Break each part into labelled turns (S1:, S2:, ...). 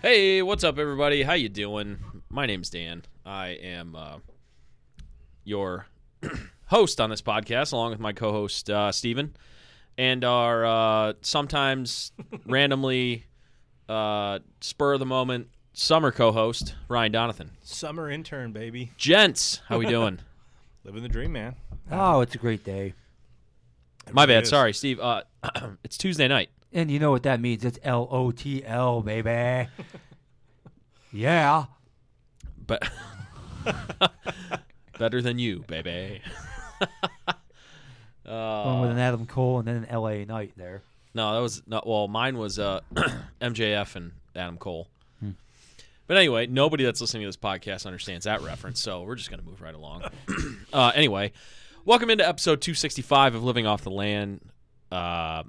S1: Hey, what's up, everybody? How you doing? My name's Dan. I am uh, your host on this podcast, along with my co-host uh, Steven, and our uh, sometimes randomly uh, spur of the moment summer co-host Ryan Donathan.
S2: Summer intern, baby.
S1: Gents, how we doing?
S2: Living the dream, man.
S3: Oh, it's a great day.
S1: My bad.
S2: is.
S1: Sorry, Steve. Uh, it's Tuesday night.
S3: And you know what that means. It's L O T L, baby. yeah.
S1: but better than you, baby. Uh,
S3: One with an Adam Cole and then an L A night there.
S1: No, that was not. Well, mine was uh, MJF and Adam Cole. But anyway, nobody that's listening to this podcast understands that reference, so we're just going to move right along. uh, anyway, welcome into episode 265 of Living Off the Land. Uh,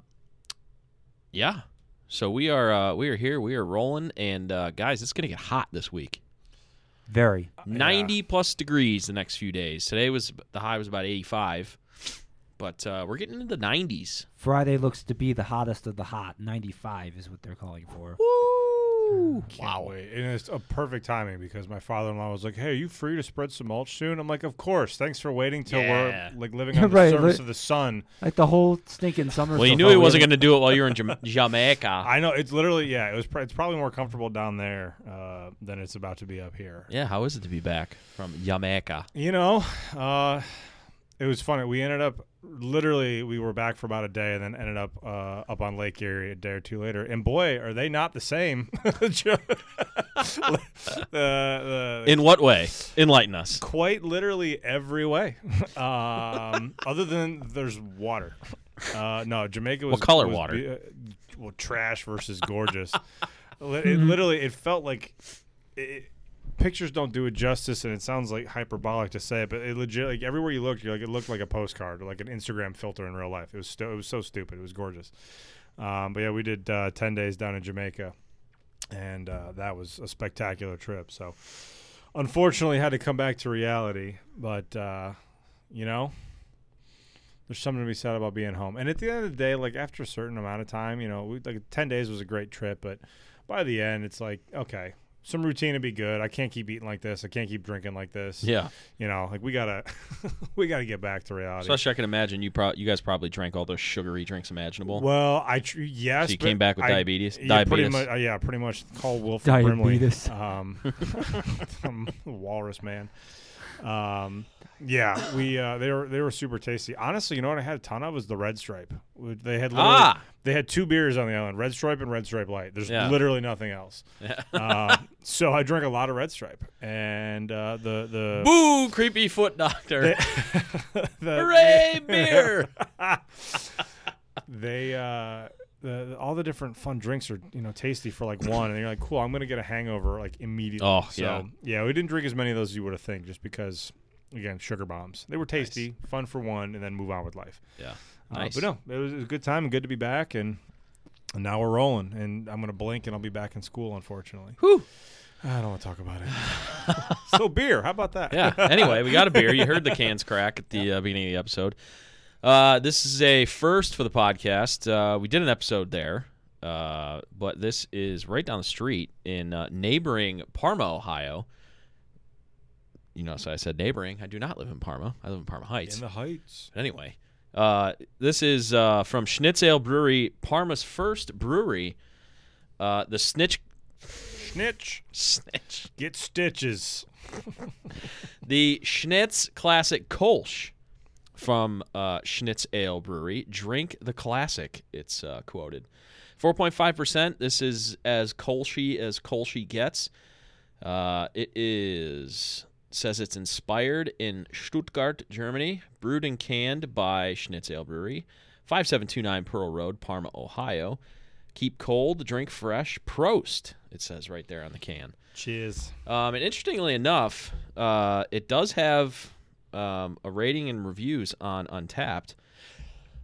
S1: yeah, so we are uh, we are here, we are rolling, and uh, guys, it's going to get hot this week.
S3: Very.
S1: 90 plus degrees the next few days. Today was the high was about 85, but uh, we're getting into the 90s.
S3: Friday looks to be the hottest of the hot. 95 is what they're calling for.
S2: Wow. Wait. And it's a perfect timing because my father-in-law was like, "Hey, are you free to spread some mulch soon?" I'm like, "Of course. Thanks for waiting till
S1: Yeah.
S2: we're like living on the
S3: Right,
S2: surface
S3: li-
S2: of the sun."
S3: Like the whole stinking summer.
S1: Well, you knew he wasn't going to do it while you were in Jama- Jamaica.
S2: I know it's literally yeah. It was. Pr- it's probably more comfortable down there uh, than it's about to be up here.
S1: Yeah, how is it to be back from Jamaica?
S2: You know, uh, it was funny. We ended up literally we were back for about a day and then ended up uh, up on Lake Erie a day or two later. And boy, are they not the same? Ju- the- the-
S1: In what way? Enlighten us.
S2: quite literally every way, um, other than there's water. Uh, no, Jamaica was
S1: What color
S2: was
S1: water?
S2: uh, well, trash versus gorgeous. Li- it literally it felt like it, pictures don't do it justice, and it sounds like hyperbolic to say it, but it legit like everywhere you looked, you're like it looked like a postcard or like an Instagram filter in real life. It was sto- it was so stupid. It was gorgeous. Um, but yeah, we did uh, ten days down in Jamaica, and uh, that was a spectacular trip. So unfortunately had to come back to reality but uh you know there's something to be said about being home and at the end of the day like after a certain amount of time you know we, like 10 days was a great trip but by the end it's like okay some routine would be good i can't keep eating like this i can't keep drinking like this
S1: Yeah.
S2: you know like we gotta we gotta get back to reality
S1: Especially, I can imagine you pro- you guys probably drank all those sugary drinks imaginable.
S2: well i tr- yes
S1: So you
S2: but
S1: came back with
S2: I-
S1: diabetes?
S2: yeah, pretty
S1: Diabetes.
S2: much uh, yeah pretty much call wilfred brimley
S3: Diabetes.
S2: um, um, walrus man Um, yeah, we uh, they were they were super tasty. Honestly, you know what I had a ton of was the Red Stripe. We- They had literally,
S1: Ah!
S2: they had two beers on the island, Red Stripe and Red Stripe Light. There's
S1: Yeah.
S2: literally nothing else. uh, so I drank a lot of Red Stripe, and uh, the the
S1: Boo, creepy foot doctor.
S2: the-
S1: Hooray, beer.
S2: they uh the, the- all the different fun drinks are you know tasty for like one and you're like cool i'm gonna get a hangover like immediately
S1: Oh,
S2: so
S1: yeah.
S2: yeah we didn't drink as many of those as you would have think just because again sugar bombs they were tasty fun for one and then move on with life
S1: yeah.
S2: Uh,
S1: Nice.
S2: but no it was, it was a good time and good to be back and and now we're rolling and i'm gonna blink and i'll be back in school unfortunately
S1: Whew.
S2: i don't want to talk about it so beer how about that
S1: yeah. Anyway, we got a beer. You heard the cans crack at the uh, beginning of the episode. Uh, this is a first for the podcast. Uh, we did an episode there, uh, but this is right down the street in uh, neighboring Parma, Ohio. You know, so I said neighboring. I do not live in Parma. I live in Parma Heights.
S2: in the heights
S1: But anyway, uh, this is uh, from Schnitzel Brewery, Parma's first brewery. Uh, the Snitch.
S2: snitch
S1: Snitch.
S2: get stitches
S1: The Schnitz Classic Kolsch from uh, Schnitz Ale Brewery. Drink the classic, it's uh, quoted. 4.5%. This is as Kolschy as Kolschy gets. Uh, it is says it's inspired in Stuttgart, Germany, brewed and canned by Schnitz Ale Brewery, 5729 Pearl Road, Parma, Ohio. Keep cold, drink fresh. Prost, it says right there on the can.
S2: cheers
S1: Um, and interestingly enough, uh, it does have um, a rating and reviews on Untapped.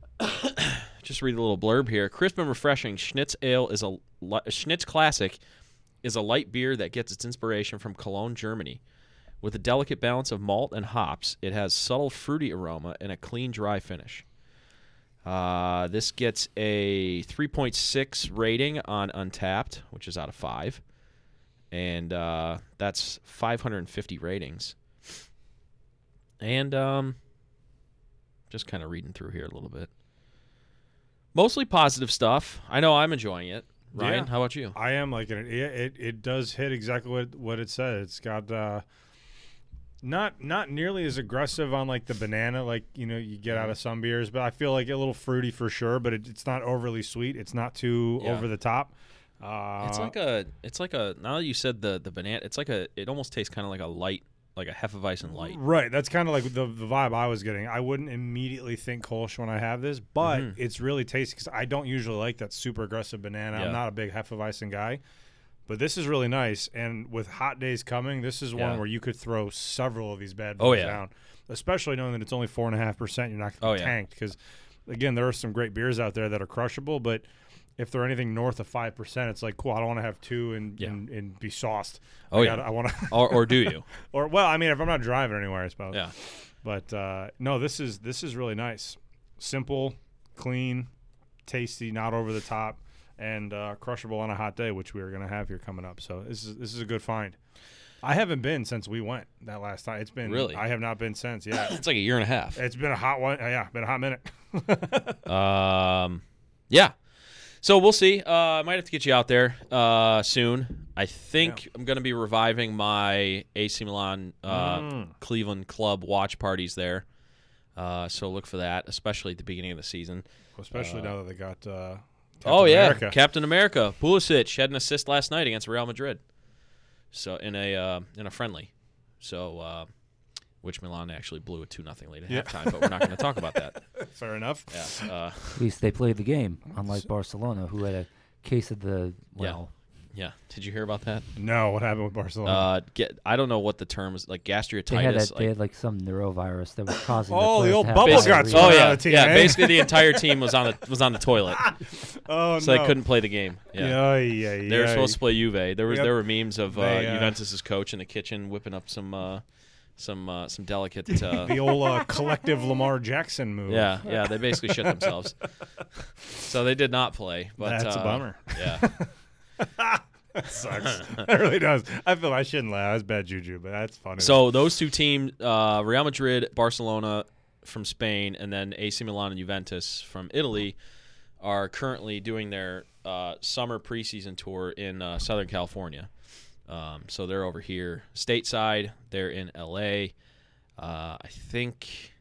S1: just read a little blurb here. Crisp and refreshing, Schnitz Ale is a li- Schnitz Classic is a light beer that gets its inspiration from Cologne, Germany. With a delicate balance of malt and hops, it has subtle fruity aroma and a clean, dry finish. Uh, this gets a 3.6 rating on Untapped, which is out of five, and uh, that's 550 ratings. And um, just kind of reading through here a little bit. Mostly positive stuff. I know I'm enjoying it. Ryan,
S2: Yeah.
S1: how about you?
S2: I am liking it. Yeah, it it does hit exactly what what it said. It's got uh, not not nearly as aggressive on like the banana like you know you get
S1: Mm-hmm.
S2: out of some beers, but I feel like a little fruity for sure. But it, it's not overly sweet. It's not too
S1: Yeah.
S2: over the top. Uh,
S1: It's like a, it's like a. Now that you said the the banana, it's like a. It almost tastes kind of like a light, like a hefeweizen light.
S2: Right. That's kind of like the, the vibe I was getting. I wouldn't immediately think Kolsch when I have this, but
S1: Mm-hmm.
S2: it's really tasty because I don't usually like that super aggressive banana.
S1: Yeah.
S2: I'm not a big Hefeweizen guy, but this is really nice. And with hot days coming, this is
S1: Yeah.
S2: one where you could throw several of these bad boys
S1: Oh, yeah.
S2: down, especially knowing that it's only 4.5%. You're not going
S1: Oh,
S2: to be
S1: yeah.
S2: tanked because, again, there are some great beers out there that are crushable, but. If they're anything north of five percent, it's like cool. I don't want to have two and,
S1: Yeah.
S2: and, and be sauced.
S1: Oh,
S2: I
S1: yeah.
S2: gotta- I want to
S1: Or, or do you?
S2: or well, I mean, if I'm not driving anywhere, I suppose.
S1: Yeah.
S2: But uh, no, this is this is really nice, simple, clean, tasty, not over the top, and uh, crushable on a hot day, which we are going to have here coming up. So this is this is a good find. I haven't been since we went that last time. It's been
S1: Really?
S2: I have not been since. Yeah,
S1: It's like a year and a half.
S2: it's been a hot one. Yeah, been a hot minute.
S1: Um, yeah. So we'll see. Uh, I might have to get you out there uh, soon. I think I'm going to be reviving my AC Milan uh, Cleveland club watch parties there. Uh, so look for that, especially at the beginning of the season.
S2: Especially now that they got. Uh,
S1: oh
S2: Captain
S1: yeah,
S2: America.
S1: Captain America Pulisic had an assist last night against Real Madrid. So in a uh, in a friendly, so uh, which Milan actually blew a two nothing lead at halftime. But we're not going to talk about that.
S2: fair enough.
S1: Yeah. Uh,
S3: At least they played the game, unlike Barcelona, who had a case of the well.
S1: yeah. Did you hear about that?
S2: No, what happened with Barcelona?
S1: uh, get I don't know what the term is like gastroenteritis.
S3: They had, that,
S1: like,
S3: they had like some neurovirus that was causing.
S2: Oh, the
S3: players
S2: old
S3: to have
S2: bubble
S3: diarrhea.
S2: guts.
S1: oh
S2: on
S1: yeah,
S2: the team,
S1: yeah.
S2: eh?
S1: Basically, the entire team was on the was on the toilet,
S2: oh
S1: so
S2: no.
S1: they couldn't play the game. Yeah.
S2: Yeah, yeah, yeah.
S1: They were supposed to play Juve. There was
S2: Yep.
S1: there were memes of uh,
S2: They, uh,
S1: Juventus's coach in the kitchen whipping up some uh, some uh, some delicate. Uh,
S2: the old uh, collective Lamar Jackson move.
S1: yeah, yeah. They basically shit themselves. So they did not play. But
S2: That's a
S1: uh,
S2: bummer.
S1: Yeah,
S2: sucks. it really does. I feel I shouldn't laugh. That's bad juju, but that's funny.
S1: So those two teams, uh, Real Madrid, Barcelona from Spain, and then AC Milan and Juventus from Italy, are currently doing their uh, summer preseason tour in uh, Southern California. Um, so they're over here stateside. They're in LA. Uh, I think.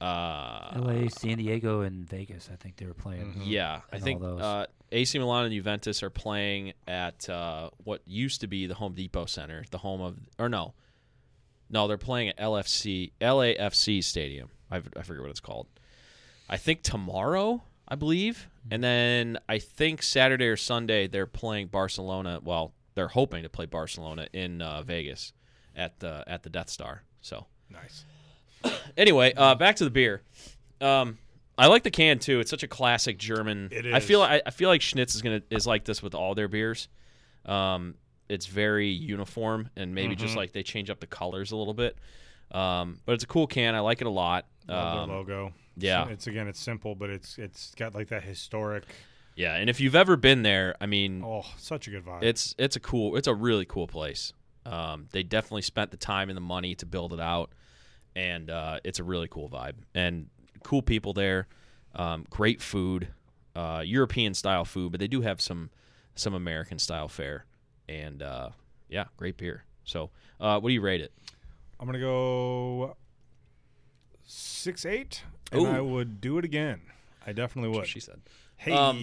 S1: Uh,
S3: L.A., San Diego, and Vegas. I think they were
S1: Mm-hmm.
S3: playing. Mm-hmm.
S1: yeah, I
S3: and all
S1: think
S3: those.
S1: uh, AC Milan and Juventus are playing at uh, what used to be the Home Depot Center, the home of, or no, no, they're playing at LFC LAFC Stadium. I, I forget what it's called. I think tomorrow, I believe,
S3: Mm-hmm.
S1: and then I think Saturday or Sunday they're playing Barcelona. Well, they're hoping to play Barcelona in uh, Vegas at the at the Death Star. So
S2: nice.
S1: anyway, uh, back to the beer. Um, I like the can too. It's such a classic German.
S2: It
S1: I feel
S2: is.
S1: I, I feel like Schnitz is gonna is like this with all their beers. Um, it's very uniform and maybe just
S2: Mm-hmm.
S1: like they change up the colors a little bit. Um, but it's a cool can. I like it a lot.
S2: Love
S1: Um,
S2: their logo.
S1: yeah.
S2: It's again, it's simple, but it's it's got like that historic.
S1: yeah, and if you've ever been there, I mean,
S2: Oh, such a good vibe.
S1: it's it's a cool it's a really cool place. Um, they definitely spent the time and the money to build it out, and uh, it's a really cool vibe and cool people there. Um, great food, uh, European style food, but they do have some some American style fare, and uh, yeah, great beer. So, uh, what do you rate it?
S2: I'm gonna go six eight, and
S1: Ooh.
S2: I would do it again. I definitely would.
S1: She said
S2: Hey,
S1: Um,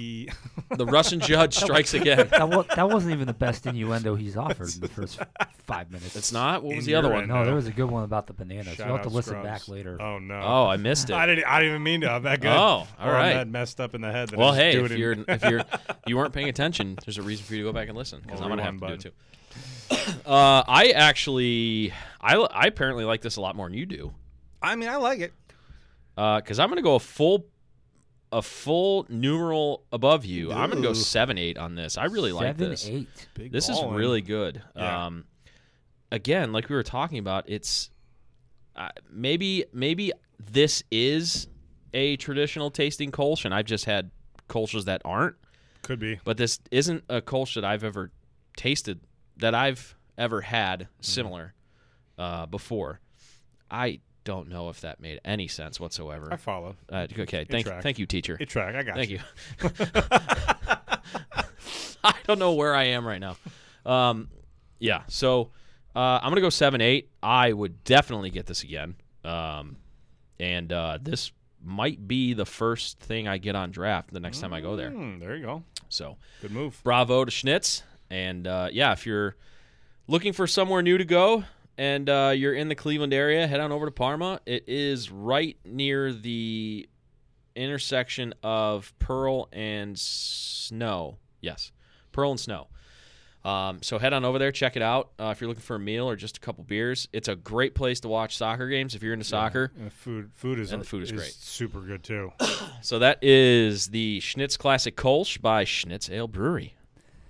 S1: the Russian judge strikes again.
S3: That, wa- that wasn't even the best innuendo he's offered in the first five minutes.
S1: It's not. What was
S2: In
S1: the other
S2: your
S1: one?
S2: end.
S3: No,
S2: No.
S3: there was a good one about the bananas.
S2: shout
S3: You'll have to
S2: out
S3: listen
S2: Scrubs.
S3: back later.
S2: Oh no.
S1: Oh, I missed
S2: I
S1: it.
S2: didn't. I didn't even mean to. I'm that good.
S1: Oh, all
S2: Or
S1: right.
S2: I'm that messed up in the head. That I
S1: Well,
S2: just
S1: hey,
S2: do
S1: if
S2: it in-
S1: you're if you're you weren't paying attention, there's a reason for you to go back and listen because
S2: Well,
S1: I'm gonna have
S2: rewind
S1: to do it too. Uh, I actually, I, I apparently like this a lot more than you do
S2: I mean, I like it.
S1: uh, because I'm gonna go a full a full numeral above you. I'm gonna go
S2: Ooh.
S1: seven eight on this. I really like
S3: Seven,
S1: this.
S3: eight.
S2: Big
S1: This is
S2: ballin'.
S1: really good.
S2: Yeah.
S1: Um, again, like we were talking about, it's uh, maybe maybe this is a traditional tasting Kolsch, and I've just had Kolsches that aren't.
S2: could be.
S1: But this isn't a Kolsch that I've ever tasted that I've ever had
S2: Mm-hmm.
S1: similar uh, before. I don't know if that made any sense whatsoever.
S2: I follow.
S1: Uh, okay, thank
S2: tracks.
S1: thank you, teacher.
S2: It track. I got
S1: Thank you. I don't know where I am right now. Um, yeah, so uh, I'm gonna go seven eight. I would definitely get this again, um, and uh, this might be the first thing I get on draft the next time I go there.
S2: Hmm, there you go.
S1: So
S2: Good move.
S1: bravo to Schnitz, and uh, yeah, if you're looking for somewhere new to go. And uh, you're in the Cleveland area, head on over to Parma. It is right near the intersection of Pearl and Snow. Yes, Pearl and Snow. Um, so head on over there, check it out. Uh, if you're looking for a meal or just a couple beers, it's a great place to watch soccer games if you're into soccer.
S2: And the food, food is
S1: And the food is great.
S2: Super good too.
S1: So that is the Schnitz Classic Kolsch by Schnitz Ale Brewery.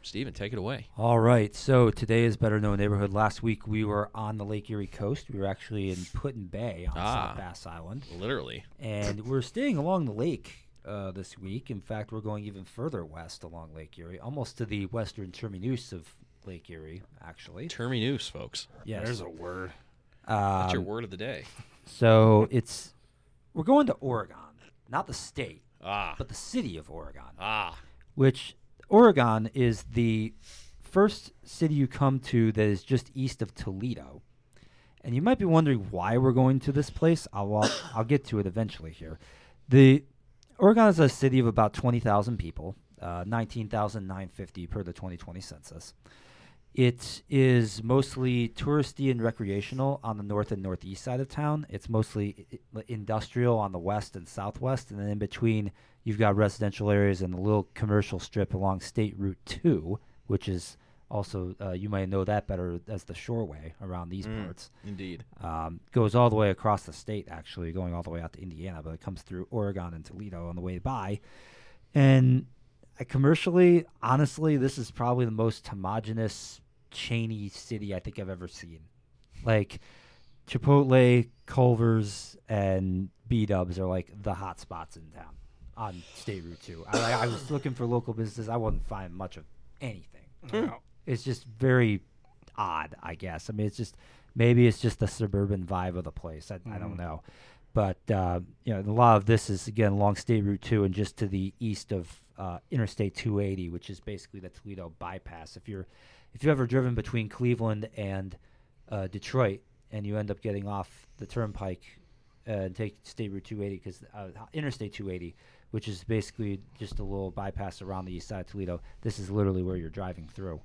S1: Steven, take it away.
S3: All right. So today is Better Known Neighborhood. Last week we were on the Lake Erie coast. We were actually in Put in Bay on
S1: Ah.
S3: South Bass Island.
S1: Literally.
S3: And we're staying along the lake uh, this week. In fact, we're going even further west along Lake Erie, almost to the western terminus of Lake Erie, actually.
S1: Terminus, folks.
S3: Yes.
S2: There's a word.
S1: That's your
S3: Um,
S1: word of the day.
S3: So it's we're going to Oregon, not the state,
S1: Ah.
S3: but the city of Oregon,
S1: Ah.
S3: which Oregon is the first city you come to that is just east of Toledo. And you might be wondering why we're going to this place. I'll I'll, I'll get to it eventually here. The Oregon is a city of about 20,000 people, uh, 19,950 per the 2020 census. It is mostly touristy and recreational on the north and northeast side of town. It's mostly i- i- industrial on the west and southwest, and then in between, you've got residential areas and a little commercial strip along State Route 2, which is also, uh, you might know that better as the Shoreway around these
S1: Mm.
S3: parts.
S1: Indeed.
S3: Um, goes all the way across the state, actually, going all the way out to Indiana, but it comes through Oregon and Toledo on the way by. And I, commercially, honestly, this is probably the most homogenous, chainy city I think I've ever seen. Like Chipotle, Culver's, and B Dubs are like the hot spots in town on State Route 2. I, I was looking for local businesses, I wouldn't find much of anything it's just very odd, I guess. I mean, it's just maybe it's just the suburban vibe of the place. I, I don't know, but uh, you know, a lot of this is again along State Route Two and just to the east of uh, Interstate 280, which is basically the Toledo bypass. If you're if you've ever driven between Cleveland and uh, Detroit, and you end up getting off the turnpike uh, and take State Route 280 because uh, Interstate 280, which is basically just a little bypass around the east side of Toledo. This is literally where you're driving through.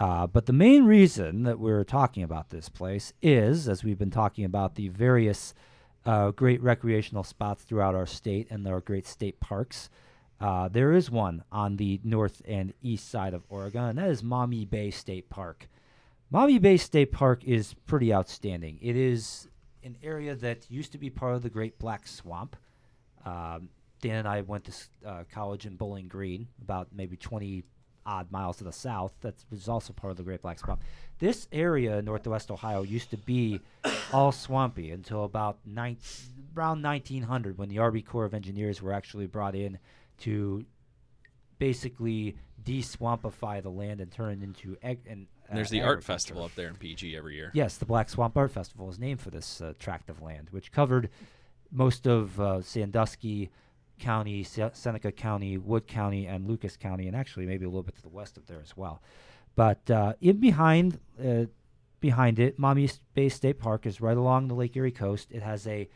S3: Uh, but the main reason that we're talking about this place is, as we've been talking about the various uh, great recreational spots throughout our state and our great state parks, uh, there is one on the north and east side of Oregon, and that is Maumee Bay State Park. Maumee Bay State Park is pretty outstanding. It is an area that used to be part of the Great Black Swamp. Um, Dan and I went to s- uh, college in Bowling Green, about maybe 20 odd miles to the south. That was also part of the Great Black Swamp. This area in northwest Ohio used to be all swampy until about nine, around 1900 when the Army Corps of Engineers were actually brought in to basically de-swampify the land and turn it into egg and
S1: And there's
S3: uh,
S1: the art
S3: agriculture.
S1: festival up there in PG every year.
S3: Yes, the Black Swamp Art Festival is named for this uh, tract of land, which covered most of uh, Sandusky County, Se- Seneca County, Wood County, and Lucas County, and actually maybe a little bit to the west of there as well. But uh, in behind, uh, behind it, Maumee Bay State Park is right along the Lake Erie coast. It has a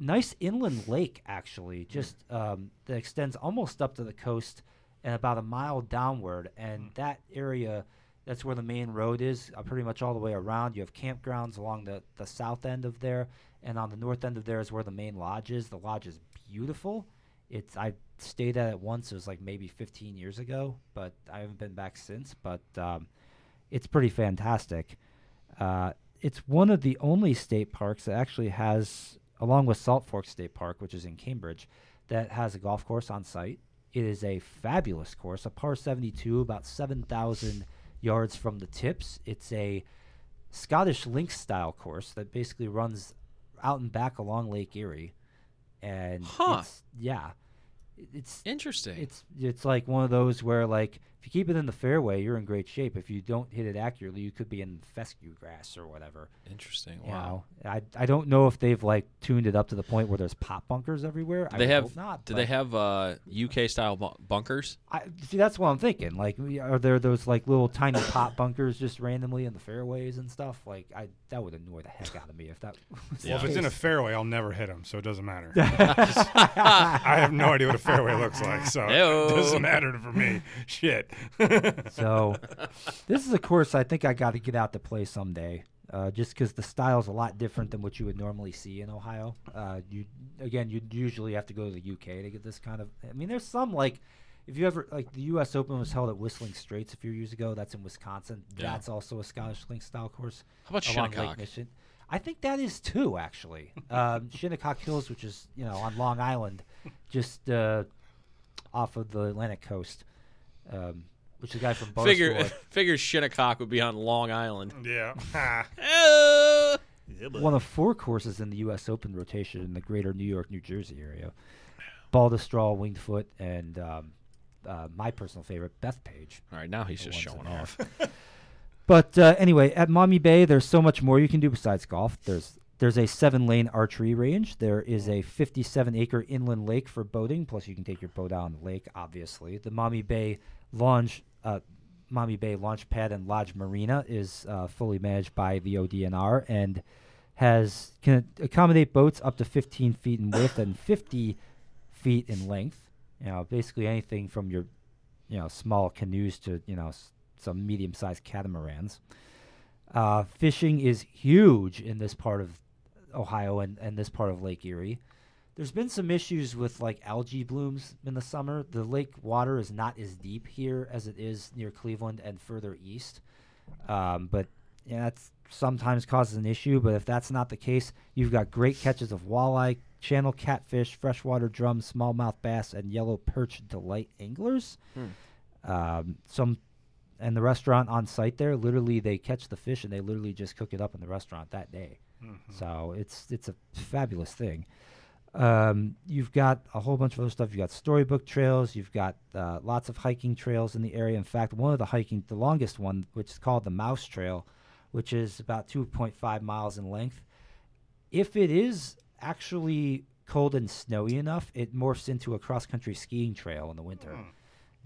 S3: nice inland lake actually just um, that extends almost up to the coast and about a mile downward and that area that's where the main road is uh, pretty much all the way around you have campgrounds along the, the south end of there and on the north end of there is where the main lodge is the lodge is beautiful it's i stayed at it once it was like maybe 15 years ago but i haven't been back since but um, it's pretty fantastic uh, it's one of the only state parks that actually has, along with Salt Fork State Park, which is in Cambridge, that has a golf course on site. It is a fabulous course, a par 72, about 7,000 yards from the tips. It's a Scottish links style course that basically runs out and back along Lake Erie. And
S1: Huh.
S3: it's- yeah, It- it's
S1: Interesting.
S3: it's it's like one of those where like if you keep it in the fairway, you're in great shape. If you don't hit it accurately, you could be in fescue grass or whatever.
S1: Interesting.
S3: You
S1: Wow.
S3: know? I I don't know if they've like tuned it up to the point where there's pop bunkers everywhere.
S1: Do
S3: I
S1: they
S3: would
S1: have
S3: hope not.
S1: do they
S3: but
S1: have uh, UK style bu- bunkers?
S3: I, see, that's what I'm thinking. Like, we- are there those like little tiny pop bunkers just randomly in the fairways and stuff? Like, I that would annoy the heck out of me if that. Was
S1: Yeah.
S3: the
S2: Well, if it's in a
S3: case.
S2: fairway, I'll never hit him, so it doesn't matter. I have no idea what a fairway looks like, so
S1: Ew.
S2: it doesn't matter for me. Shit.
S3: So this is a course I think I got to get out to play someday. Uh, just because the style's a lot different than what you would normally see in Ohio. Uh, you again, you'd usually have to go to the UK to get this kind of. I mean, there's some like, if you ever like the U.S. Open was held at Whistling Straits a few years ago. That's in Wisconsin.
S1: Yeah.
S3: That's also a Scottish link style course
S1: How about
S3: along Lake
S1: Shinnecock?
S3: Michigan. I think that is too actually. Um, Shinnecock Hills, which is you know on Long Island, just uh, off of the Atlantic coast, um, which is a guy from Barstool.
S1: Figure figures Shinnecock would be on Long Island.
S2: yeah.
S1: Oh.
S3: one of four courses in the U.S. Open rotation in the greater New York, New Jersey area. Baldestraw, Winged Foot, and um, uh, my personal favorite, Bethpage.
S1: All right, now he's
S3: The
S1: just
S3: ones in
S1: showing
S3: there.
S1: off.
S3: But uh, anyway, at Maumee Bay, there's so much more you can do besides golf. There's there's a seven lane archery range. There is a 57 acre inland lake for boating. Plus, you can take your boat out on the lake. Obviously, the Maumee Bay launch. Uh, Maumee Bay Launch Pad and Lodge Marina is uh, fully managed by the ODNR and has can accommodate boats up to 15 feet in width and 50 feet in length. You know, basically anything from your, you know, small canoes to you know s- some medium-sized catamarans. Uh, fishing is huge in this part of Ohio and, and this part of Lake Erie. There's been some issues with like algae blooms in the summer. The lake water is not as deep here as it is near Cleveland and further east. Um, but yeah, that's sometimes causes an issue. But if that's not the case, you've got great catches of walleye, channel catfish, freshwater drum, smallmouth bass, and yellow perch delight anglers. Um, some and the restaurant on site there, literally they catch the fish and they literally just cook it up in the restaurant that day. So it's it's a fabulous thing. Um, you've got a whole bunch of other stuff. You've got storybook trails. You've got uh, lots of hiking trails in the area. In fact, one of the hiking, the longest one, which is called the Mouse Trail, which is about 2.5 miles in length. If it is actually cold and snowy enough, it morphs into a cross country skiing trail in the winter.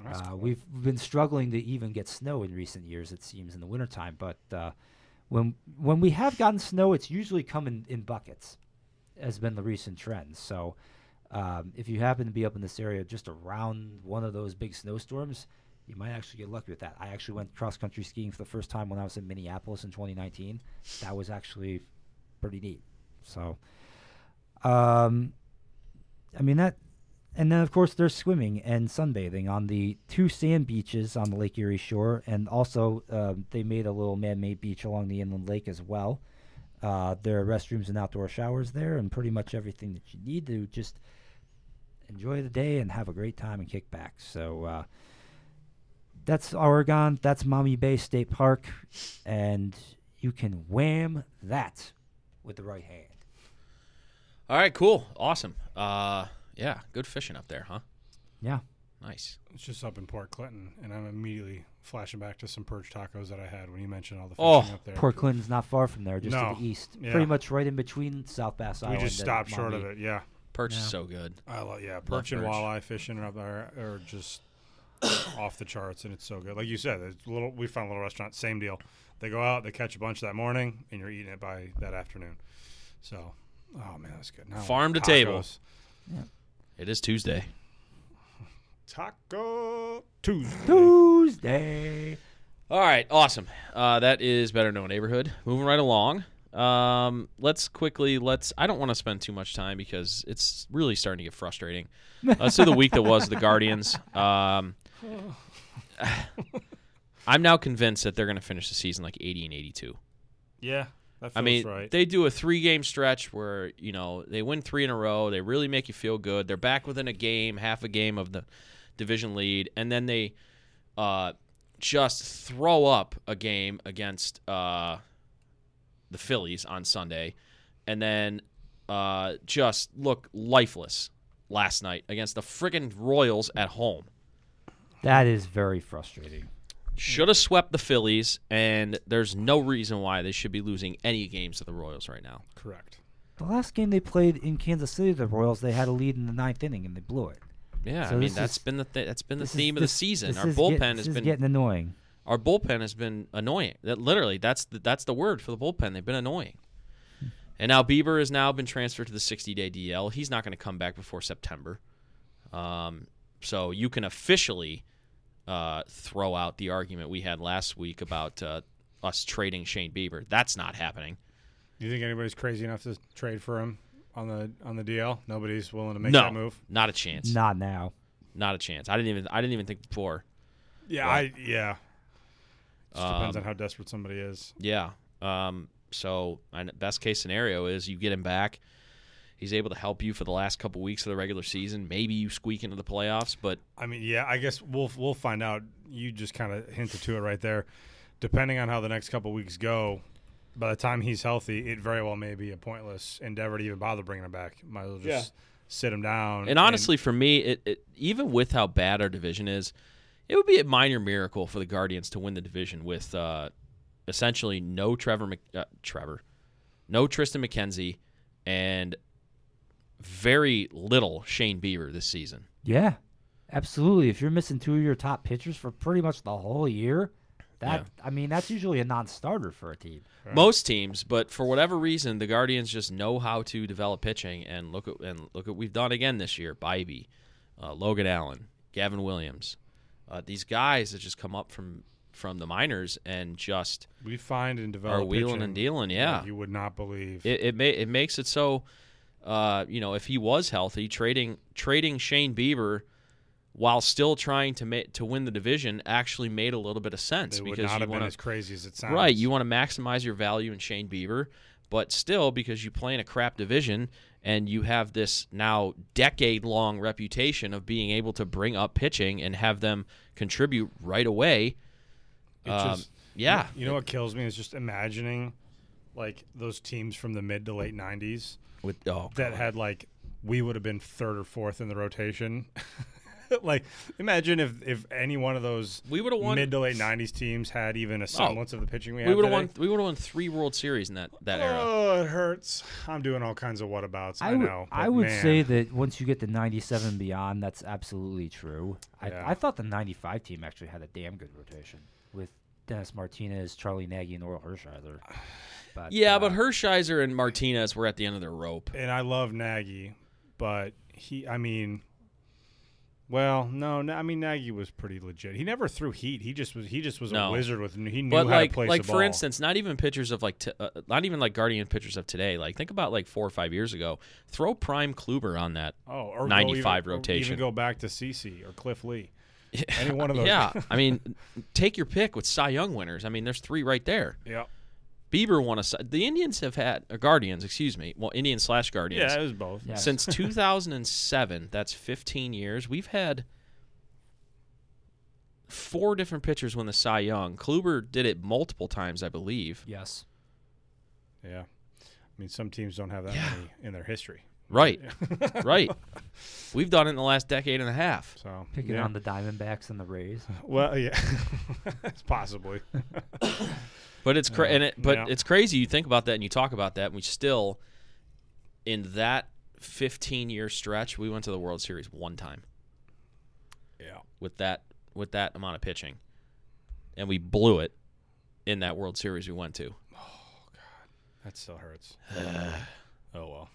S3: Uh, We've been struggling to even get snow in recent years, it seems, in the wintertime. But uh, when when we have gotten snow, it's usually come in, in buckets, has been the recent trend. So um, if you happen to be up in this area just around one of those big snowstorms, you might actually get lucky with that. I actually went cross country skiing for the first time when I was in Minneapolis in 2019. That was actually pretty neat. So, um, I mean that, and then of course there's swimming and sunbathing on the two sand beaches on the Lake Erie shore, and also um, they made a little man-made beach along the inland lake as well. Uh, there are restrooms and outdoor showers there, and pretty much everything that you need to just enjoy the day and have a great time and kick back. So. Uh, that's Oregon. That's Maumee Bay State Park, and you can wham that with the right hand.
S1: All right, cool, awesome. Uh, yeah, good fishing up there, huh?
S3: Yeah.
S1: Nice.
S2: It's just up in Port Clinton, and I'm immediately flashing back to some perch tacos that I had when you mentioned all the fishing
S1: Oh,
S2: up there.
S3: Port Clinton's not far from there, just
S2: No.
S3: to the east.
S2: Yeah.
S3: Pretty much right in between South Bass
S2: we
S3: Island.
S2: just
S3: and
S2: stopped short of
S3: Maumee.
S2: it. Yeah,
S1: Perch
S3: Yeah.
S1: is so good.
S2: I love yeah perch and
S1: perch.
S2: walleye fishing are up there are just off the charts, and it's so good. Like you said, it's little. We found a little restaurant, same deal. They go out, they catch a bunch that morning, and you're eating it by that afternoon. So, oh man, that's good. Now I want
S1: Farm to table.
S2: tacos.
S1: It is Tuesday.
S2: Taco Tuesday.
S3: Tuesday.
S1: All right, awesome. Uh, that is better known neighborhood. Moving right along. Um, let's quickly let's. I don't want to spend too much time because it's really starting to get frustrating. Uh, Let's do the week that was the Guardians. Um, I'm now convinced that they're going to finish the season like 80 and 82.
S2: Yeah, That feels
S1: I mean,
S2: right.
S1: they do a three game stretch where, you know, they win three in a row. They really make you feel good. They're back within a game, half a game of the division lead. And then they uh, just throw up a game against uh, the Phillies on Sunday. And then uh, just look lifeless last night against the friggin' Royals at home.
S3: That is very frustrating.
S1: Should have swept the Phillies, and there's no reason why they should be losing any games to the Royals right now.
S2: Correct.
S3: The last game they played in Kansas City, the Royals, they had a lead in the ninth inning and they blew it.
S1: Yeah,
S3: So
S1: I mean
S3: this
S1: that's
S3: is-
S1: been the th- that's been the
S3: This is-
S1: theme of
S3: this-
S1: the season.
S3: this
S1: Our
S3: is get-
S1: bullpen
S3: this
S1: has
S3: is
S1: been
S3: getting annoying.
S1: our bullpen has been annoying. That literally that's the, that's the word for the bullpen. They've been annoying. And now Bieber has now been transferred to the 60-day DL. He's not going to come back before September. Um, so you can officially uh, throw out the argument we had last week about uh, us trading Shane Bieber. That's not happening.
S2: Do you think anybody's crazy enough to trade for him on the on the DL? Nobody's willing to make
S1: no,
S2: that move.
S1: not a chance.
S3: Not now.
S1: Not a chance. I didn't even I didn't even think before.
S2: Yeah,
S1: Right.
S2: I yeah. Just depends
S1: Um,
S2: on how desperate somebody is.
S1: Yeah. Um, so, I kn- best case scenario is you get him back. He's able to help you for the last couple weeks of the regular season. Maybe you squeak into the playoffs, but
S2: I mean, yeah, I guess we'll we'll find out. You just kind of hinted to it right there. Depending on how the next couple weeks go, by the time he's healthy, it very well may be a pointless endeavor to even bother bringing him back. Might as well just sit him down.
S1: and honestly, for me, it, it even with how bad our division is, it would be a minor miracle for the Guardians to win the division with uh, essentially no Trevor Mc, uh, Trevor, no Tristan McKenzie, and very little Shane Bieber this season.
S3: Yeah, absolutely. If you're missing two of your top pitchers for pretty much the whole year, that I mean, that's usually a non-starter for a team.
S2: Right.
S1: Most teams, but for whatever reason, the Guardians just know how to develop pitching, and look at and look at we've done again this year. Bybee, uh, Logan Allen, Gavin Williams, uh, these guys that just come up from from the minors and just
S2: and we find and develop
S1: are wheeling
S2: pitching
S1: and dealing.
S2: that
S1: Yeah,
S2: you would not believe.
S1: it it, ma- it makes it so, uh, you know, if he was healthy, trading trading Shane Bieber while still trying to ma- to win the division actually made a little bit of sense
S2: they would
S1: because
S2: not
S1: you
S2: have been
S1: wanna-
S2: as crazy as it sounds.
S1: Right. You want to maximize your value in Shane Bieber, but still, because you play in a crap division and you have this now decade long reputation of being able to bring up pitching and have them contribute right away.
S2: It
S1: um,
S2: just-
S1: yeah.
S2: You know what kills me is just imagining like those teams from the mid to late '90s
S1: With, oh,
S2: that
S1: God.
S2: had like we would have been third or fourth in the rotation. like imagine if if any one of those
S1: we would have won. Oh,
S2: mid to late '90s teams had even a semblance of the pitching we had.
S1: we would have
S2: today.
S1: won. We would have won three World Series in that that era.
S2: Oh, it hurts. I'm doing all kinds of whatabouts. I,
S3: I would,
S2: know.
S3: I
S2: but
S3: would
S2: man,
S3: say that once you get to 97 and beyond, that's absolutely true.
S2: Yeah.
S3: I, I thought the 95 team actually had a damn good rotation with Dennis Martinez, Charlie Nagy, and Oral Hershiser. But,
S1: Yeah, but
S3: uh,
S1: Hershiser and Martinez were at the end of their rope.
S2: and I love Nagy, but he. I mean. Well, no, no, I mean Nagy was pretty legit. He never threw heat. He just was. He just was
S1: No.
S2: a wizard with. He knew
S1: But
S2: how
S1: like,
S2: to place
S1: like
S2: the
S1: for
S2: ball.
S1: instance, not even pictures of like, t- uh, not even like Guardian pictures of today. Like, think about like four or five years ago. Throw Prime Kluber on that.
S2: oh, or go
S1: 95
S2: even- or
S1: rotation.
S2: Even go back to CC or Cliff Lee. Any one of those.
S1: Yeah, I mean, take your pick with Cy Young winners. I mean, there's three right there.
S2: yeah.
S1: Bieber won a. Cy- The Indians have had or Guardians, excuse me. Well, Indians slash Guardians
S2: Yeah, it was both.
S3: Yeah.
S1: since 2007. That's 15 years. We've had four different pitchers win the Cy Young. Kluber did it multiple times, I believe.
S3: Yes.
S2: Yeah. I mean, some teams don't have that
S1: Yeah.
S2: many in their history.
S1: Right, right. We've done it in the last decade and a half.
S2: So
S3: Picking
S2: yeah.
S3: on the Diamondbacks and the Rays.
S2: Well, yeah, it's possibly.
S1: But it's cra- and it, but
S2: Yeah.
S1: it's crazy. You think about that and you talk about that, and we still, in that 15 year stretch, we went to the World Series one time
S2: Yeah.
S1: with that with that amount of pitching, and we blew it in that World Series we went to.
S2: That still hurts. oh well.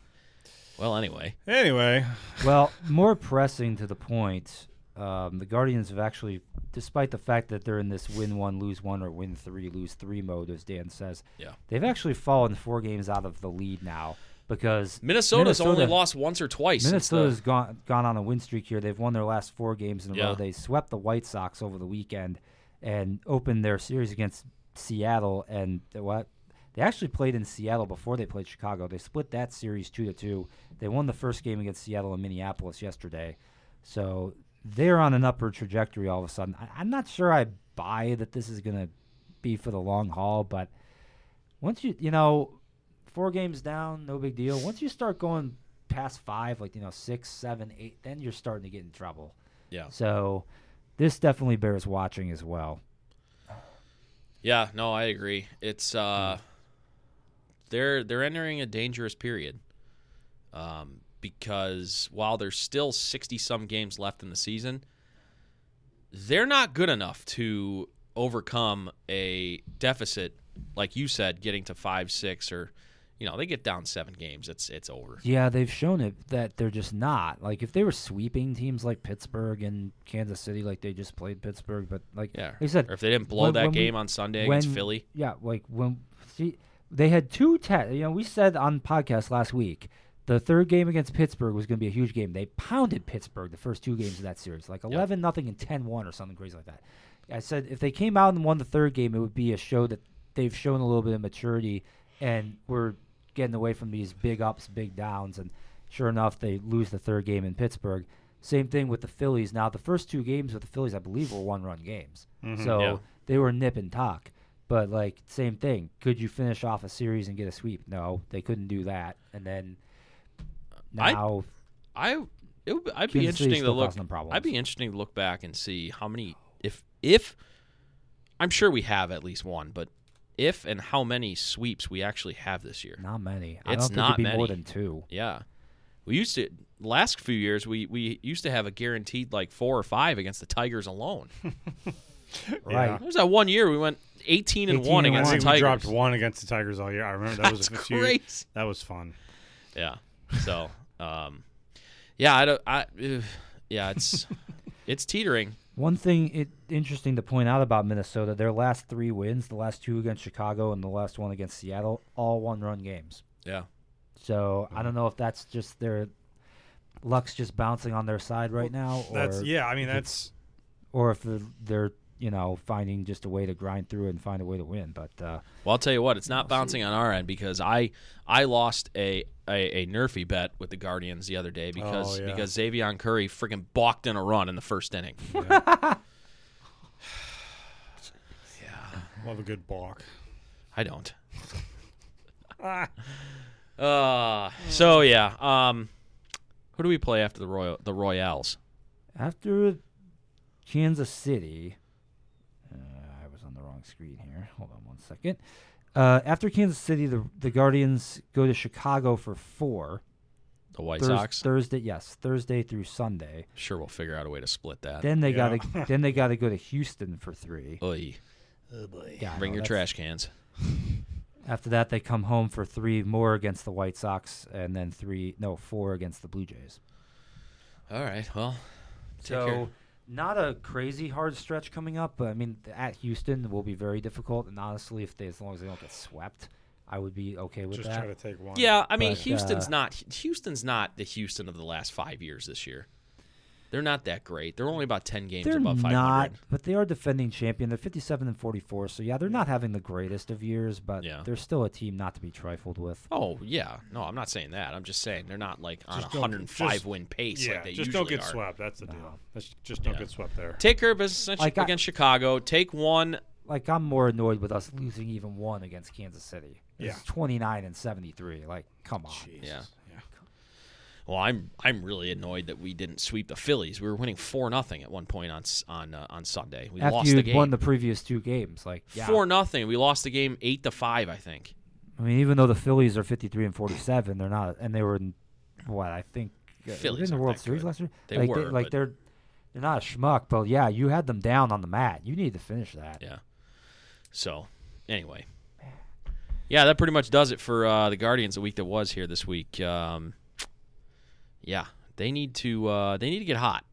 S1: Well, anyway,
S2: Anyway,
S3: well, more pressing to the point, um, the Guardians have actually, despite the fact that they're in this win one, lose one, or win three, lose three mode, as Dan says,
S1: Yeah.
S3: they've actually fallen four games out of the lead now because
S1: Minnesota's only
S3: Minnesota-
S1: lost once or twice. since the-
S3: Minnesota's gone gone on a win streak here. They've won their last four games in a
S1: Yeah.
S3: row. They swept the White Sox over the weekend and opened their series against Seattle and the what They actually played in Seattle before they played Chicago. They split that series two to two. They won the first game against Seattle and Minneapolis yesterday, so they're on an upward trajectory all of a sudden. I, I'm not sure I buy that this is going to be for the long haul, but once you you know four games down, no big deal. Once you start going past five, like you know six, seven, eight, then you're starting to get in trouble.
S1: Yeah.
S3: So this definitely bears watching as well.
S1: Yeah, no, I agree. It's uh they're they're entering a dangerous period. Um because while there's still 60 some games left in the season, they're not good enough to overcome a deficit like you said getting to 5 6 or you know, they get down 7 games, it's it's over.
S3: Yeah, they've shown it that they're just not. Like if they were sweeping teams like Pittsburgh and Kansas City, like they just played Pittsburgh, but like
S1: Yeah.
S3: like I said,
S1: or if they didn't blow
S3: when-
S1: that
S3: when we-
S1: game on Sunday against
S3: when-
S1: Philly.
S3: Yeah, like when see they had two te- you know, we said on podcast last week the third game against Pittsburgh was going to be a huge game. They pounded Pittsburgh the first two games of that series, like 11 nothing and 10-1 or something crazy like that. I said if they came out and won the third game, it would be a show that they've shown a little bit of maturity and we're getting away from these big ups, big downs and sure enough they lose the third game in Pittsburgh. Same thing with the Phillies. Now the first two games with the Phillies I believe were one-run games. so
S1: Mm-hmm. Yeah.
S3: they were nip and tuck. But like same thing. Could you finish off a series and get a sweep? No, they couldn't do that. And then
S1: I-
S3: now
S1: I it would, I'd be
S3: Kansas City's
S1: interesting to
S3: still
S1: look.
S3: causing them problems.
S1: I'd be interesting to look back and see how many if if I'm sure we have at least one, but if and how many sweeps we actually have this year.
S3: not many. I
S1: It's
S3: don't think
S1: not
S3: it'd be
S1: many.
S3: more than two.
S1: Yeah, we used to last few years we we used to have a guaranteed like four or five against the Tigers alone.
S3: Right.
S1: There's that one year we went 18 and
S3: 18
S1: one
S3: and
S2: I
S1: against
S2: think
S1: the
S2: we
S1: Tigers.
S2: dropped one against the Tigers all year. I remember that was a
S1: That's
S2: few.
S1: crazy.
S2: That was fun.
S1: Yeah. So, um, yeah, I don't. I ugh, yeah, it's it's teetering.
S3: One thing it interesting to point out about Minnesota, their last three wins, the last two against Chicago and the last one against Seattle, all one run games.
S1: Yeah.
S3: So
S1: Mm-hmm.
S3: I don't know if that's just their luck's just bouncing on their side right now or
S2: That's yeah. I mean,
S3: if it's-
S2: that's
S3: or if they're, they're you know finding just a way to grind through and find a way to win. But uh,
S1: Well, I'll tell you what, it's not bouncing on our end because I I lost a a, a Nerfy bet with the Guardians the other day because
S2: Oh, yeah.
S1: because Xavion Curry freaking balked in a run in the first inning.
S2: love a good balk.
S1: I don't.
S2: Ah,
S1: Uh, so yeah. Um, who do we play after the Royal the Royals?
S3: after Kansas City, uh, I was on the wrong screen here. Hold on one second. Uh, after Kansas City, the the Guardians go to Chicago for four
S1: The White
S3: Thurs-
S1: Sox.
S3: Thursday. Yes, Thursday through Sunday.
S1: Sure, we'll figure out a way to split that.
S3: Then they
S2: yeah.
S3: gotta then they gotta go to Houston for three.
S1: Oy.
S3: Yeah, I
S1: Bring
S3: know,
S1: your
S3: that's-
S1: trash cans.
S3: After that, they come home for three more against the White Sox, and then three no four against the Blue Jays.
S1: All right. Well. take care.
S3: So not a crazy hard stretch coming up, but I mean th- at Houston will be very difficult. And honestly, if they as long as they don't get swept, I would be okay with
S2: just
S3: that.
S2: try to take one.
S1: Yeah, I mean
S3: But,
S1: Houston's
S3: uh,
S1: not Houston's not the Houston of the last five years this year. They're not that great. They're only about ten games
S3: they're
S1: above five
S3: not,
S1: hundred.
S3: but they are defending champion. They're fifty-seven and forty-four, so yeah, they're not having the greatest of years, but
S1: Yeah.
S3: they're still a team not to be trifled with.
S1: Oh yeah, no, I'm not saying that. I'm just saying they're not like on a
S2: Just don't-
S1: 105
S2: just-
S1: win pace
S2: Yeah,
S1: like they
S2: just
S1: usually
S2: don't get
S1: are.
S2: swept. That's the deal. That's just don't
S1: Yeah.
S2: get swept there.
S1: Take care of business
S3: Like I-
S1: against Chicago. Take one.
S3: Like I'm more annoyed with us losing even one against Kansas City. This
S2: Yeah.
S3: is twenty-nine and seventy-three. Like, come on.
S1: Yeah. Well, I'm I'm really annoyed that we didn't sweep the Phillies. We were winning four nothing at one point on s- on uh, on Sunday. We
S3: After
S1: lost the
S3: you'd
S1: game
S3: won the previous two games, like yeah.
S1: four nothing. We lost the game eight to five, I think.
S3: I mean, even though the Phillies are 53 and 47, they're not, and they were in what I think uh, were they
S1: Phillies
S3: in the
S1: aren't
S3: World
S1: that
S3: Series
S1: good.
S3: last year.
S1: They
S3: like,
S1: were,
S3: they, like
S1: but-
S3: they're they're not a schmuck, but yeah, you had them down on the mat. You need to finish that.
S1: Yeah. So, anyway. Yeah, that pretty much does it for uh, the Guardians. The week that was here this week. Um, yeah, they need to uh, they need to get hot.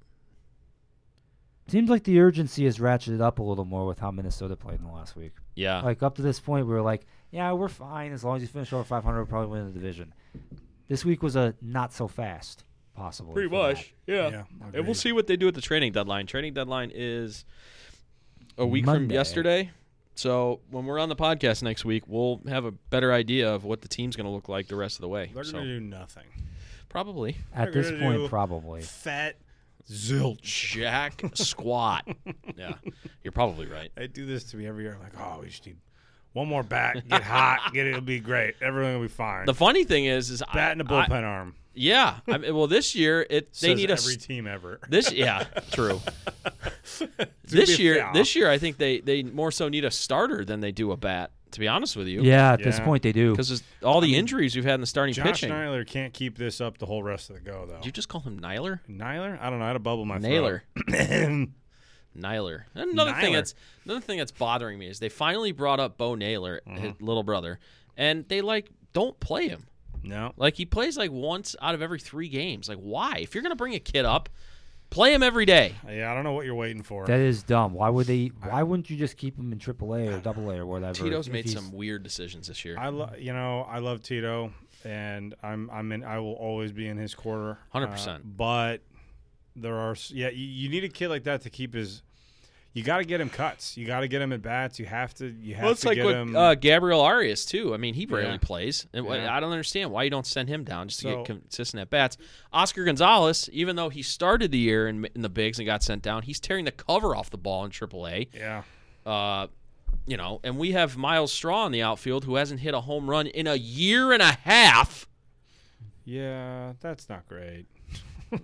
S3: Seems like the urgency has ratcheted up a little more with how Minnesota played in the last week.
S1: Yeah,
S3: Like up to this point, we were like, yeah, we're fine as long as you finish over 500, we'll probably win the division. This week was a not so fast, possibly. for that.
S1: Yeah, and
S2: agreed.
S1: we'll see what they do at the trading deadline. Trading deadline is a week from
S3: Monday.
S1: yesterday. So when we're on the podcast next week, we'll have a better idea of what the team's going to look like the rest of the way.
S2: They're
S1: So,
S2: gonna do nothing.
S1: probably
S3: At
S2: They're
S3: this
S2: gonna
S3: point,
S2: do-
S3: probably.
S2: Fat zilch.
S1: jack squat. Yeah, you're probably right.
S2: I do this to me every year. I'm like, oh, we just need one more bat, get hot, get it, it'll be great. Everything will be fine.
S1: The funny thing is, is I-
S2: bat and a
S1: I-
S2: bullpen arm.
S1: yeah. I mean, well, this year it they
S2: Says
S1: need a
S2: every
S1: s-
S2: team ever.
S1: this yeah true. this
S2: be
S1: year,
S2: fair.
S1: this year I think they they more so need a starter than they do a bat. To be honest with you,
S3: Yeah, at this
S2: Yeah.
S3: point they do.
S1: because all the injuries we've had in the starting
S2: Josh
S1: pitching.
S2: Nyler can't keep this up the whole rest of the go though.
S1: Did you just call him Nyler?
S2: Nyler? I don't know. I had a bubble in my
S1: Naylor.
S2: throat.
S1: Nyler. Another thing
S2: Nyler.
S1: that's another thing that's bothering me is they finally brought up Bo Naylor,
S2: Mm-hmm.
S1: his little brother, and they like don't play him.
S2: no.
S1: Like he plays like once out of every three games. Like why? If you're gonna bring a kid up, play him every day.
S2: Yeah, I don't know what you're waiting for.
S3: that is dumb. Why would they? Why wouldn't you just keep him in AAA or Double A or whatever?
S1: Tito's
S3: if
S1: made
S3: he's-
S1: some weird decisions this year.
S2: I lo- you know I love Tito, and I'm I'm in I will always be in his quarter,
S1: 100%.
S2: Uh, But there are s- yeah you, you need a kid like that to keep his. You got to get him cuts. You got to get him at bats. You have to. You have
S1: Well, it's
S2: to
S1: like
S2: get
S1: what
S2: him.
S1: uh, Gabriel Arias too. I mean, he barely
S2: Yeah.
S1: plays, and wh-
S2: Yeah.
S1: I don't understand why you don't send him down just to
S2: So-
S1: get consistent at bats. Oscar Gonzalez, even though he started the year in, in the bigs and got sent down, he's tearing the cover off the ball in AAA.
S2: yeah,
S1: Uh, you know, and we have Miles Straw in the outfield who hasn't hit a home run in a year and a half.
S2: yeah, that's not great.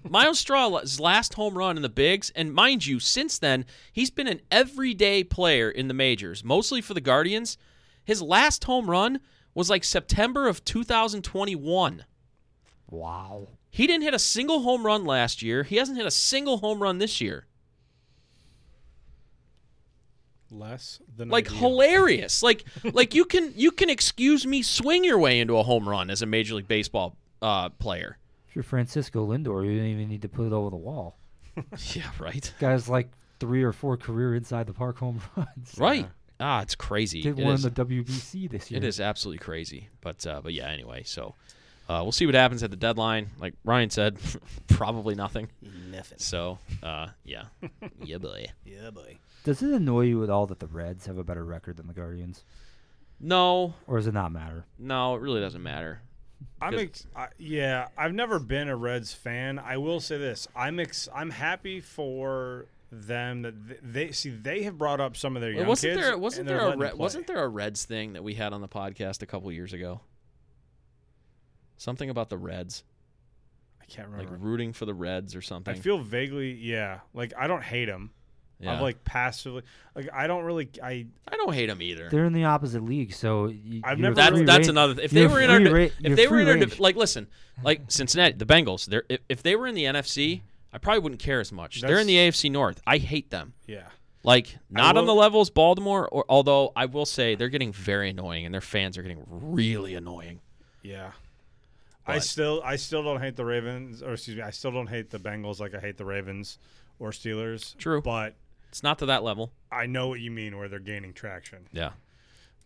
S1: Miles Straw's last home run in the bigs, and mind you, since then he's been an everyday player in the majors, mostly for the Guardians. His last home run was like September of 2021.
S3: Wow.
S1: He didn't hit a single home run last year. He hasn't hit a single home run this year.
S2: Less than
S1: Like
S2: ideal.
S1: hilarious. Like like you can you can excuse me swing your way into a home run as a Major League Baseball uh, player.
S3: If you're Francisco Lindor, you don't even need to put it over the wall.
S1: Yeah, right.
S3: Guy's like three or four career inside the park home runs.
S1: Right. Ah, it's crazy.
S3: Did
S1: It
S3: one
S1: is.
S3: in the WBC this year.
S1: It is absolutely crazy. But uh, but yeah, anyway, so uh, we'll see what happens at the deadline. Like Ryan said, probably nothing.
S2: Nothing.
S1: So uh, yeah, yeah, boy.
S2: Yeah, boy.
S3: Does it annoy you at all that the Reds have a better record than the Guardians,
S1: No,
S3: or does it not matter?
S1: no, it really doesn't matter.
S2: I'm
S1: Good.
S2: ex- I, yeah. I've never been a Reds fan. I will say this: I'm ex- I'm happy for them that th- they see they have brought up some of their young
S1: wasn't
S2: kids.
S1: there wasn't
S2: and they're
S1: there a
S2: letting them
S1: Re-
S2: play.
S1: wasn't there a Reds thing that we had on the podcast a couple years ago? Something about the Reds,
S2: I can't
S1: like
S2: remember.
S1: rooting for the Reds or something.
S2: I feel vaguely yeah. Like I don't hate him.
S1: yeah.
S2: I've like passively like I don't really I
S1: I don't hate them either.
S3: They're in the opposite league, so you,
S2: I've
S3: you're
S2: never-
S1: That's
S3: free
S1: that's
S3: range-
S1: another. If
S3: you're
S1: they were in our,
S3: free
S1: div-
S3: ra-
S1: if
S3: you're
S1: they were
S3: free
S1: in our, div-
S3: range.
S1: like, listen, like Cincinnati, the Bengals. They're if, if they were in the NFC, I probably wouldn't care as much. they're in
S2: That's-
S1: the AFC North. I hate them.
S2: yeah.
S1: Like not on
S2: will-
S1: the level as Baltimore. Or although I will say they're getting very annoying, and their fans are getting really annoying.
S2: Yeah. I
S1: But-
S2: still I still don't hate the Ravens or excuse me, I still don't hate the Bengals like I hate the Ravens or Steelers.
S1: True.
S2: But
S1: It's not to that level.
S2: I know what you mean where they're gaining traction.
S1: Yeah.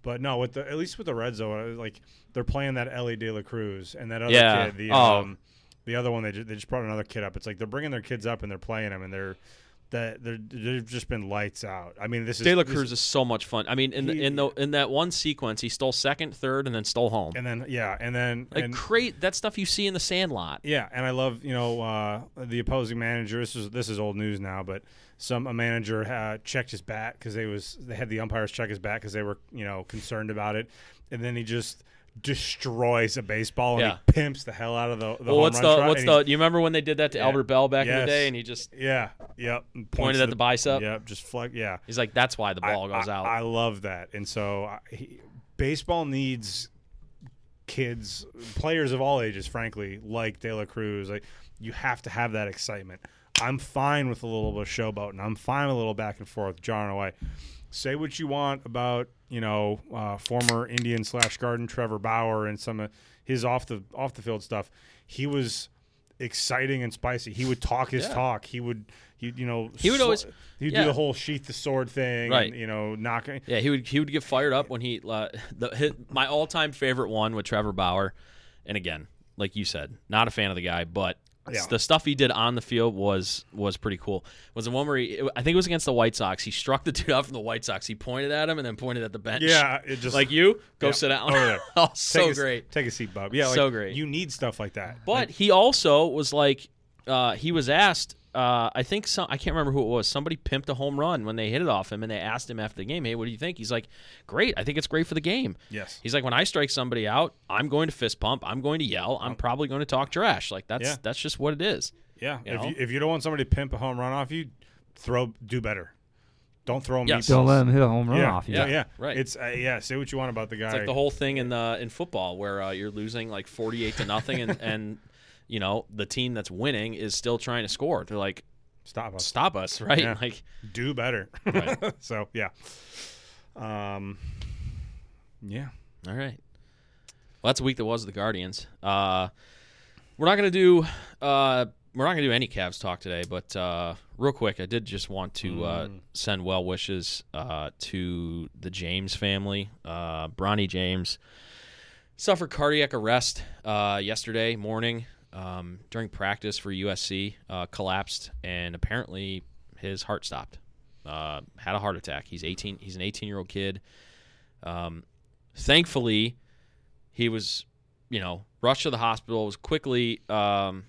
S2: But no, with the at least with the Reds though, I was like they're playing that Ellie De La Cruz and that other
S1: Yeah.
S2: kid, the
S1: Oh.
S2: um, the other one they just, they just brought another kid up. It's like they're bringing their kids up and they're playing them and they're that they're they've just been lights out. I mean, this is
S1: De La
S2: this-
S1: Cruz is so much fun. I mean, in the, in the in that one sequence, he stole second, third, and then stole home.
S2: and then yeah, and then
S1: Like
S2: and,
S1: great that stuff you see in the Sandlot.
S2: Yeah, and I love you know uh, the opposing manager. This is this is old news now, but some a manager uh, checked his bat because they was they had the umpires check his bat because they were you know concerned about it, and then he just destroys a baseball and
S1: Yeah.
S2: he pimps the hell out of the. the
S1: Well,
S2: home
S1: what's
S2: run
S1: the
S2: trot,
S1: what's
S2: and he-
S1: the? You remember when they did that to Albert Bell back in the
S2: Yes.
S1: day, and he just
S2: yeah yep and points
S1: pointed at the bicep.
S2: Yep, just flex. Yeah,
S1: He's like, that's why the ball
S2: I,
S1: goes
S2: I-
S1: out.
S2: I love that, and so I, he, baseball needs kids, players of all ages, frankly, like De La Cruz. Like you have to have that excitement. I'm fine with a little bit of showboat, and I'm fine with a little back and forth, jarring away. Say what you want about you know uh, former Indian slash Garden Trevor Bauer and some of his off the off the field stuff. He was exciting and spicy. He would talk his
S1: Yeah.
S2: talk. He would he you know
S1: He would
S2: sl-
S1: always-
S2: he'd
S1: yeah.
S2: do the whole sheath the sword thing,
S1: Right.
S2: And, you know, knocking.
S1: yeah, he would he would get fired up when he uh, the his, my all time favorite one with Trevor Bauer, and again, like you said, not a fan of the guy, but
S2: Yeah.
S1: The stuff he did on the field was was pretty cool. Was the one where he, I think it was against the White Sox. He struck the dude out from the White Sox. He pointed at him and then pointed at the bench.
S2: yeah, it just
S1: like you go
S2: Yeah.
S1: sit down.
S2: Over there.
S1: oh,
S2: take
S1: so
S2: a,
S1: great.
S2: Take a seat, Bob. Yeah, like,
S1: So great.
S2: You need stuff like that.
S1: But he also was like, uh, he was asked. Uh, I think some, I can't remember who it was. Somebody pimped a home run when they hit it off him, and they asked him after the game, "Hey, what do you think?" He's like, "Great. I think it's great for the game."
S2: Yes.
S1: He's like, "When I strike somebody out, I'm going to fist pump. I'm going to yell. I'm probably going to talk trash. Like that's
S2: Yeah.
S1: that's just what it is."
S2: Yeah,
S1: You
S2: if
S1: know?
S2: you if you don't want somebody to pimp a home run off you, throw do better. Don't throw
S1: Yes.
S2: yes.
S3: Don't let him hit a home run
S2: yeah,
S3: off you.
S2: yeah,
S1: Yeah,
S2: yeah.
S1: right.
S2: It's uh, yeah. Say what you want about the guy.
S1: It's like the whole thing in the in football where uh, you're losing like 48 to nothing, and and you know the team that's winning is still trying to score. They're like,
S2: Stop us.
S1: "Stop us!" Right?
S2: Yeah.
S1: Like,
S2: Do better.
S1: Right.
S2: so yeah. Um. Yeah.
S1: All right. Well, that's a week that was the Guardians. Uh, we're not gonna do uh, we're not gonna do any Cavs talk today, but uh, real quick, I did just want to uh, send well wishes uh, to the James family. Uh, Bronny James suffered cardiac arrest uh, yesterday morning um, during practice for USC. Uh, collapsed and apparently his heart stopped. Uh, had a heart attack. He's 18. He's an 18 year old kid. Um, thankfully he was you know rushed to the hospital was quickly um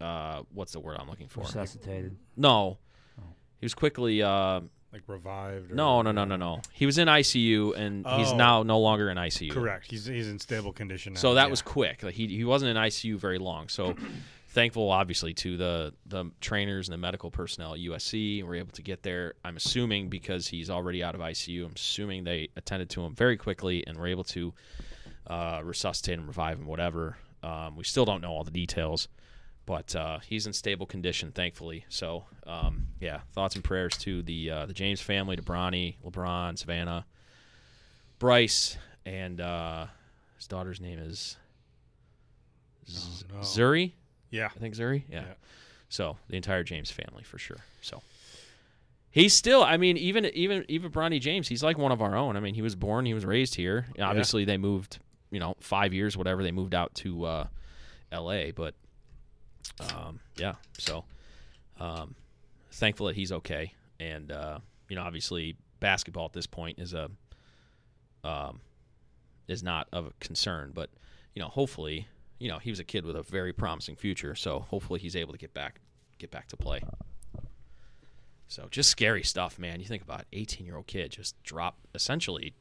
S1: uh what's the word i'm looking for
S3: Resuscitated.
S1: no
S2: Oh.
S1: he was quickly uh,
S2: Like revived. Or,
S1: no no no no no he was in icu and he's
S2: Oh.
S1: now no longer in icu
S2: Correct. He's he's in stable condition. Now.
S1: so that
S2: Yeah.
S1: was quick like he, he wasn't in icu very long so thankful obviously to the the trainers and the medical personnel at usc were able to get there i'm assuming because he's already out of icu i'm assuming they attended to him very quickly and were able to uh, resuscitate him, revive him, whatever. Um, we still don't know all the details, but uh, he's in stable condition, thankfully. So, um, yeah, thoughts and prayers to the uh, the James family, to Bronny, LeBron, Savannah, Bryce, and uh, his daughter's name is Z-
S2: Oh, no.
S1: Zuri.
S2: yeah.
S1: I think Zuri. Yeah.
S2: Yeah.
S1: So the entire James family for sure. So he's still. I mean, even even even Bronny James, he's like one of our own. I mean, he was born, he was raised here. Obviously, they moved. You know, five years, whatever. They moved out to uh, L.A. But um, yeah, so um, thankful that he's okay. And uh, you know, obviously, basketball at this point is a um, is not of a concern. But you know, hopefully, you know, he was a kid with a very promising future. So hopefully, he's able to get back get back to play. So just scary stuff, man. You think about eighteen year old kid just drop essentially,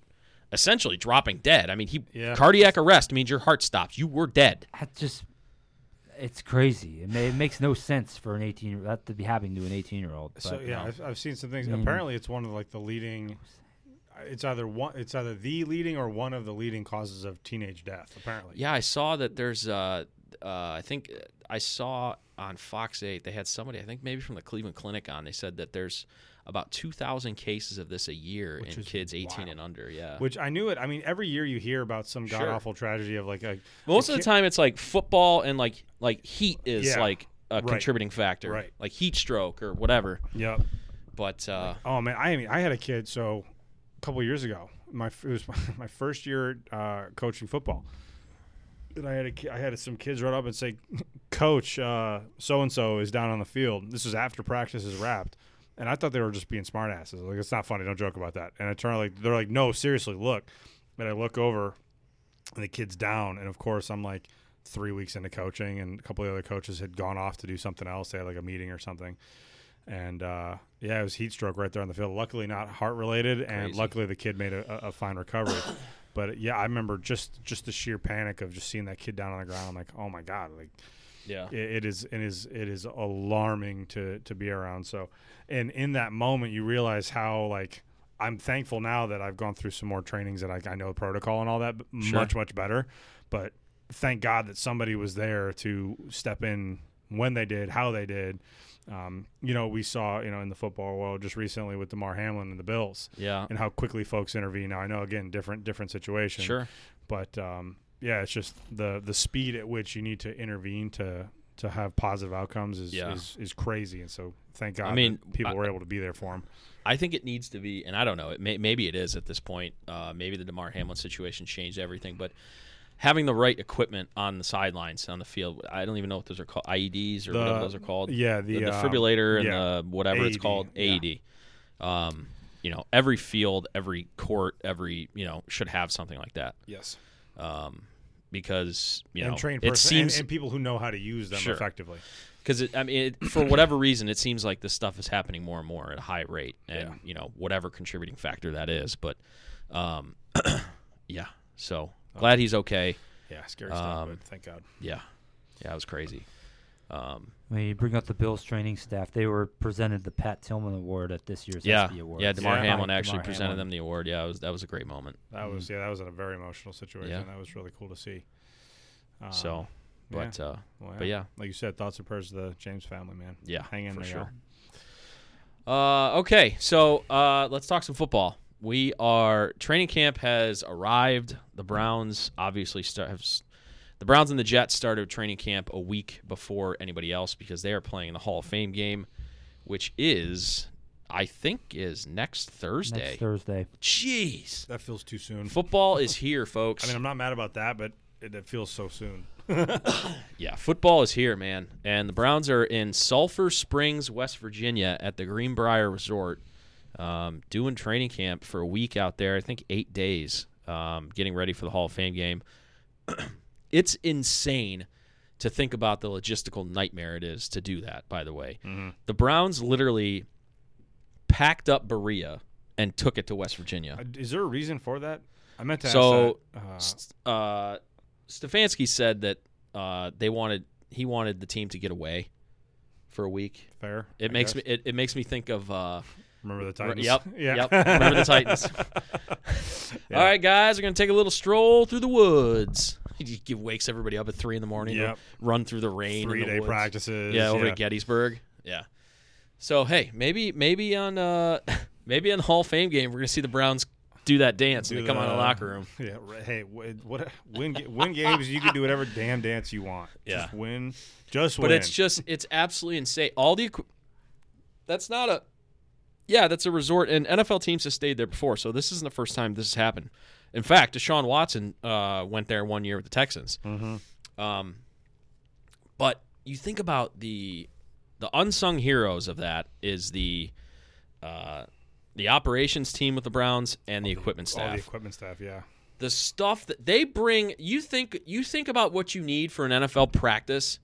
S1: essentially dropping dead. I mean, he
S2: Yeah.
S1: cardiac arrest means your heart stops. You were dead.
S3: That just, it's crazy. It, ma- it makes no sense for an 18 that to be happening to an 18 year old.
S2: So yeah, I've, I've seen some things.
S3: Mm.
S2: Apparently, it's one of like the leading. uh, It's either one. It's either the leading or one of the leading causes of teenage death. Apparently.
S1: Yeah, I saw that there's uh, uh I think uh, I saw on Fox 8 they had somebody I think maybe from the Cleveland Clinic on they said that there's about 2000 cases of this a year
S2: Which
S1: in
S2: is
S1: kids 18
S2: wild.
S1: and under, yeah.
S2: Which I knew it. I mean, every year you hear about some
S1: Sure.
S2: god awful tragedy of like a
S1: Most
S2: a
S1: of the
S2: ki-
S1: time it's like football and like like heat is
S2: Yeah,
S1: like a
S2: right,
S1: contributing factor,
S2: right.
S1: like heat stroke or whatever.
S2: Yep.
S1: But uh
S2: Oh man, I mean, I had a kid so a couple years ago. My f- it was my first year uh, coaching football, and I had a ki- I had some kids run up and say, "Coach, so and so is down on the field." This is after practice is wrapped, and I thought they were just being smartasses. Like it's not funny. Don't joke about that. And I turn like they're like, "No, seriously, look." And I look over, and the kid's down, and of course I'm like. Three weeks into coaching, and a couple of the other coaches had gone off to do something else. They had like a meeting or something, and uh, yeah, it was heat stroke right there on the field. Luckily, not heart related, and
S1: Crazy.
S2: luckily the kid made a, a a fine recovery. but yeah, I remember just just the sheer panic of just seeing that kid down on the ground. I'm like, oh my god, like
S1: yeah.
S2: it, it is it is it is alarming to to be around. So, and in that moment, you realize how like. I'm thankful now that I've gone through some more trainings that I, I know the protocol and all that b-
S1: Sure.
S2: much much better. But thank God that somebody was there to step in when they did, how they did. Um, you know, we saw you know in the football world just recently with Demar Hamlin and the Bills
S1: Yeah.
S2: and how quickly folks intervene. Now I know again different different situation
S1: Sure.
S2: but um, yeah, it's just the the speed at which you need to intervene to to have positive outcomes is
S1: Yeah.
S2: is, is crazy. And so thank God,
S1: I mean,
S2: that people
S1: I-
S2: were able to be there for him.
S1: I think it needs to be, and I don't know. It may, maybe it is at this point. Uh, maybe the Demar Hamlin situation changed everything, but having the right equipment on the sidelines on the field. I don't even know what those are called, IEDs or whatever
S2: The-
S1: those are called.
S2: yeah,
S1: the,
S2: the, um,
S1: defibrillator
S2: yeah,
S1: and the whatever it's
S2: AED,
S1: called,
S2: yeah.
S1: AED. Um, you know, every field, every court, every you know should have something like that.
S2: Yes.
S1: Um, because you know,
S2: and trained
S1: it
S2: person, and-
S1: seems
S2: and, people who know how to use them
S1: Sure.
S2: effectively.
S1: because I mean, it, for whatever reason, it seems like this stuff is happening more and more at a high rate, and
S2: Yeah.
S1: you know whatever contributing factor that is. But um, yeah, so glad he's okay.
S2: Yeah, scary stuff.
S1: Um,
S2: but thank God.
S1: Yeah, yeah, it was crazy. Um,
S3: I mean, you bring up the Bills training staff. They were presented the Pat Tillman Award at this year's
S1: yeah,
S3: ESPY Awards.
S1: yeah. Demar
S2: Yeah.
S1: Hamlin
S3: By
S1: actually
S3: Damar
S1: presented
S3: Hamlin.
S1: them the award. Yeah, it was that was a great moment.
S2: That was yeah, that was in a very emotional situation.
S1: mm-hmm. Yeah.
S2: That was really cool to see. Um,
S1: so, but
S2: yeah.
S1: uh,
S2: well,
S1: but yeah.
S2: like you said, thoughts and prayers to the James family, man.
S1: yeah,
S2: hang in
S1: for
S2: there,
S1: sure.
S2: y'all.
S1: Uh, okay, so uh, let's talk some football. We are training camp has arrived. The Browns obviously start have s- the Browns and the Jets started training camp a week before anybody else because they are playing in the Hall of Fame game, which is I think is next Thursday.
S3: Next Thursday.
S1: Jeez,
S2: That feels too soon.
S1: football is here, folks.
S2: I mean, I'm not mad about that, but it, it feels so soon.
S1: Yeah, football is here, man. And the Browns are in Sulphur Springs, West Virginia at the Greenbrier Resort, um, doing training camp for a week out there. I think eight days, um, getting ready for the Hall of Fame game. it's insane to think about the logistical nightmare it is to do that, by the way. The Browns literally packed up Berea and took it to West Virginia.
S2: Uh, Is there a reason for that? I meant to ask
S1: So,
S2: that. Uh,
S1: St- uh, Stefanski said that uh, they wanted he wanted the team to get away for a week.
S2: fair.
S1: It
S2: I
S1: makes
S2: guess.
S1: me it, it makes me think of uh,
S2: remember the
S1: r-
S2: Titans.
S1: yep
S2: yeah.
S1: yep remember the Titans. All right, guys, we're gonna take a little stroll through the woods. He g- wakes everybody up at three in the morning. to
S2: Yep.
S1: run through the rain. in
S2: Three
S1: the
S2: day
S1: woods.
S2: practices.
S1: Yeah, over to Gettysburg. Yeah. So hey, maybe maybe on uh maybe on the Hall of Fame game, we're gonna see the Browns do that dance and
S2: Do
S1: they come out of the
S2: the-
S1: locker room.
S2: Yeah. Right. Hey, wh- what? Win. ga- Win games. You can do whatever damn dance you want.
S1: Yeah.
S2: Just win. Just win.
S1: But it's just it's absolutely insane. All the equi- that's not a yeah, that's a resort, and NFL teams have stayed there before, so this isn't the first time this has happened. In fact, Deshaun Watson uh, went there one year with the Texans.
S2: Mm-hmm.
S1: Um, but you think about the the unsung heroes of that is the uh, the operations team with the Browns and the equipment
S2: all
S1: staff
S2: the equipment staff. Yeah.
S1: the stuff that they bring you think you think about what you need for an NFL practice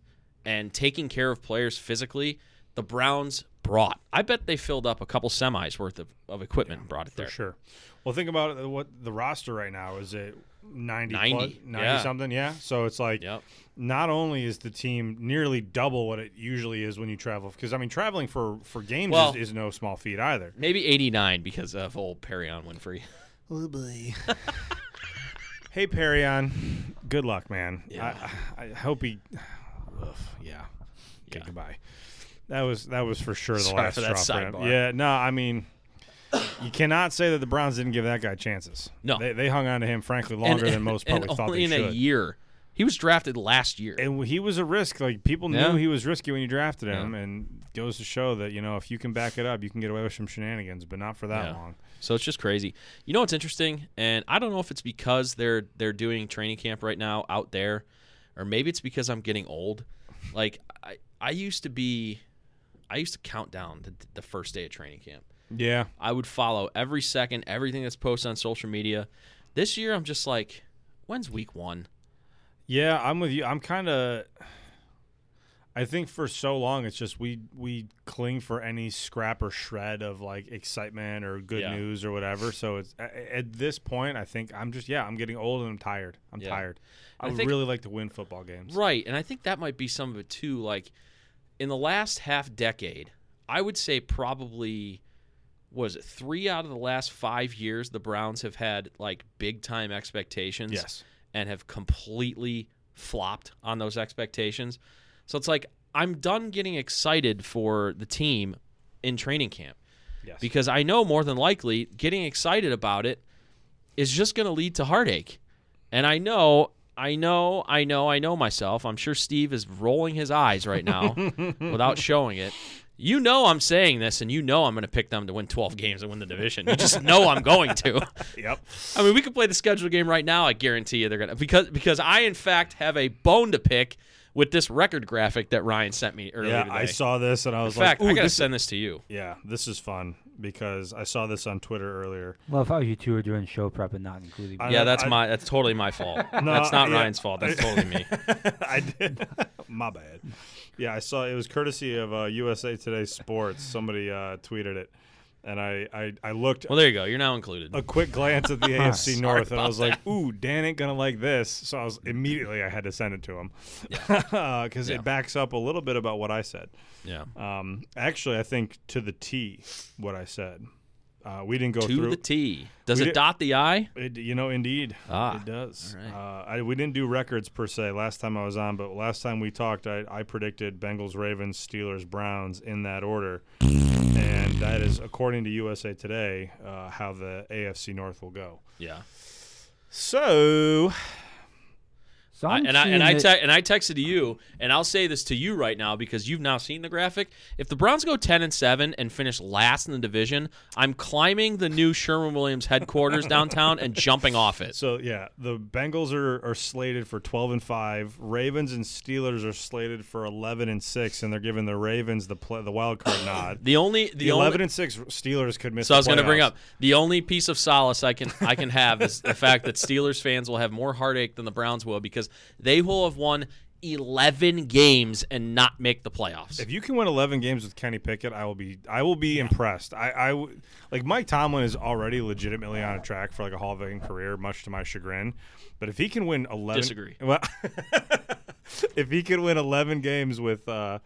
S1: and taking care of players physically the Browns brought I bet they filled up a couple semis worth of, of equipment and brought it there
S2: For sure. Well, think about it, what the roster right now is it 90 plus,
S1: 90,
S2: 90
S1: yeah.
S2: something, yeah. So it's like
S1: Yep.
S2: not only is the team nearly double what it usually is when you travel because I mean traveling for for games
S1: Well-
S2: is, is no small feat either.
S1: maybe 89 because of old Perion Winfrey
S2: Hey Perion, good luck, man.
S1: Yeah.
S2: I, I hope he Ugh, yeah.
S1: Yeah.
S2: Okay, goodbye. That was that was for sure the
S1: Sorry
S2: last
S1: for that
S2: straw for him.
S1: sidebar.
S2: Yeah, no, I mean you cannot say that the Browns didn't give that guy chances.
S1: No.
S2: They, they hung on to him frankly longer than most
S1: and
S2: probably thought
S1: only
S2: they
S1: in
S2: should.
S1: a year he was drafted last year
S2: and he was a risk. Like people knew
S1: Yeah.
S2: he was risky when you drafted him, and goes to show that you know if you can back it up, you can get away with some shenanigans, but not for that
S1: Yeah.
S2: long.
S1: So it's just crazy. You know what's interesting, and I don't know if it's because they're they're doing training camp right now out there, or maybe it's because I'm getting old. Like I I used to be, I used to count down the, the first day of training camp.
S2: Yeah,
S1: I would follow every second, everything that's posted on social media. This year, I'm just like, when's week one?
S2: yeah, I'm with you. I'm kind of. I think for so long it's just we we cling for any scrap or shred of like excitement or good
S1: Yeah.
S2: news or whatever. So it's at, at this point, I think I'm just yeah, I'm getting old and I'm tired. I'm
S1: Yeah.
S2: tired. I,
S1: I
S2: would
S1: think-
S2: really like to win football games.
S1: Right. And I think that might be some of it too. Like in the last half decade, I would say probably was it three out of the last five years the Browns have had like big time expectations
S2: Yes.
S1: and have completely flopped on those expectations. So it's like I'm done getting excited for the team in training camp
S2: Yes.
S1: because I know more than likely getting excited about it is just going to lead to heartache. And I know, I know, I know, I know myself. I'm sure Steve is rolling his eyes right now without showing it You know I'm saying this, and you know I'm going to pick them to win 12 games and win the division. You just know I'm going to.
S2: Yep.
S1: I mean, we could play the schedule game right now. I guarantee you they're going to because because I in fact have a bone to pick with this record graphic that Ryan sent me earlier
S2: Yeah,
S1: today.
S2: I saw this and I
S1: in
S2: was
S1: fact,
S2: like,
S1: I
S2: "Ooh,
S1: got to
S2: this."
S1: send this to you.
S2: Yeah, this is fun because I saw this on Twitter earlier.
S3: Love how you two are doing show prep and not including.
S2: I-
S3: me.
S1: Yeah, that's
S2: I-
S1: my that's totally my fault.
S2: No,
S1: that's not
S2: yeah.
S1: Ryan's fault. That's totally me.
S2: I did. My bad. Yeah, I saw it was courtesy of uh, USA Today Sports. Somebody uh, tweeted it, and I I, I looked
S1: Well, there you go. You're now included.
S2: a quick glance at the AFC
S1: Sorry
S2: North, and I
S1: about
S2: was like, "Ooh, Dan ain't gonna like this." So I was immediately I had to send it to him because
S1: Yeah.
S2: it backs up a little bit about what I said.
S1: Yeah.
S2: Um, actually, I think to the T what I said. Uh, we didn't go
S1: To
S2: through
S1: the T. Does it
S2: we did-
S1: dot the I?
S2: It, you know, indeed,
S1: Ah,
S2: it does.
S1: all right.
S2: Uh, I, we didn't do records per se last time I was on, but last time we talked, I, I predicted Bengals, Ravens, Steelers, Browns in that order, and that is according to USA Today uh, how the AFC North will go.
S1: Yeah.
S2: So
S3: So
S1: I-
S3: I'm
S1: and I and I
S3: seeing
S1: te-
S3: that-
S1: and I texted to you, and I'll say this to you right now because you've now seen the graphic. If the Browns go ten and seven and finish last in the division, I'm climbing the new Sherman Williams headquarters downtown and jumping off it.
S2: So yeah, the Bengals are, are slated for twelve and five. Ravens and Steelers are slated for eleven and six, and they're giving the Ravens the play, the wild card nod.
S1: The only the,
S2: The eleven
S1: only
S2: and six Steelers could miss.
S1: so I was
S2: going to
S1: bring up the only piece of solace I can I can have is the fact that Steelers fans will have more heartache than the Browns will because they will have won eleven games and not make the playoffs.
S2: If you can win 11 games with Kenny Pickett, I will be I will be impressed. I, I w- like Mike Tomlin is already legitimately on a track for like a Hall of Fame career, much to my chagrin. But if he can win 11,
S1: Disagree.
S2: Well, if he can win 11 games with uh,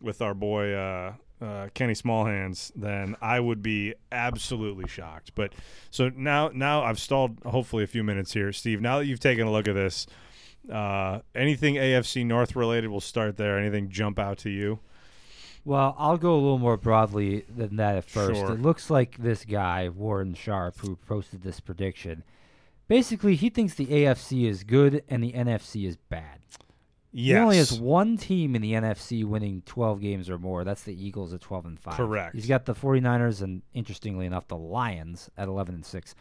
S2: with our boy uh, uh, Kenny Smallhands, then I would be absolutely shocked. But so now now I've stalled hopefully a few minutes here, Steve. Now that you've taken a look at this. Uh, anything AFC North related, we'll start there. Anything jump out to you?
S3: Well, I'll go a little more broadly than that at first.
S2: Sure.
S3: It looks like this guy, Warren Sharp, who posted this prediction, basically he thinks the AFC is good and the NFC is bad.
S2: Yes.
S3: He only has one team in the NFC winning 12 games or more. That's the Eagles at 12 and 5.
S2: Correct.
S3: He's got the 49ers and interestingly enough the Lions at 11 and 6.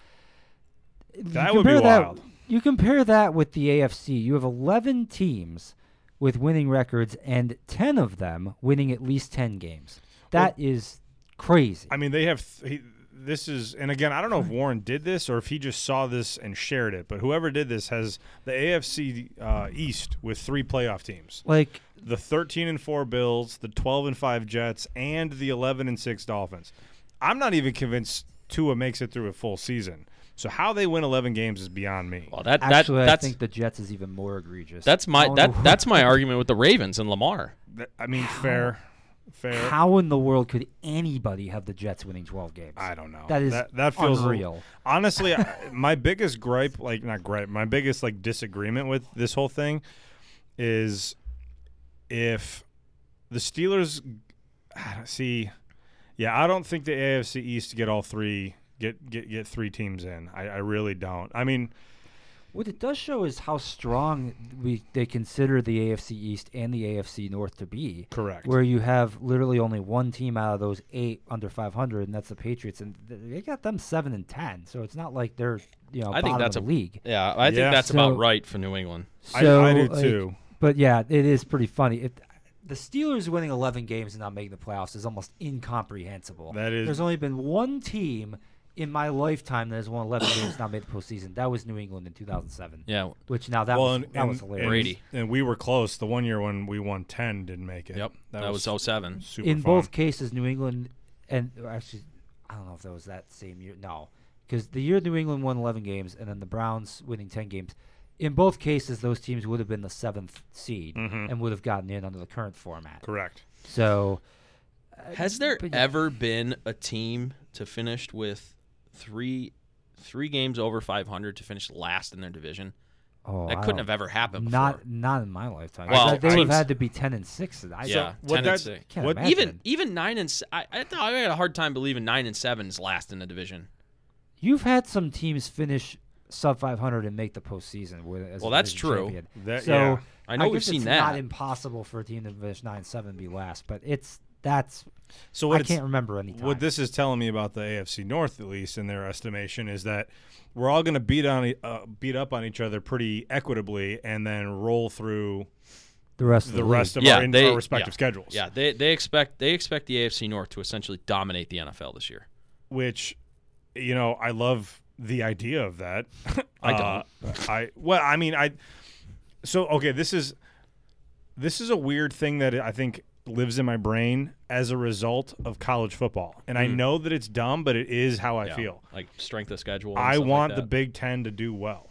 S3: You
S2: That would be
S3: compare that-
S2: wild.
S3: you compare that with the AFC. You have 11 teams with winning records and 10 of them winning at least 10 games. That is crazy.
S2: I mean, they have. Th- he, this is, and again, I don't know if Warren did this or if he just saw this and shared it, but whoever did this has the AFC uh, East with three playoff teams:
S3: like
S2: the 13 and four Bills, the 12 and five Jets, and the 11 and six Dolphins. I'm not even convinced Tua makes it through a full season. So how they win 11 games is beyond me.
S1: well, that, that
S3: actually I
S1: that's
S3: think the Jets is even more egregious.
S1: that's my
S3: Oh,
S1: that that's my argument with the Ravens and Lamar.
S2: That- I mean, fair, fair.
S3: How in the world could anybody have the Jets winning 12 games?
S2: I don't know.
S3: That is
S2: that, that feels a-
S3: unreal.
S2: Honestly, I, my biggest gripe, like not gripe, my biggest like disagreement with this whole thing is if the Steelers I don't- see, yeah, I don't think the AFC East get all three get get get three teams in. I, I really don't. I mean,
S3: What it does show is how strong we they consider the AFC East and the AFC North to be.
S2: Correct.
S3: Where you have literally only one team out of those eight under 500, and that's the Patriots, and th- they got them seven and ten. So it's not like they're you know
S1: I
S3: bottom
S1: think that's a
S3: of the league.
S1: Yeah, I think
S2: Yeah.
S1: that's
S3: So-
S1: about right for New England.
S2: I-
S3: So
S2: I do
S3: like,
S2: too.
S3: But yeah, it is pretty funny. It, the Steelers winning 11 games and not making the playoffs is almost incomprehensible.
S2: That is-
S3: There's only been one team in my lifetime that has won 11 games and not made the postseason. That was New England in 2007.
S1: Yeah.
S3: Which now that
S2: well,
S3: was,
S2: and,
S3: that
S2: and,
S3: was hilarious.
S2: and-
S1: Brady.
S2: and we were close. The one year when we won ten didn't make it.
S1: Yep. That, was,
S2: also
S1: 07.
S2: super
S3: in
S2: fun.
S3: both cases, New England and or actually, I don't know if that was that same year. No, because the year New England won 11 games and then the Browns winning 10 games. In both cases, those teams would have been the seventh seed
S2: Mm-hmm.
S3: and would have gotten in under the current format.
S2: Correct.
S3: So,
S1: Has there
S3: Uh, But yeah.
S1: ever been a team to finish with three three games over 500 to finish last in their division?
S3: oh,
S1: That
S3: I
S1: couldn't
S3: don't-
S1: have ever happened before.
S3: Not not in my lifetime.
S1: Well,
S3: That- they would have
S1: teams-
S3: had to be 10 and six. and I
S1: yeah,
S2: what
S1: 10
S2: that-
S1: and 6.
S3: can't
S2: What-
S3: imagine.
S1: Even even 9 and s- I I, thought I had a hard time believing 9 and 7 is last in the division.
S3: You've had some teams finish sub 500 and make the postseason. With, as a
S1: Well, that's
S3: division
S1: true.
S3: champion.
S2: That-
S3: so
S2: yeah.
S1: I know we've
S3: guess
S1: seen
S3: it's
S1: that.
S3: Not impossible for a team to finish nine seven and be last, but it's That's
S2: So what
S3: I
S2: it's-
S3: can't remember any time.
S2: What this is telling me about the AFC North, at least in their estimation, is that we're all going to beat on e- uh, beat up on each other pretty equitably, and then roll through
S3: the rest of
S2: the rest
S3: league.
S2: of our, in our respective
S1: Mm-hmm. yeah.
S2: schedules.
S1: Yeah, they they expect they expect the AFC North to essentially dominate the NFL this year.
S2: Which, you know, I love the idea of that.
S1: I
S2: Uh, I well, I mean, I. So okay, this is this is a weird thing that I think lives in my brain as a result of college football, and I know that it's dumb, but it is how I
S1: Mm. Yeah,
S2: feel.
S1: like strength of schedule. and
S2: I
S1: stuff like
S2: want the
S1: that.
S2: Big Ten to do well.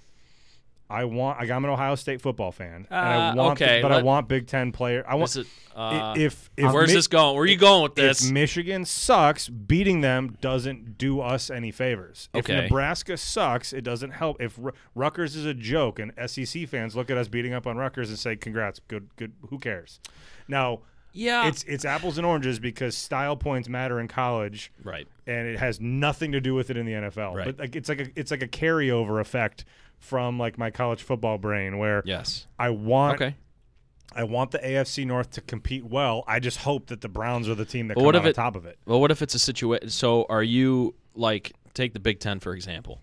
S2: I want. Like, I'm an Ohio State football fan, and
S1: Uh,
S2: I want. the-
S1: okay,
S2: but I
S1: let-
S2: want Big Ten player. I want.
S1: This is,
S2: i-
S1: uh,
S2: if if
S1: where's
S2: Mi-
S1: this going? Where are you going with
S2: if
S1: this?
S2: Michigan sucks, beating them doesn't do us any favors.
S1: Okay.
S2: If Nebraska sucks, it doesn't help. If R- Rutgers is a joke, and SEC fans look at us beating up on Rutgers and say, "Congrats, good, good. Who cares?" Now,
S1: yeah,
S2: it's it's apples and oranges because style points matter in college
S1: right.
S2: and it has nothing to do with it in the NFL.
S1: Right.
S2: But like it's like a it's like a carryover effect from like my college football brain where
S1: Yes.
S2: I want
S1: Okay.
S2: I want the AFC North to compete well. I just hope that the Browns are the team that
S1: But
S2: come
S1: what
S2: out
S1: if
S2: on
S1: it-
S2: top of it.
S1: Well, what if it's a situation? So, are you like take the Big Ten for example?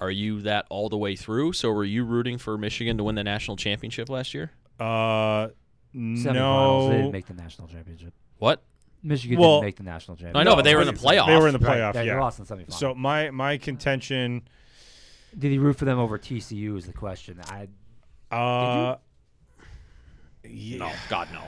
S1: Are you that all the way through? So, were you rooting for Michigan to win the national championship last year?
S2: Uh
S3: Semifinals, They didn't
S2: no.
S3: make the national championship.
S1: What?
S3: Michigan
S2: Well,
S3: didn't make the national championship.
S1: I know, but they were in the playoff.
S2: They were in the
S3: Right,
S2: playoff,
S3: they
S2: yeah.
S3: lost in semifinals.
S2: So my my contention
S3: did he root for them over TCU? Is the question. I
S2: uh yeah.
S1: No, God no.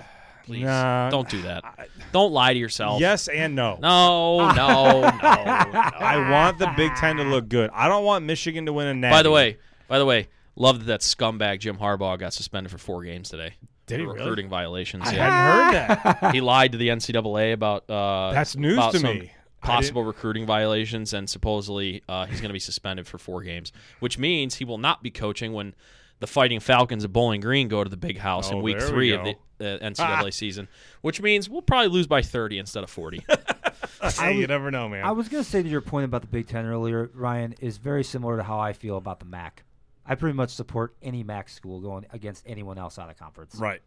S1: Please
S2: Nah.
S1: don't do that. don't lie to yourself.
S2: Yes and no.
S1: No, no, no, no.
S2: I want the Big Ten to look good. I don't want Michigan to win a natty.
S1: By the way, by the way, love that that scumbag Jim Harbaugh got suspended for four games today.
S2: Did he
S1: For
S2: really?
S1: recruiting violations?
S2: I
S1: Yeah,
S2: hadn't heard that.
S1: he lied to the NCAA about. Uh,
S2: That's news
S1: about
S2: to
S1: some
S2: me. I
S1: Possible recruiting violations, and supposedly uh, he's going to be suspended for four games, which means he will not be coaching when the Fighting Falcons of Bowling Green go to the Big House in
S2: Oh,
S1: Week
S2: there we
S1: Three of
S2: go.
S1: the uh, NCAA season. Which means we'll probably lose by thirty instead of forty.
S2: Hey, you never know, man.
S3: I was going to say to your point about the Big Ten earlier, Ryan, is very similar to how I feel about the MAC. I pretty much support any MAC school going against anyone else out of conference.
S2: right.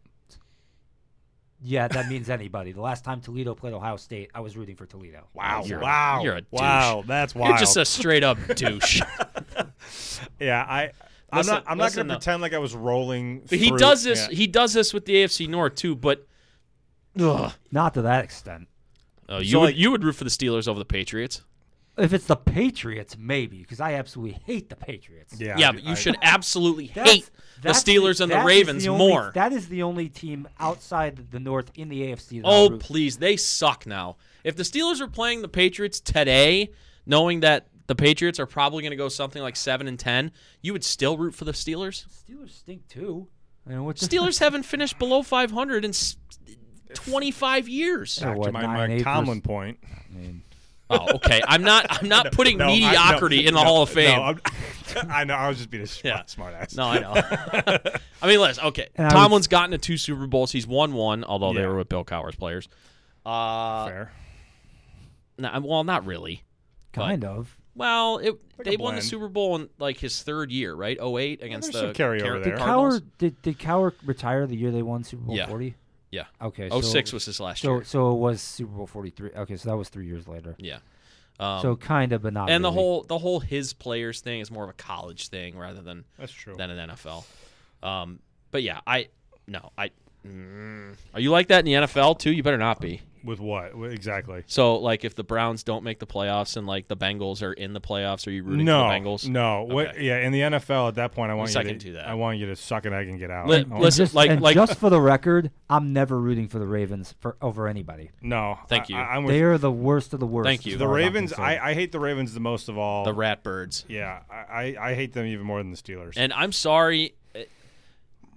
S3: Yeah, that means anybody. The last time Toledo played Ohio State, I was rooting for Toledo.
S2: Wow.
S1: You're a-
S2: wow.
S1: you're a douche.
S2: Wow. That's wild.
S1: You're just a straight up douche.
S2: yeah, I. I'm
S1: Listen-
S2: not. I'm not
S1: listen
S2: going to
S1: up.
S2: pretend like I was rolling.
S1: But he
S2: through-
S1: does this.
S2: yeah.
S1: He does this with the AFC North too. But ugh.
S3: Not to that extent.
S1: Oh, you
S2: So,
S1: would
S2: like-
S1: you would root for the Steelers over the Patriots?
S3: If it's the Patriots, maybe, because I absolutely hate the Patriots.
S2: yeah.
S1: yeah,
S2: I-
S1: but you
S2: I-
S1: should absolutely
S3: That's-
S1: hate the
S3: that's
S1: Steelers and the
S3: that is
S1: Ravens
S3: only-
S1: more.
S3: That is the only team outside the North in the AFC. That I
S1: oh
S3: root-
S1: please, they suck now. If the Steelers were playing the Patriots today, knowing that the Patriots are probably going to go something like seven and ten, you would still root for the Steelers.
S3: Steelers stink too. I mean, what's
S1: Steelers haven't finished below five hundred in s- twenty-five years.
S2: Back to
S3: what,
S2: my
S3: nine,
S2: Mike
S3: eight
S2: Tomlin
S3: versus-
S2: point.
S1: Oh, okay. I'm not. I'm not putting
S2: No, I- no,
S1: mediocrity in the
S2: no,
S1: Hall of Fame.
S2: No, I'm, I know. I was just being a smart,
S1: Yeah.
S2: smart ass.
S1: No, I know. I mean, listen. Okay,
S3: And I
S1: Tomlin's
S3: was-
S1: gotten to two Super Bowls. He's won one, although they
S2: Yeah.
S1: were with Bill Cowher's players. Uh,
S2: Fair.
S1: no, well, not really.
S3: Kind of.
S1: Well, it, they won the
S2: blend.
S1: Super Bowl in like his third year, right? 08 against
S2: there's
S1: the
S2: some carryover
S1: Car-
S2: there.
S1: Cardinals.
S3: Cower did did Cower retire the year they won Super Bowl
S1: Yeah.
S3: forty?
S1: Yeah.
S3: Okay.
S1: Oh
S3: so-
S1: six was his last
S3: so
S1: year.
S3: so it was Super Bowl forty three. Okay, so that was three years later.
S1: Yeah. Um,
S3: so kind of, but not.
S1: and the
S3: really.
S1: whole the whole his players thing is more of a college thing rather than
S2: That's true.
S1: than an NFL. Um, but yeah, I no, I. mm. are you like that in the NFL too? You better not be.
S2: With what Wh- exactly?
S1: So, like, if the Browns don't make the playoffs and like the Bengals are in the playoffs, are you rooting
S2: No.
S1: for the Bengals?
S2: No. What?
S1: Okay.
S2: Yeah. In the NFL, at that point, I want
S1: suck
S2: you to.
S1: into that.
S2: I want you to suck an egg and get out.
S1: Li-
S2: Oh,
S1: listen-
S3: Just,
S1: like-
S3: and
S1: like-
S3: just for the record, I'm never rooting for the Ravens for over anybody.
S2: no.
S1: Thank you.
S2: I, I, am with
S3: They are the worst of the worst.
S1: Thank you.
S3: as
S2: the
S3: far as I'm
S2: Ravens. I,
S3: concerned.
S2: I hate the Ravens the most of all.
S1: The Ratbirds.
S2: Yeah, I, I, I hate them even more than the Steelers.
S1: And I'm sorry, eh,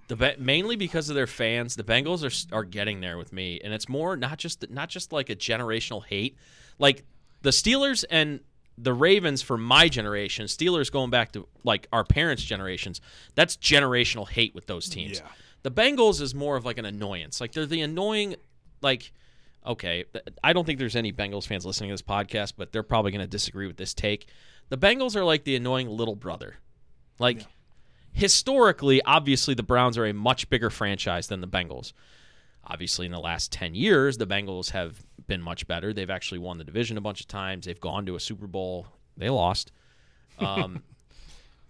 S1: the Be- mainly because of their fans. The Bengals are s- are getting there with me, and it's more not just not just like a generational hate, like the Steelers and the Ravens for my generation. Steelers going back to like our parents' generations. That's generational hate with those teams.
S2: Yeah.
S1: The Bengals is more of like an annoyance. Like they're the annoying, like. Okay, th- I don't think there's any Bengals fans listening to this podcast, but they're probably going to disagree with this take. The Bengals are like the annoying little brother. Like historically, obviously the Browns are a much bigger franchise than the Bengals. Obviously, in the last 10 years, the Bengals have been much better. They've actually won the division a bunch of times. They've gone to a Super Bowl. They lost. Um,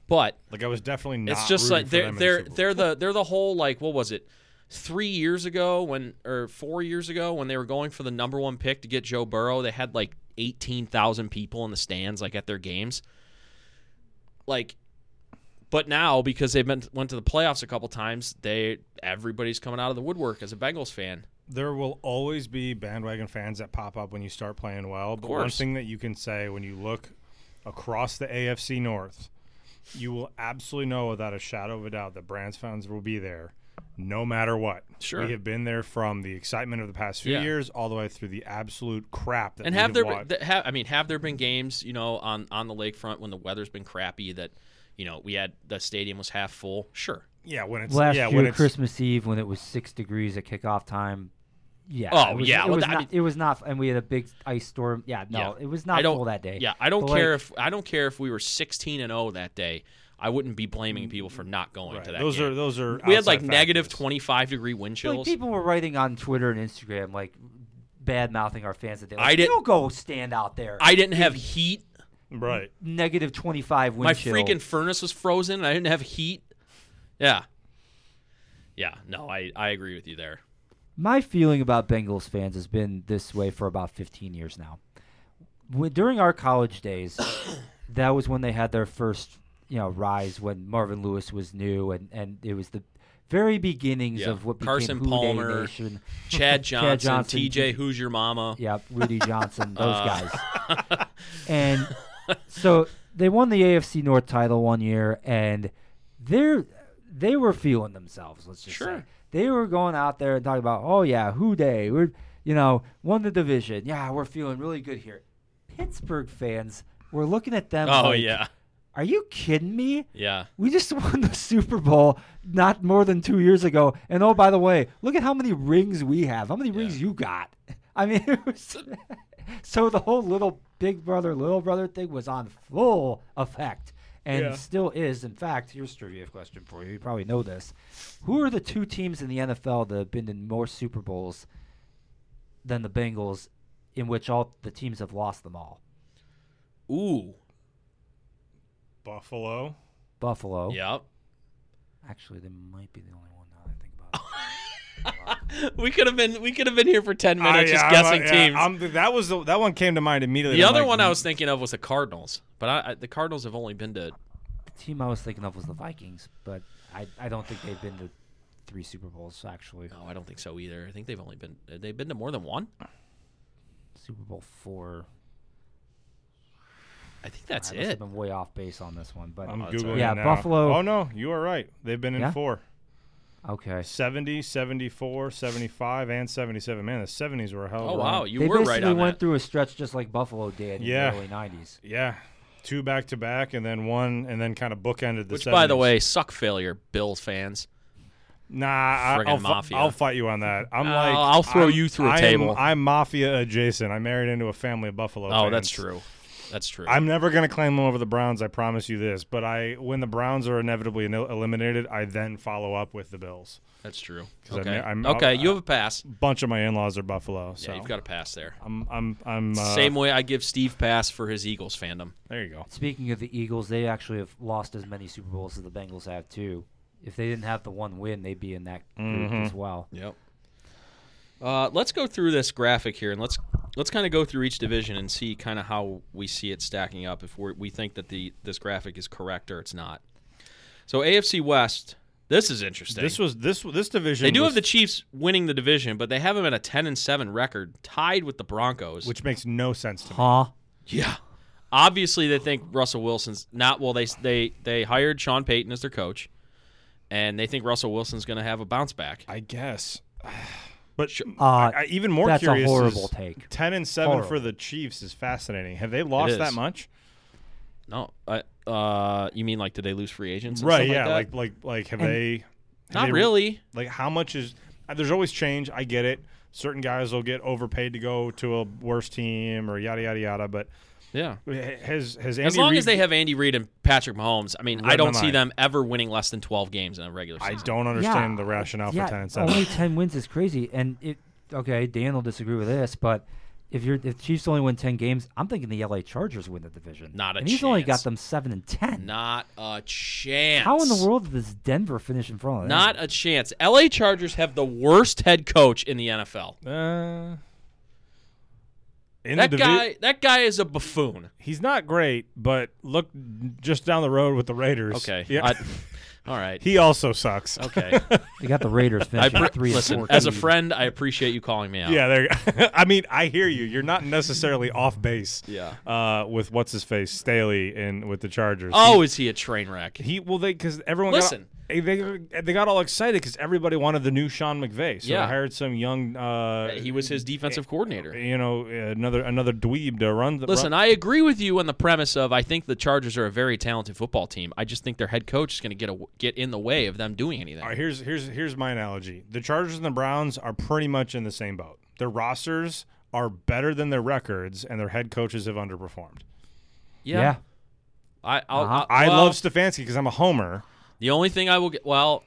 S1: but
S2: Like I was definitely not.
S1: it's just
S2: rooting
S1: like
S2: for
S1: they're
S2: them in the
S1: they're
S2: Super Bowl.
S1: they're the they're the whole like what was it three years ago when or four years ago when they were going for the number one pick to get Joe Burrow they had like eighteen thousand people in the stands like at their games like but now because they've been went to the playoffs a couple times they everybody's coming out of the woodwork as a Bengals fan
S2: there will always be bandwagon fans that pop up when you start playing well. But one
S1: course.
S2: thing that you can say when you look across the AFC North, you will absolutely know without a shadow of a doubt that Brands fans will be there no matter what.
S1: Sure.
S2: We have been there from the excitement of the past few
S1: Yeah.
S2: years all the way through the absolute crap that
S1: and
S2: we
S1: have there
S2: watched.
S1: th- have, I mean have there been games you know on on the lakefront when the weather's been crappy that you know we had the stadium was half full sure
S2: yeah, when it's
S3: Last
S2: yeah, when
S3: year,
S2: it's
S3: Christmas Eve, when it was six degrees at kickoff time. Yeah.
S1: Oh,
S3: it was,
S1: yeah,
S3: It
S1: well,
S3: was,
S1: I
S3: not,
S1: mean-
S3: it was not, and we had a big ice storm. Yeah, no,
S1: Yeah.
S3: it was not
S1: I don't-
S3: full that day.
S1: Yeah, I don't
S3: But,
S1: care
S3: like,
S1: if I don't care if we were 16 and 0 that day. I wouldn't be blaming people for not going
S2: right.
S1: to that.
S2: Those
S1: game.
S2: are those are
S1: we had like
S2: outside
S1: negative
S2: factors.
S1: 25 degree wind
S3: like,
S1: chills.
S3: people were writing on Twitter and Instagram, like bad mouthing our fans that they like,
S1: I
S3: "You
S1: didn't-
S3: don't go stand out there.
S1: I didn't have heat.
S2: Right.
S3: Negative twenty five wind
S1: My
S3: chill.
S1: freaking furnace was frozen. And I didn't have heat. Yeah. Yeah. No, I I agree with you there.
S3: My feeling about Bengals fans has been this way for about 15 years now. When, during our college days, that was when they had their first, you know, rise when Marvin Lewis was new, and, and it was the very beginnings
S1: Yeah.
S3: of what became
S1: Carson
S3: Houday
S1: Palmer.
S3: Nation.
S1: Chad Johnson,
S3: Johnson,
S1: TJ, who's your mama?
S3: Yep, Rudy Johnson, those
S1: Uh.
S3: guys. and so they won the AFC North title one year, and they're they were feeling themselves. Let's just
S1: Sure.
S3: say they were going out there and talking about, oh yeah, who day we're you know won the division. Yeah, we're feeling really good here. Pittsburgh fans were looking at them.
S1: Oh
S3: like,
S1: yeah,
S3: are you kidding me?
S1: yeah.
S3: We just won the Super Bowl not more than two years ago, and oh by the way, look at how many rings we have. How many rings you got? I mean, it was, so the whole little big brother, little brother thing was on full effect, and
S2: Yeah.
S3: still is. In fact, here's a trivia question for you. You probably know this. Who are the two teams in the NFL that have been in more Super Bowls than the Bengals, in which all the teams have lost them all?
S1: Ooh,
S2: Buffalo.
S3: Buffalo.
S1: yep.
S3: Actually, they might be the only one now that I think about it.
S1: We could have been we could have been here for ten
S2: I-
S1: minutes just
S2: I'm-
S1: guessing
S2: yeah,
S1: teams.
S2: I'm- that was the, that one came to mind immediately.
S1: the
S2: I'm
S1: other
S2: like,
S1: one I was thinking of was the Cardinals, but I, I, the Cardinals have only been to
S3: team I was thinking of was the Vikings, but I, I don't think they've been to three Super Bowls actually.
S1: No, I don't think so either. I think they've only been uh, they've been to more than one.
S3: Super Bowl four.
S1: I think that's
S3: I must
S1: it.
S3: have been way off base on this one, but
S2: "Mm, I'm
S1: Oh, that's all
S2: googling
S1: right.
S3: Yeah,
S2: now.
S3: Buffalo-
S2: Oh no, you are right. They've been in
S3: Yeah?
S2: four.
S3: okay.
S2: 70, 74, 75, and 77. Man, the 70s were a hell of a
S1: Oh
S2: run.
S1: wow, you
S3: they
S1: were right
S3: basically
S1: on
S3: went
S1: that.
S3: through a stretch just like Buffalo did in
S2: Yeah.
S3: the early '90s.
S2: Yeah. Two back to back, and then one, and then kind of bookended the
S1: Which, by the
S2: 70s.
S1: way, suck failure, Bills fans.
S2: Nah, I,
S1: Friggin'
S2: will
S1: mafia.
S2: I'll fight you on that. I'm
S1: Uh,
S2: like,
S1: I'll throw
S2: I'm-
S1: you through a
S2: I'm-
S1: table.
S2: I'm mafia adjacent. I married into a family of Buffalo.
S1: Oh, that's
S2: fans.
S1: true. That's true.
S2: I'm never going to claim them over the Browns. I promise you this. But I, when the Browns are inevitably el- eliminated, I then follow up with the Bills.
S1: that's true.
S2: 'Cause I'm-
S1: Okay.
S2: I'm-
S1: okay,
S2: I'll-
S1: you have a pass.
S2: Bunch of my in-laws are Buffalo. So
S1: Yeah, you've got a pass there.
S2: I'm, I'm, I'm. Uh,
S1: Same way I give Steve pass for his Eagles fandom.
S2: There you go.
S3: Speaking of the Eagles, they actually have lost as many Super Bowls as the Bengals have too. If they didn't have the one win, they'd be in that group
S1: Mm-hmm.
S3: as well.
S1: Yep. Uh, let's go through this graphic here, and let's let's kind of go through each division and see kind of how we see it stacking up. If we're, we think that the this graphic is correct or it's not. So AFC West. This is interesting.
S2: This was this this division.
S1: They do
S2: was-
S1: have the Chiefs winning the division, but they have them at a ten and seven record, tied with the Broncos.
S2: which makes no sense to me.
S3: Huh?
S1: yeah, obviously they think Russell Wilson's not. Well, they they they hired Sean Payton as their coach, and they think Russell Wilson's going to have a bounce back.
S2: I guess, but
S3: Uh,
S2: I, I- even more
S3: that's a
S2: curious. is
S3: horrible take.
S2: Ten and seven for
S3: Horrible.
S2: the Chiefs is fascinating. Have they lost
S1: is.
S2: that much?
S1: No, I, uh, you mean like did they lose free agents? And
S2: Right.
S1: stuff
S2: Yeah.
S1: like,
S2: Like
S1: that?
S2: like like have
S3: And-
S2: they? have
S1: not
S2: they-
S1: really.
S2: Like how much is? uh, There's always change. I get it. Certain guys will get overpaid to go to a worse team or yada yada yada. But
S1: Yeah.
S2: Has has Andy
S1: As long
S2: Reid-
S1: as they have Andy Reid and Patrick Mahomes, I mean, I
S2: Red
S1: don't
S2: my
S1: see
S2: mind.
S1: them ever winning less than 12 games in a regular
S2: I
S1: season.
S2: don't understand the rationale for
S3: yeah,
S2: 10 and 7.
S3: only ten wins is crazy. And it okay, Dan will disagree with this, but if you're if Chiefs only win ten games, I'm thinking the LA Chargers win the division.
S1: Not a
S3: and he's only
S1: chance.
S3: got them seven and ten.
S1: Not a chance.
S3: How in the world does Denver finish in front of them?
S1: Not a chance. LA Chargers have the worst head coach in the NFL.
S2: Uh, in
S1: That
S2: the divi-
S1: guy that guy is a buffoon.
S2: he's not great, but look just down the road with the Raiders.
S1: Okay.
S2: Yeah.
S1: I- all right.
S2: he also sucks.
S1: Okay.
S3: They got the Raiders
S1: I
S3: finishing
S1: pre-
S3: at three and
S1: listen,
S3: 14.
S1: as a friend, I appreciate you calling me out.
S2: Yeah, there. I mean, I hear you. You're not necessarily off base.
S1: Yeah.
S2: Uh, with what's his face Staley and with the Chargers.
S1: Oh, is he a train wreck?
S2: he, he well they because everyone
S1: Listen.
S2: Got, eh, they they got all excited because everybody wanted the new Sean McVay. So
S1: Yeah.
S2: they hired some young. Uh,
S1: He was his defensive coordinator.
S2: You know, another another dweeb to run the
S1: Listen, I agree with you on the premise of I think the Chargers are a very talented football team. I just think their head coach is going to get a, get in the way of them doing anything.
S2: All right, here's here's here's my analogy. The Chargers and the Browns are pretty much in the same boat. Their rosters are better than their records, and their head coaches have underperformed.
S1: Yeah,
S3: yeah.
S1: I I'll,
S3: Uh-huh.
S1: I
S2: I
S1: Uh, well,
S2: love Stefanski because I'm a homer.
S1: the only thing I will get. Well,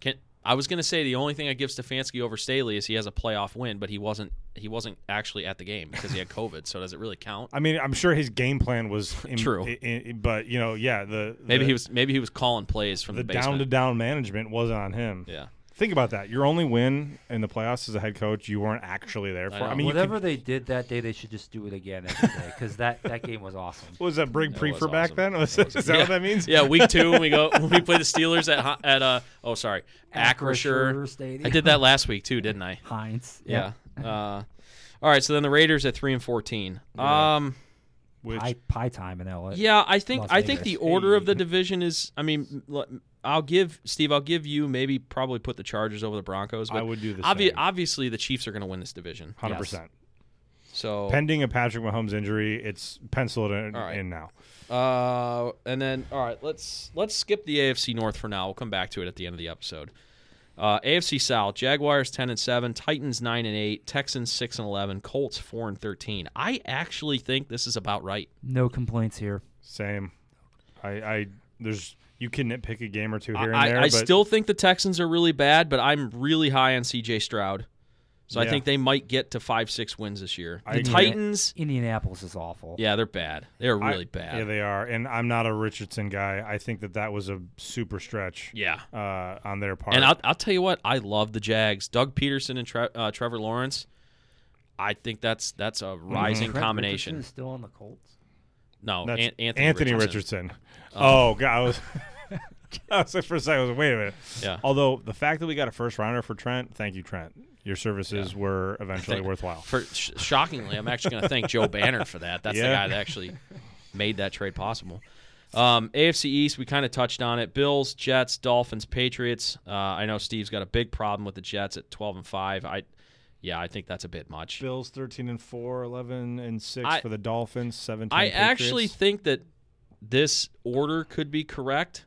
S1: can I was going to say the only thing I give Stefanski over Staley is he has a playoff win, but he wasn't he wasn't actually at the game because he had COVID. so does it really count?
S2: I mean, I'm sure his game plan was in,
S1: True.
S2: i- i- but you know, yeah, the
S1: Maybe
S2: the,
S1: he was maybe he was calling plays from the,
S2: the down
S1: basement.
S2: to down management was on him.
S1: yeah,
S2: Think about that. Your only win in the playoffs as a head coach, you weren't actually there for.
S1: know.
S2: I, mean, you
S3: Whatever
S2: could-
S3: they did that day, they should just do it again every day because that, that game was awesome.
S2: what was that Brig
S1: That
S2: Prefer
S1: was
S2: back
S1: awesome.
S2: then? Was, is that
S1: yeah.
S2: what that means?
S1: Yeah, week two when we go when we play the Steelers at Ho- at uh oh sorry Acrisure.
S3: Acrisure Stadium.
S1: I did that last week too, didn't I?
S3: Heinz.
S1: Yeah. Uh, all right. So then the Raiders at three and fourteen. Um,
S2: Which
S3: Pie, pie time in LA.
S1: yeah, I think
S3: Las
S1: I think the
S3: Vegas.
S1: order of the division is. I mean, l- I'll give Steve. I'll give you maybe probably put the Chargers over the Broncos. But
S2: I would do the
S1: obvi-
S2: same.
S1: Obviously, the Chiefs are going to win this division.
S2: hundred percent.
S1: So,
S2: Pending a Patrick Mahomes injury, it's penciled in,
S1: All right.
S2: in now.
S1: uh, and then all right, let's let's skip the AFC North for now. We'll come back to it at the end of the episode. Uh, AFC South: Jaguars ten and seven, Titans nine and eight, Texans six and eleven, Colts four and thirteen. I actually think this is about right.
S3: No complaints here.
S2: Same. I, I there's you can nitpick a game or two here and
S1: I,
S2: there.
S1: I
S2: but
S1: still think the Texans are really bad, but I'm really high on CJ Stroud. So I
S2: Yeah.
S1: think they might get to five, six wins this year.
S2: I
S1: The
S2: agree.
S1: Titans,
S3: Indianapolis is awful.
S1: yeah, they're bad. They're
S2: I-
S1: really bad.
S2: Yeah,
S1: Yeah,
S2: they are. And I'm not a Richardson guy. I think that that was a super stretch. Uh, on their part.
S1: and I'll, I'll tell you what, I love the Jags. Doug Peterson and Tre- uh, Trevor Lawrence. I think that's that's a
S2: Mm-hmm.
S1: rising
S3: Trent Richardson
S1: combination.
S3: is still on the Colts.
S1: No, An-
S2: That's
S1: Anthony, Richardson. Um,
S2: Richardson. Oh God, I was. I was like for a second. I was like, wait a minute.
S1: Yeah.
S2: Although the fact that we got a first rounder for Trent, thank you, Trent. Your services were eventually
S1: Thank-
S2: worthwhile.
S1: For sh- shockingly, I'm actually going to thank Joe Banner for that. That's the
S2: Yeah.
S1: guy that actually made that trade possible. Um, AFC East, we kind of touched on it. Bills, Jets, Dolphins, Patriots. Uh, I know Steve's got a big problem with the Jets at 12 and five. I, yeah, I think that's a bit much.
S2: Bills 13 and 4, 11 and 6
S1: I-
S2: for the Dolphins, 17
S1: I actually think that this order could be correct,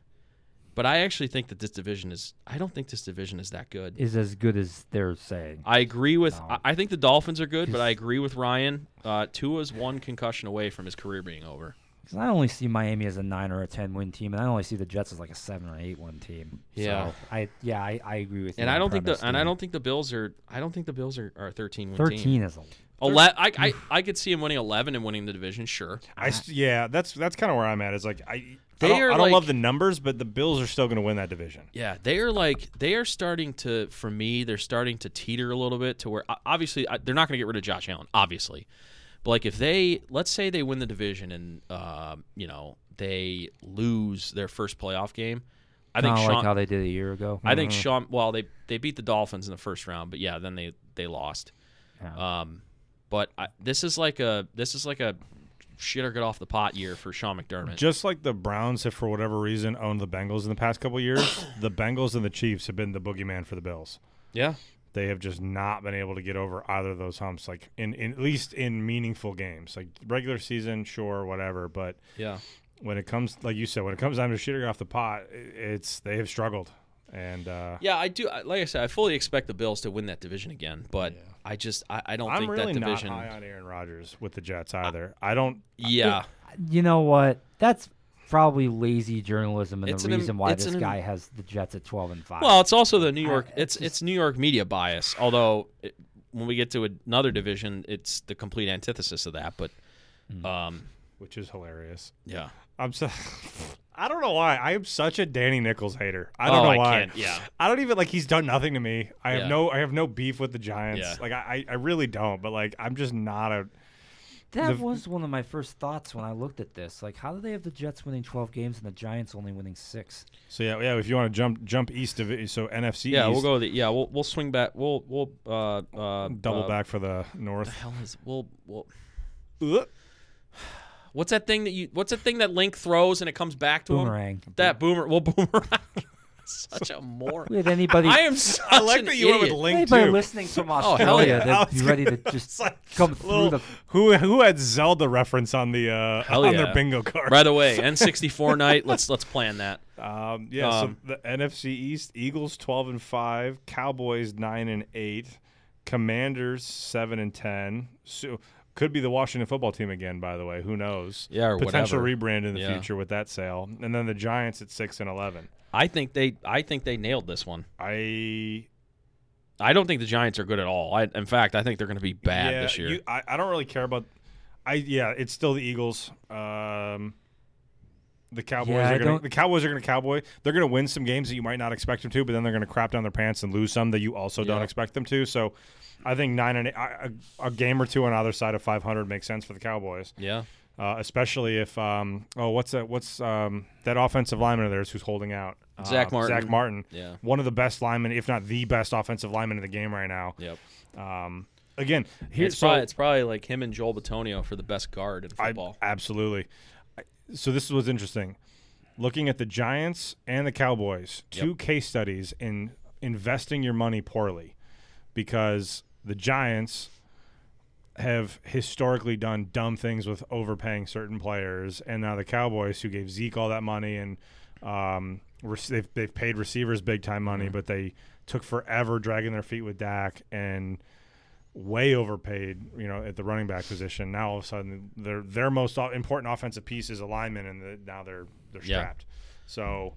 S1: but I actually think that this division is. I don't think this division is that good.
S3: Is as good as they're saying.
S1: I agree with.
S3: No.
S1: I I think the Dolphins are good, but I agree with Ryan. Uh, Tua's one concussion away from his career being over.
S3: 'Cause I only see Miami as a nine or a ten win team, and I only see the Jets as like a seven or eight one team.
S1: Yeah.
S3: So I yeah I, I agree with you.
S1: And I
S3: on
S1: don't think the
S3: premise,
S1: and I
S3: dude.
S1: don't think the Bills are. I don't think the Bills are, are a thirteen win team.
S3: thirteen is a
S1: Ele- I, I I could see him winning eleven and winning the division. Sure.
S2: I st- yeah, that's that's kind of where I'm at. Is like I
S1: They
S2: I don't,
S1: are
S2: I don't
S1: like-
S2: love the numbers, but the Bills are still going to win that division.
S1: Yeah, they are like they are starting to. For me, they're starting to teeter a little bit to where o- obviously I, they're not going to get rid of Josh Allen. Obviously, but like if they let's say they win the division and um, you know they lose their first playoff game, I think
S3: kind of
S1: Sean.
S3: like how they did a year ago.
S1: I
S2: Mm-hmm.
S1: think Sean. Well, they they beat the Dolphins in the first round, but yeah, then they they lost.
S3: Yeah.
S1: Um, but I, this is like a this is like a shit or get off the pot year for Sean McDermott.
S2: Just like the Browns have, for whatever reason, owned the Bengals in the past couple years, the Bengals and the Chiefs have been the boogeyman for the Bills.
S1: yeah,
S2: They have just not been able to get over either of those humps, like in, in at least in meaningful games, like regular season, sure, whatever. But
S1: yeah.
S2: when it comes, like you said, when it comes down to shitting off the pot, i- it's they have struggled, and uh,
S1: Yeah, I do. I- Like I said, I fully expect the Bills to win that division again, but I just I, I don't
S2: I'm
S1: think
S2: really
S1: that
S2: not
S1: division.
S2: high on Aaron Rodgers with the Jets either. I don't.
S1: yeah,
S3: You know what? That's probably lazy journalism and
S1: It's an
S3: the
S1: im-
S3: reason why
S1: it's
S3: this
S1: an im-
S3: guy has the Jets at 12 and 5.
S1: Well, it's also the New York.
S3: I-
S1: it's
S3: it's
S1: it's New York media bias. Although it, when we get to another division, it's the complete antithesis of that. But
S2: Hmm.
S1: um,
S2: Which is hilarious.
S1: yeah,
S2: I'm so. I don't know why. I am such a Danny Nichols hater. I don't
S1: Oh,
S2: know
S1: I
S2: why.
S1: can't- yeah.
S2: I don't even like. He's done nothing to me. I have
S1: Yeah.
S2: no. I have no beef with the Giants.
S1: Yeah.
S2: Like I, I, I really don't. But like, I'm just not a.
S3: that
S2: the-
S3: was one of my first thoughts when I looked at this. Like, how do they have the Jets winning 12 games and the Giants only winning six?
S2: So yeah, yeah. If you want to jump, jump east of it. So NFC.
S1: yeah, we'll
S2: East,
S1: go. With it. Yeah, we'll we'll swing back. We'll we'll uh, uh,
S2: double
S1: uh,
S2: back for the
S1: The
S2: north.
S1: hell is we'll, we'll
S2: Ugh.
S1: What's that thing that you? What's that thing that Link throws and it comes back to
S3: Boomerang.
S1: him? That boomer. Well, boomerang. Such a moron.
S3: Did anybody,
S1: I am. Such
S2: I like
S1: an
S2: that you
S1: idiot.
S2: went with Link
S3: anybody
S2: too.
S3: listening from
S1: Oh, hell
S3: Australia
S1: yeah.
S2: I
S3: that'd
S2: was
S3: be ready to just
S2: It's like
S3: come through
S2: little-
S3: the
S2: who who had Zelda reference on the uh,
S1: Hell
S2: on
S1: yeah.
S2: their bingo card.
S1: By the way, N64 night. Let's let's plan that.
S2: Um, yeah,
S1: Um,
S2: so the NFC East: Eagles twelve and five, Cowboys nine and eight, Commanders seven and ten. So could be the Washington football team again. By the way, who knows?
S1: Yeah, or
S2: potential
S1: whatever.
S2: rebrand in the
S1: Yeah.
S2: future with that sale, and then the Giants at six and eleven.
S1: I think they. I think they nailed this one.
S2: I
S1: I don't think the Giants are good at all. I, in fact, I think they're going to be bad
S2: yeah,
S1: this year.
S2: you- I, I don't really care about. I yeah, it's still the Eagles. Um, the Cowboys
S3: Yeah, I
S2: are gonna,
S3: don't-
S2: the Cowboys are going to Cowboy. They're going to win some games that you might not expect them to, but then they're going to crap down their pants and lose some that you also don't
S1: Yeah.
S2: expect them to. So, I think nine and eight, a, a a game or two on either side of 500 makes sense for the Cowboys,
S1: yeah.
S2: uh, especially if um oh what's that what's um that offensive lineman of theirs who's holding out Uh,
S1: Zach Martin.
S2: Zach Martin
S1: Yeah.
S2: one of the best linemen if not the best offensive lineman in the game right now.
S1: Yep.
S2: Um, again, here's
S1: It's probably it's probably like him and Joel Batonio for the best guard in
S2: I-
S1: football.
S2: absolutely. I- So this was interesting. Looking at the Giants and the Cowboys, two
S1: Yep.
S2: case studies in investing your money poorly, because the Giants have historically done dumb things with overpaying certain players, and now the Cowboys, who gave Zeke all that money and um, rec- they've they've paid receivers big time money, but they took forever dragging their feet with Dak and way overpaid, you know, at the running back position. Now all of a sudden, their their most o- important offensive piece is alignment, and the, now they're they're
S1: Yeah.
S2: strapped. So,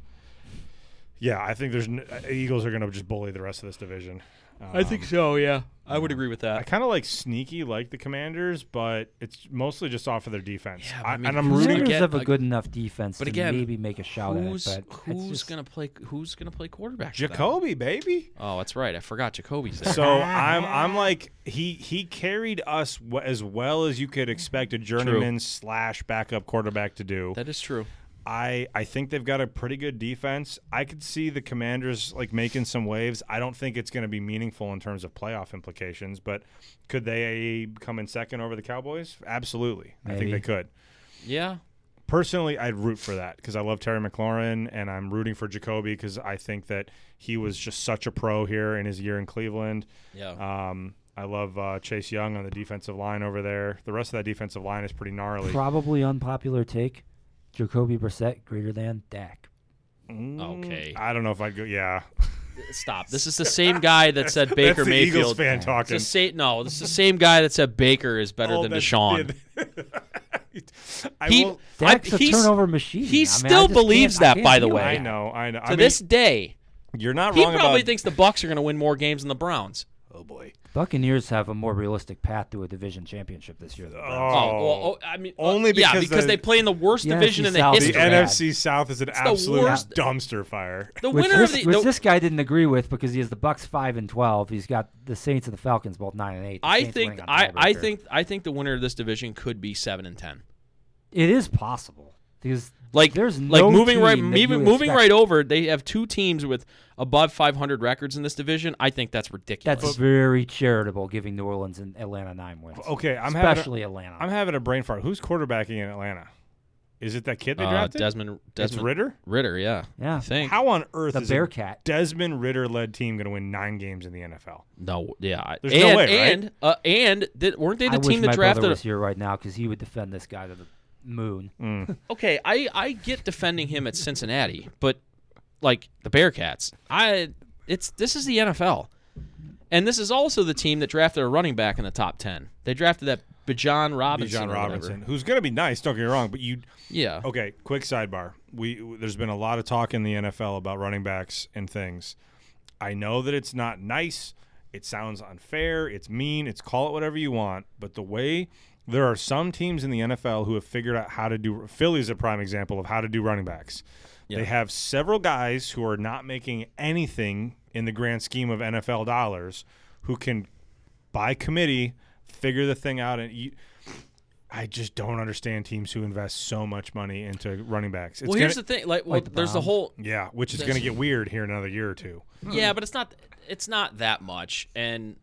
S2: yeah, I think there's n- uh, Eagles are going to just bully the rest of this division. Um,
S1: so. Yeah, I would agree with
S2: I
S1: that.
S2: kind of like sneaky, like the Commanders, but it's mostly just off of their defense.
S1: Yeah, but
S2: I,
S1: I mean,
S2: and I'm
S1: who's
S2: rooting.
S1: gonna
S3: Commanders
S1: get-
S3: have a
S1: like-
S3: good enough defense
S1: but
S3: to
S1: again,
S3: maybe make a shout
S1: Who's
S3: at it. But it's
S1: who's
S3: just-
S1: gonna play? Who's gonna play quarterback? for them?
S2: Jacoby, baby.
S1: Oh, that's right. I forgot Jacoby's there.
S2: So I'm I'm like he he carried us w- as well as you could expect a journeyman slash backup quarterback to do.
S1: that is true.
S2: I I think they've got a pretty good defense. I could see the Commanders like making some waves. I don't think it's going to be meaningful in terms of playoff implications, but could they come in second over the Cowboys? Absolutely. I think
S3: Maybe.
S2: they could.
S1: Yeah,
S2: Personally, I'd root for that because I love Terry McLaurin and I'm rooting for Jacoby because I think that he was just such a pro here in his year in Cleveland.
S1: yeah.
S2: Um, I love uh, Chase Young on the defensive line over there. The rest of that defensive line is pretty gnarly.
S3: Probably unpopular take. Jacoby Brissett greater than Dak.
S2: Mm,
S1: Okay.
S2: I don't know if I'd go. Yeah.
S1: Stop. This is the same guy that said Baker
S2: That's the
S1: Mayfield.
S2: Eagles fan
S1: It's
S2: talking.
S1: the same- no, this is the same guy that said Baker is better
S2: Oh,
S1: than
S2: that's-
S1: Deshaun.
S2: yeah. I,
S1: He-
S2: will,
S1: I-
S3: Dak's a
S1: he's-
S3: turnover machine.
S1: he
S3: I mean, I
S1: still
S3: just
S1: believes
S3: can't- I
S1: that,
S3: can't
S1: by the
S3: deal with
S1: way.
S2: I
S3: that.
S2: know. I know.
S1: To
S2: I mean,
S1: this day,
S2: you're not
S1: he
S2: wrong
S1: probably
S2: about.
S1: thinks the Bucks are going to win more games than the Browns.
S2: oh boy.
S3: Buccaneers have a more realistic path to a division championship this year. Than the Browns.
S1: Oh,
S2: Oh.
S1: well, oh, I mean, uh,
S2: Only
S1: yeah,
S2: because
S1: because
S2: the-
S1: they play in the worst
S3: The
S1: division
S3: NFC
S1: in the
S3: South is
S2: The
S1: history.
S3: bad.
S2: NFC South is an
S1: the
S2: absolute
S1: worst-
S2: dumpster fire.
S1: the
S3: Which,
S1: winner
S3: this,
S1: of the,
S3: which
S1: the-
S3: this guy didn't agree with because he has the Bucks five and twelve. He's got the Saints and the Falcons both nine and eight. The
S1: I
S3: Saints
S1: think
S3: winning on
S1: I, I
S3: tiebreaker.
S1: think I think the winner of this division could be seven and ten.
S3: it is possible because
S1: Like
S3: there's
S1: like
S3: no
S1: moving right
S3: team that you
S1: moving,
S3: would
S1: moving
S3: expect-
S1: right over. They have two teams with above 500 records in this division. I think that's ridiculous.
S3: That's very charitable, giving New Orleans and Atlanta nine wins.
S2: Okay, I'm having a-
S3: especially Atlanta.
S2: I'm having a brain fart. Who's quarterbacking in Atlanta? Is it that kid they
S1: uh,
S2: drafted?
S1: Desmond
S2: It's
S1: Desmond
S2: Ritter.
S1: Ritter, yeah.
S3: Yeah.
S1: I think.
S2: How on earth
S3: the
S2: is a
S3: Bearcat.
S2: Desmond Ritter led team going to win nine games in the NFL?
S1: No, yeah. I-
S2: There's
S1: and,
S2: no way, right?
S1: And uh, and th- weren't they the
S3: I wish
S1: team that
S3: my brother
S1: drafted?
S3: was here right now because he would defend this guy to the moon.
S1: Mm. Okay, I I get defending him at Cincinnati, but like the Bearcats, I it's this is the NFL, And this is also the team that drafted a running back in the top 10. They drafted that Bijan Robinson.
S2: John
S1: or whatever.
S2: Robinson, who's going to be nice. Don't get me wrong, but you
S1: Yeah.
S2: okay? Quick sidebar. We there's been a lot of talk in the NFL about running backs and things. I know that it's not nice. It sounds unfair. It's mean. It's call it whatever you want. But the way there are some teams in the NFL who have figured out how to do. Philly's a prime example of how to do running backs. They have several guys who are not making anything in the grand scheme of NFL dollars who can by committee figure the thing out and you, I just don't understand teams who invest so much money into running backs. It's
S1: Well, here's the
S2: gonna-
S1: thing. Like, well,
S3: the
S1: there's the
S3: Browns.
S1: whole
S2: yeah, which is going to get weird here in another year or two.
S1: Yeah, but it's not it's not that much, and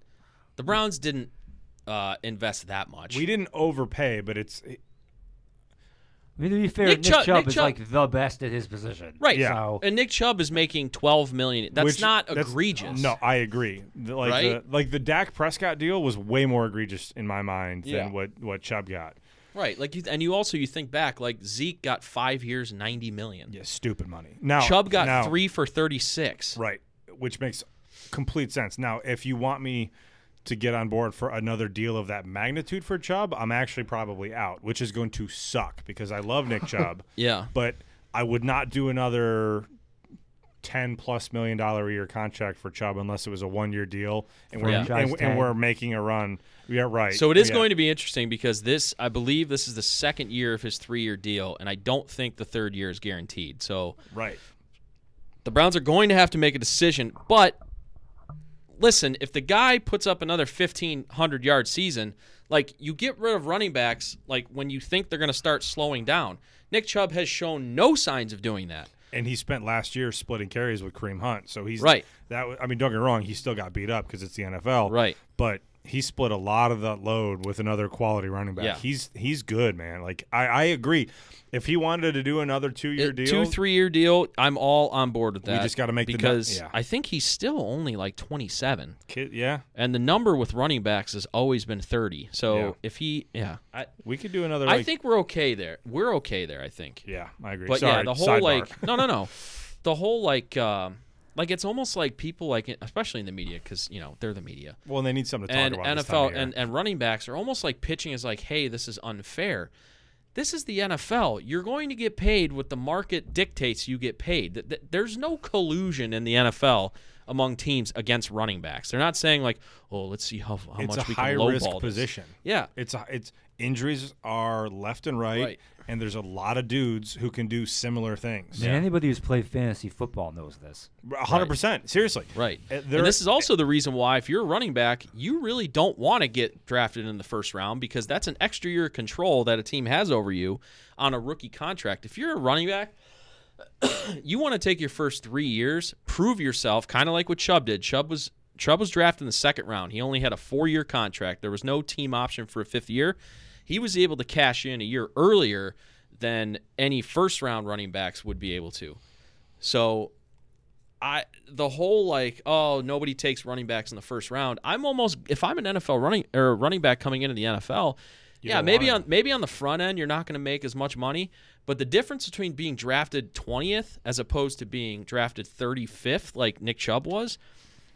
S1: the Browns didn't uh, invest that much.
S2: We didn't overpay, but it's eh,
S3: I mean, to be fair,
S1: Nick
S3: Nick,
S1: Chubb-
S3: Chubb,
S1: Nick
S3: is
S1: Chubb-
S3: like the best at his position.
S1: right.
S2: Yeah.
S3: So
S1: And Nick Chubb is making twelve million. That's
S2: which-
S1: not egregious.
S2: No, I agree. The- like
S1: Right?
S2: the like the Dak Prescott deal was way more egregious in my mind
S1: Yeah.
S2: than what what Chubb got.
S1: Right. Like, you, and you also you think back, like Zeke got five years, ninety million.
S2: Yeah, stupid money. Now
S1: Chubb got
S2: now-
S1: three for thirty-six.
S2: Oh, Right, which makes complete sense. Now, if you want me to get on board for another deal of that magnitude for Chubb, I'm actually probably out, which is going to suck because I love Nick Chubb,
S1: Yeah.
S2: but I would not do another 10 plus million dollar a year contract for Chubb unless it was a one year deal and we're,
S1: Yeah.
S2: and, and we're making a run. Yeah, right.
S1: So it is
S2: Yeah.
S1: going to be interesting because this, I believe, this is the second year of his three-year deal, and I don't think the third year is guaranteed. So
S2: right.
S1: the Browns are going to have to make a decision. But listen, if the guy puts up another 1500 yard season, like you get rid of running backs like when you think they're going to start slowing down. Nick Chubb has shown no signs of doing that.
S2: And he spent last year splitting carries with Kareem Hunt, so he's
S1: Right.
S2: That wa- I mean, don't get me wrong, he still got beat up because it's the NFL,
S1: Right.
S2: But he split a lot of that load with another quality running back.
S1: Yeah.
S2: He's he's good, man. Like I, I agree. If he wanted to do another two year deal,
S1: Two, three year deal, I'm all on board with that.
S2: just gotta make the nu-
S1: because
S2: yeah.
S1: I think he's still only like 27,
S2: kid, yeah,
S1: and the number with running backs has always been 30. So
S2: Yeah.
S1: if he, yeah, I,
S2: we could do another.
S1: I
S2: like-
S1: think we're okay there. We're okay there. I think.
S2: yeah, I agree.
S1: But
S2: Sorry,
S1: yeah, the whole
S2: sidebar.
S1: like no no no, the whole like um, like it's almost like people like especially in the media because you know they're the media
S2: well, and they need something to talk
S1: and
S2: about. this time
S1: NFL
S2: of year.
S1: and, and running backs are almost like pitching is like hey this is unfair. This is the NFL. You're going to get paid what the market dictates you get paid. Th- th- There's no collusion in the NFL among teams against running backs. They're not saying like, "Oh, let's see how, how
S2: it's
S1: much
S2: a
S1: we
S2: high
S1: can
S2: risk
S1: lowball this."
S2: position.
S1: Yeah,
S2: It's a, it's injuries are left and right,
S1: Right.
S2: and there's a lot of dudes who can do similar things.
S3: I mean, anybody who's played fantasy football knows this.
S2: A hundred percent. Seriously.
S1: Right.
S2: Uh, there-
S1: and this is also the reason why, if you're a running back, you really don't want to get drafted in the first round because that's an extra year of control that a team has over you on a rookie contract. If you're a running back, you want to take your first three years, prove yourself, kind of like what Chubb did. Chubb was Chubb was drafted in the second round. He only had a four year contract. There was no team option for a fifth year. He was able to cash in a year earlier than any first round running backs would be able to. So I the whole like oh nobody takes running backs in the first round. I'm almost if I'm an NFL running or running back coming into the NFL, yeah
S2: don't
S1: maybe
S2: want
S1: on maybe on the front end you're not going to make as much money, but the difference between being drafted 20th as opposed to being drafted 35th like Nick Chubb was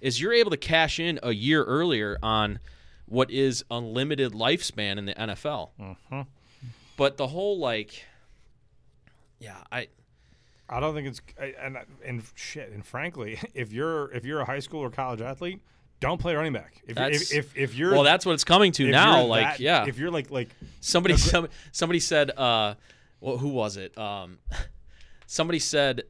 S1: is you're able to cash in a year earlier on what is unlimited lifespan in the NFL.
S2: Mm-hmm.
S1: But the whole like yeah, I
S2: I don't think it's I- and I- and shit and frankly, if you're if you're a high school or college athlete, don't play running back. If you're-
S1: That's-
S2: if, if if you're
S1: well, that's what it's coming to
S2: if
S1: now.
S2: you're
S1: Like,
S2: that-
S1: yeah,
S2: if you're like like
S1: Somebody, some, somebody said, uh, well, who was it? Um, somebody said,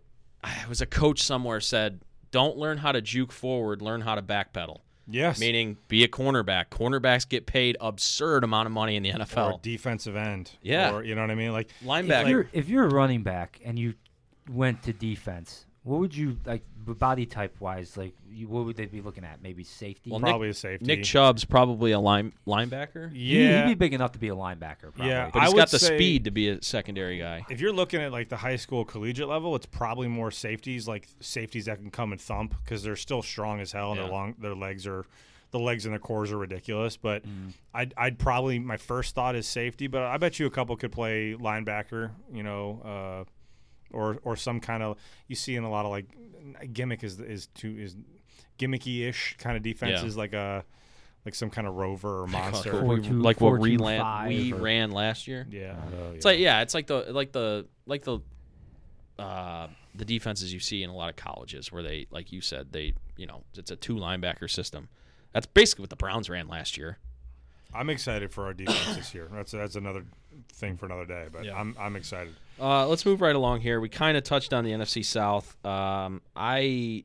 S1: it was a coach somewhere said, don't learn how to juke forward, learn how to backpedal.
S2: yes,
S1: Meaning, be a cornerback. Cornerbacks get paid absurd amount of money in the
S2: or
S1: NFL.
S2: defensive end,
S1: Yeah.
S2: or you know what I mean, like
S3: If
S1: Linebacker.
S3: you're, if you're a running back and you went to defense, what would you like b- body type wise? Like, you, what would they be looking at? Maybe safety.
S1: Well, Nick-
S2: probably a safety.
S1: Nick Chubb's probably a line, linebacker,
S3: He-
S2: yeah,
S3: he'd be big enough to be a linebacker. Probably.
S2: Yeah.
S1: but he's
S2: I
S1: got
S2: would
S1: the
S2: say-
S1: speed to be a secondary guy.
S2: if you're looking at like the high school collegiate level, it's probably more safeties, like safeties that can come and thump because they're still strong as hell and
S1: Yeah.
S2: their long their legs are the legs and their cores are ridiculous. But I'd, I'd probably my first thought is safety, but I bet you a couple could play linebacker, you know, uh, or or some kind of you see in a lot of like gimmick is is too is gimmicky-ish kind of defenses, like a like some kind of rover or monster.
S3: Four
S1: Like,
S3: two-
S1: like what
S3: four
S1: we,
S3: two
S1: ran,
S3: five
S1: we
S3: or-
S1: ran last year.
S2: Yeah,
S1: It's like yeah, it's like the like the like the uh, the defenses you see in a lot of colleges where they like you said they you know it's a two linebacker system. That's basically what the Browns ran last year.
S2: I'm excited for our defense this year. That's that's another thing for another day, but
S1: Yeah.
S2: I'm I'm excited.
S1: Uh, let's move right along here. We kind of touched on the NFC South. Um, I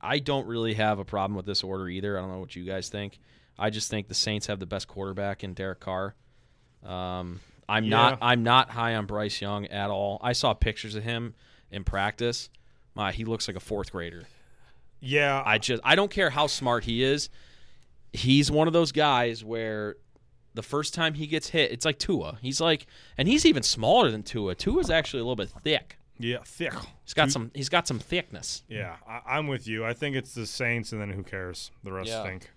S1: I don't really have a problem with this order either. I don't know what you guys think. I just think the Saints have the best quarterback in Derek Carr. Um, I'm not
S2: Yeah.
S1: I'm not high on Bryce Young at all. I saw pictures of him in practice. My, he looks like a fourth grader.
S2: Yeah,
S1: I just I don't care how smart he is. He's one of those guys where the first time he gets hit, it's like Tua. He's like and he's even smaller than Tua. Tua's actually a little bit thick.
S2: yeah, thick.
S1: He's got some he's got some thickness.
S2: Yeah, I, I'm with you. I think it's the Saints, and then who cares? The rest
S1: Yeah.
S2: think.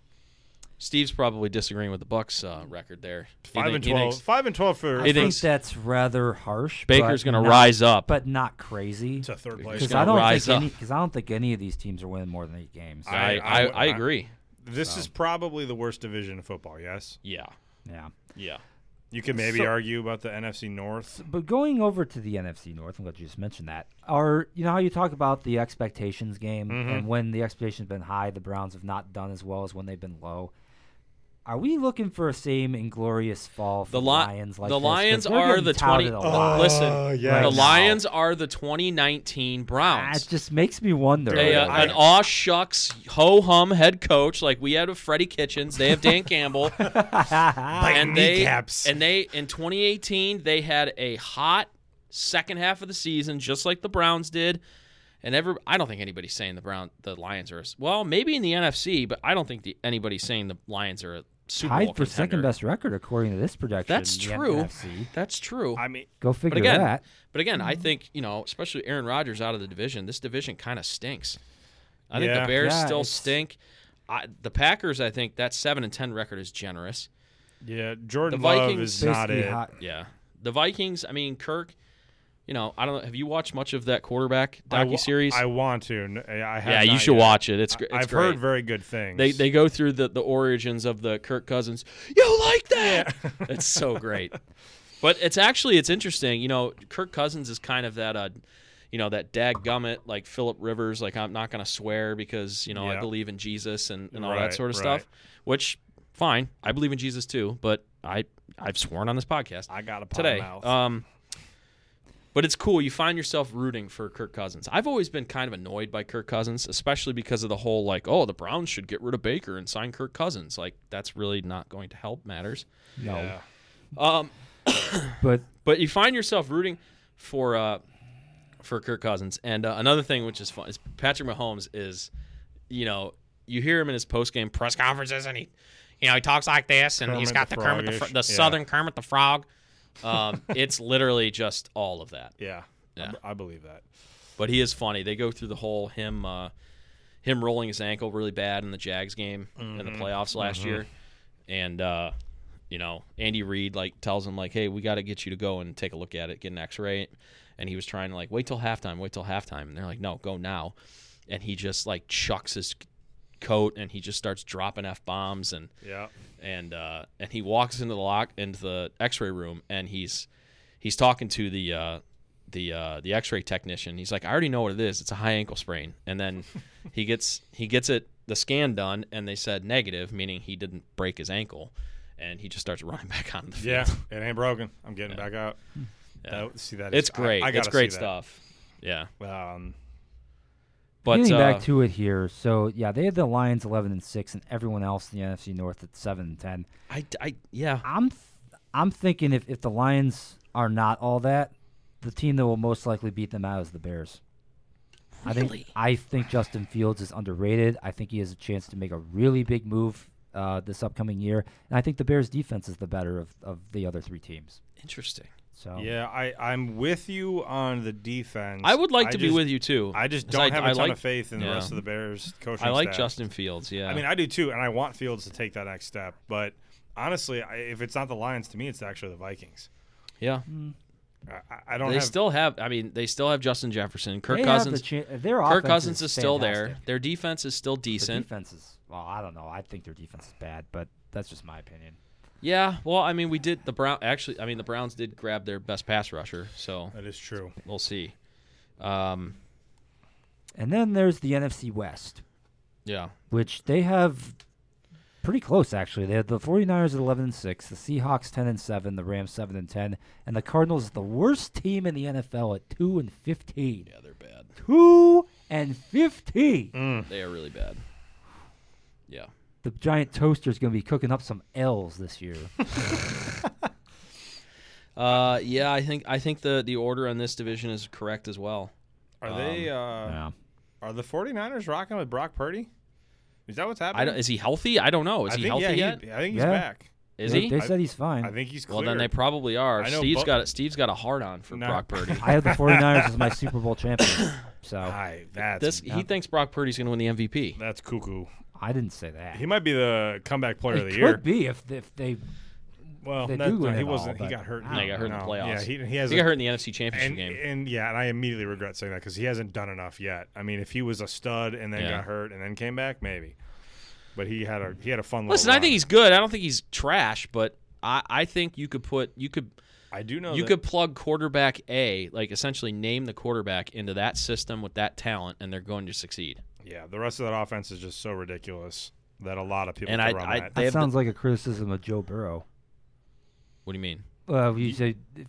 S1: Steve's probably disagreeing with the Bucks uh, record there. He
S2: Five
S1: think-
S2: and
S1: he
S2: twelve.
S1: thinks
S2: Five and twelve for
S3: I
S1: He
S3: think
S1: thinks-
S3: that's rather harsh.
S1: Baker's
S3: but
S1: going to
S3: not-
S1: rise up.
S3: but not crazy.
S2: to third place.
S3: Because
S1: gonna
S3: I don't
S1: rise
S3: think
S1: up.
S3: any. Because I don't think any of these teams are winning more than eight games.
S1: I,
S2: I-
S1: I, I,
S2: I-
S1: agree.
S2: This is probably the worst division in football. Yes,
S1: Yeah.
S3: yeah.
S1: Yeah.
S2: you could maybe
S3: So-
S2: argue about the NFC North.
S3: But going over to the NFC North, I'm glad you just mentioned that. Are you know how you talk about the expectations game
S1: Mm-hmm.
S3: and when the expectations been high, the Browns have not done as well as when they've been low. Are we looking for a same inglorious fall for
S1: The
S3: the
S1: Li-
S3: Lions? Like
S1: the
S3: this? 'Cause
S1: Lions
S3: they're
S1: are
S3: getting
S1: the
S3: touted
S1: 20
S3: a lot.
S2: Oh,
S1: Listen,
S3: Right
S1: the
S3: now.
S1: Lions are the 2019 Browns.
S3: It just makes me wonder.
S1: They, uh,
S3: like,
S1: an aw shucks ho hum head coach like we had with Freddie Kitchens. They have Dan Campbell, and they
S2: kneecaps.
S1: and they in 2018 they had a hot second half of the season, just like the Browns did. And every I don't think anybody's saying the Brown the Lions are well maybe in the NFC, but I don't think the, anybody's saying the Lions are a Super Bowl
S3: tied for
S1: contender.
S3: second best record according to this projection.
S1: That's
S3: in the
S1: true.
S3: NFC.
S1: That's true.
S2: I mean,
S3: Go figure
S1: but again,
S3: that.
S1: but again, I
S2: Mm-hmm.
S1: think you know, especially Aaron Rodgers out of the division. This division kind of stinks. I think
S2: Yeah.
S1: the Bears
S3: Yeah,
S1: still
S3: it's-
S1: stink. I, the Packers, I think that seven and ten record is generous.
S2: yeah, Jordan
S1: The
S2: Love
S1: Vikings
S2: is not
S3: Basically
S2: it.
S3: hot-
S1: Yeah, the Vikings. I mean, Kirk. You know, I don't know. Have you watched much of that quarterback
S2: I wa-
S1: docu series?
S2: I want to. N- I have
S1: Yeah, you
S2: not
S1: should
S2: yet.
S1: watch it. It's, gr- it's
S2: I've
S1: great.
S2: heard very good things.
S1: They they go through the, the origins of the Kirk Cousins. You like that? it's so great. But it's actually it's interesting. You know, Kirk Cousins is kind of that uh, you know, that dadgummit like Philip Rivers. Like I'm not gonna swear because you know I
S2: Yeah.
S1: believe in Jesus and, and all
S2: Right,
S1: that sort of
S2: right.
S1: stuff. Which fine, I believe in Jesus too. But I I've sworn on this podcast
S2: I got a pot
S1: today.
S2: mouth.
S1: Um, but it's cool. You find yourself rooting for Kirk Cousins. I've always been kind of annoyed by Kirk Cousins, especially because of the whole like, oh, the Browns should get rid of Baker and sign Kirk Cousins. Like that's really not going to help matters.
S3: No,
S2: yeah.
S1: Um,
S3: but
S1: but you find yourself rooting for uh, for Kirk Cousins. And uh, another thing which is fun is Patrick Mahomes is, you know, you hear him in his post game press conferences, and he, you know, he talks like this, and he's got
S2: Kermit
S1: the,
S2: the
S1: Kermit the,
S2: Frog-ish.
S1: Fro- the
S2: Yeah.
S1: Southern Kermit the Frog. Um, it's literally just all of that.
S2: Yeah. I
S1: Yeah.
S2: b- I believe that.
S1: But he is funny. They go through the whole him uh, him rolling his ankle really bad in the Jags game in the playoffs last year, and uh, you know Andy Reid like tells him like, hey, we got to get you to go and take a look at it, get an X-ray, and he was trying to like wait till halftime, wait till halftime, and they're like, no, go now, and he just like chucks his coat and he just starts dropping f bombs and
S2: Yeah.
S1: and uh, and he walks into the lock into the X-ray room, and he's he's talking to the uh, the uh, the X-ray technician. He's like, "I already know what it is. It's a high ankle sprain." And then he gets he gets it the scan done, and they said negative, meaning he didn't break his ankle, and he just starts running back on the field.
S2: Yeah. It ain't broken. I'm getting back out.
S1: Yeah.
S2: That- see that?
S1: it's
S2: is-
S1: great.
S2: I, I
S1: it's
S2: gotta
S1: great
S2: see
S1: stuff. Yeah,
S2: That. Um,
S1: but
S3: getting
S1: uh,
S3: back to it here. So yeah, they had the Lions eleven and six, and everyone else in the NFC North at seven and ten.
S1: I, I yeah
S3: I'm th- I'm thinking if, if the Lions are not all that, the team that will most likely beat them out is the Bears. I think
S1: Really?
S3: I think Justin Fields is underrated. I think he has a chance to make a really big move uh, this upcoming year, and I think the Bears defense is the better of, of the other three teams.
S1: interesting.
S3: So
S2: Yeah, I, I'm with you on the defense.
S1: Um, I would like to be
S2: just-
S1: with you too.
S2: I just
S1: 'cause
S2: don't have a
S1: I
S2: ton
S1: like,
S2: of faith in the
S1: yeah.
S2: rest of the Bears coaching
S1: I like
S2: staff.
S1: Justin Fields. Yeah,
S2: I mean, I do too, and I want Fields to take that next step. But honestly, I, if it's not the Lions, to me, it's actually the Vikings.
S1: yeah.
S2: I, I don't
S1: They
S2: have
S1: still have. I mean, they still have Justin Jefferson. Kirk
S3: They have
S1: Cousins.
S3: The chan- their
S1: Kirk
S3: offense
S1: Cousins is still there.
S3: fantastic.
S1: Their defense is still decent.
S3: Their defense is well. I don't know. I think their defense is bad, but that's just my opinion.
S1: Yeah. Well, I mean, we did the Brown. Actually, I mean, the Browns did grab their best pass rusher, so
S2: That is true.
S1: we'll see. Um.
S3: And then there's the NFC West,
S1: Yeah.
S3: which they have pretty close actually. They have the 49ers at 11 and 6, the Seahawks 10 and 7, the Rams 7 and 10, and the Cardinals the worst team in the NFL at 2 and 15.
S1: Yeah, they're bad.
S3: 2 and 15.
S1: They are really bad. Yeah.
S3: Mm. The giant toaster is going to be cooking up some L's this year.
S1: Uh. Yeah. I think. I think the the order on this division is correct as well.
S2: Are
S1: Um,
S2: they? Uh,
S3: yeah.
S2: Are the 49ers rocking with Brock Purdy? Is that what's happening?
S1: I don't. Is he healthy? I don't know. Is
S2: I
S1: he
S2: think,
S1: healthy
S2: yeah,
S1: yet?
S2: He, I think he's
S3: Yeah.
S2: back.
S1: is
S3: they,
S1: he?
S3: They
S2: I-
S3: said he's fine.
S2: I
S3: I,
S2: think he's
S1: Well,
S2: cleared.
S1: then they probably are.
S2: I know
S1: Steve's
S2: Bu-
S1: got. A, Steve's got a hard on for
S2: No.
S1: Brock Purdy.
S3: have the 49ers as my Super Bowl champion. So
S2: Aye, that's
S1: this. He thinks Brock Purdy's going to win the MVP.
S2: that's cuckoo.
S3: I didn't say that.
S2: He might be the comeback player
S3: It
S2: of the
S3: could
S2: year.
S3: be if if they
S2: Well,
S3: They
S2: that-
S3: do win
S2: he
S3: it all,
S2: wasn't. he
S3: but-
S2: got hurt.
S3: Yeah, he
S1: got hurt in the
S2: no.
S1: playoffs.
S2: Yeah, he, he has.
S1: He
S2: a-
S1: got hurt in the NFC Championship
S2: and,
S1: game.
S2: and yeah, and I immediately regret saying that because he hasn't done enough yet. I mean, if he was a stud and then
S1: Yeah.
S2: got hurt and then came back, maybe. But he had a he had a fun.
S1: Listen,
S2: little
S1: I think he's good. I don't think he's trash, but I, I think you could put you could
S2: I do
S3: Oh,
S2: know
S1: you
S2: that-
S1: could plug quarterback A, like essentially name the quarterback into that system with that talent, and they're going to succeed.
S2: Yeah, the rest of that offense is just so ridiculous that a lot of people
S1: And
S2: throw
S1: I-
S2: on
S1: I-
S2: that.
S1: They
S3: That
S1: have the-
S3: sounds like a criticism of Joe Burrow.
S1: What do you mean?
S3: Well, you say if,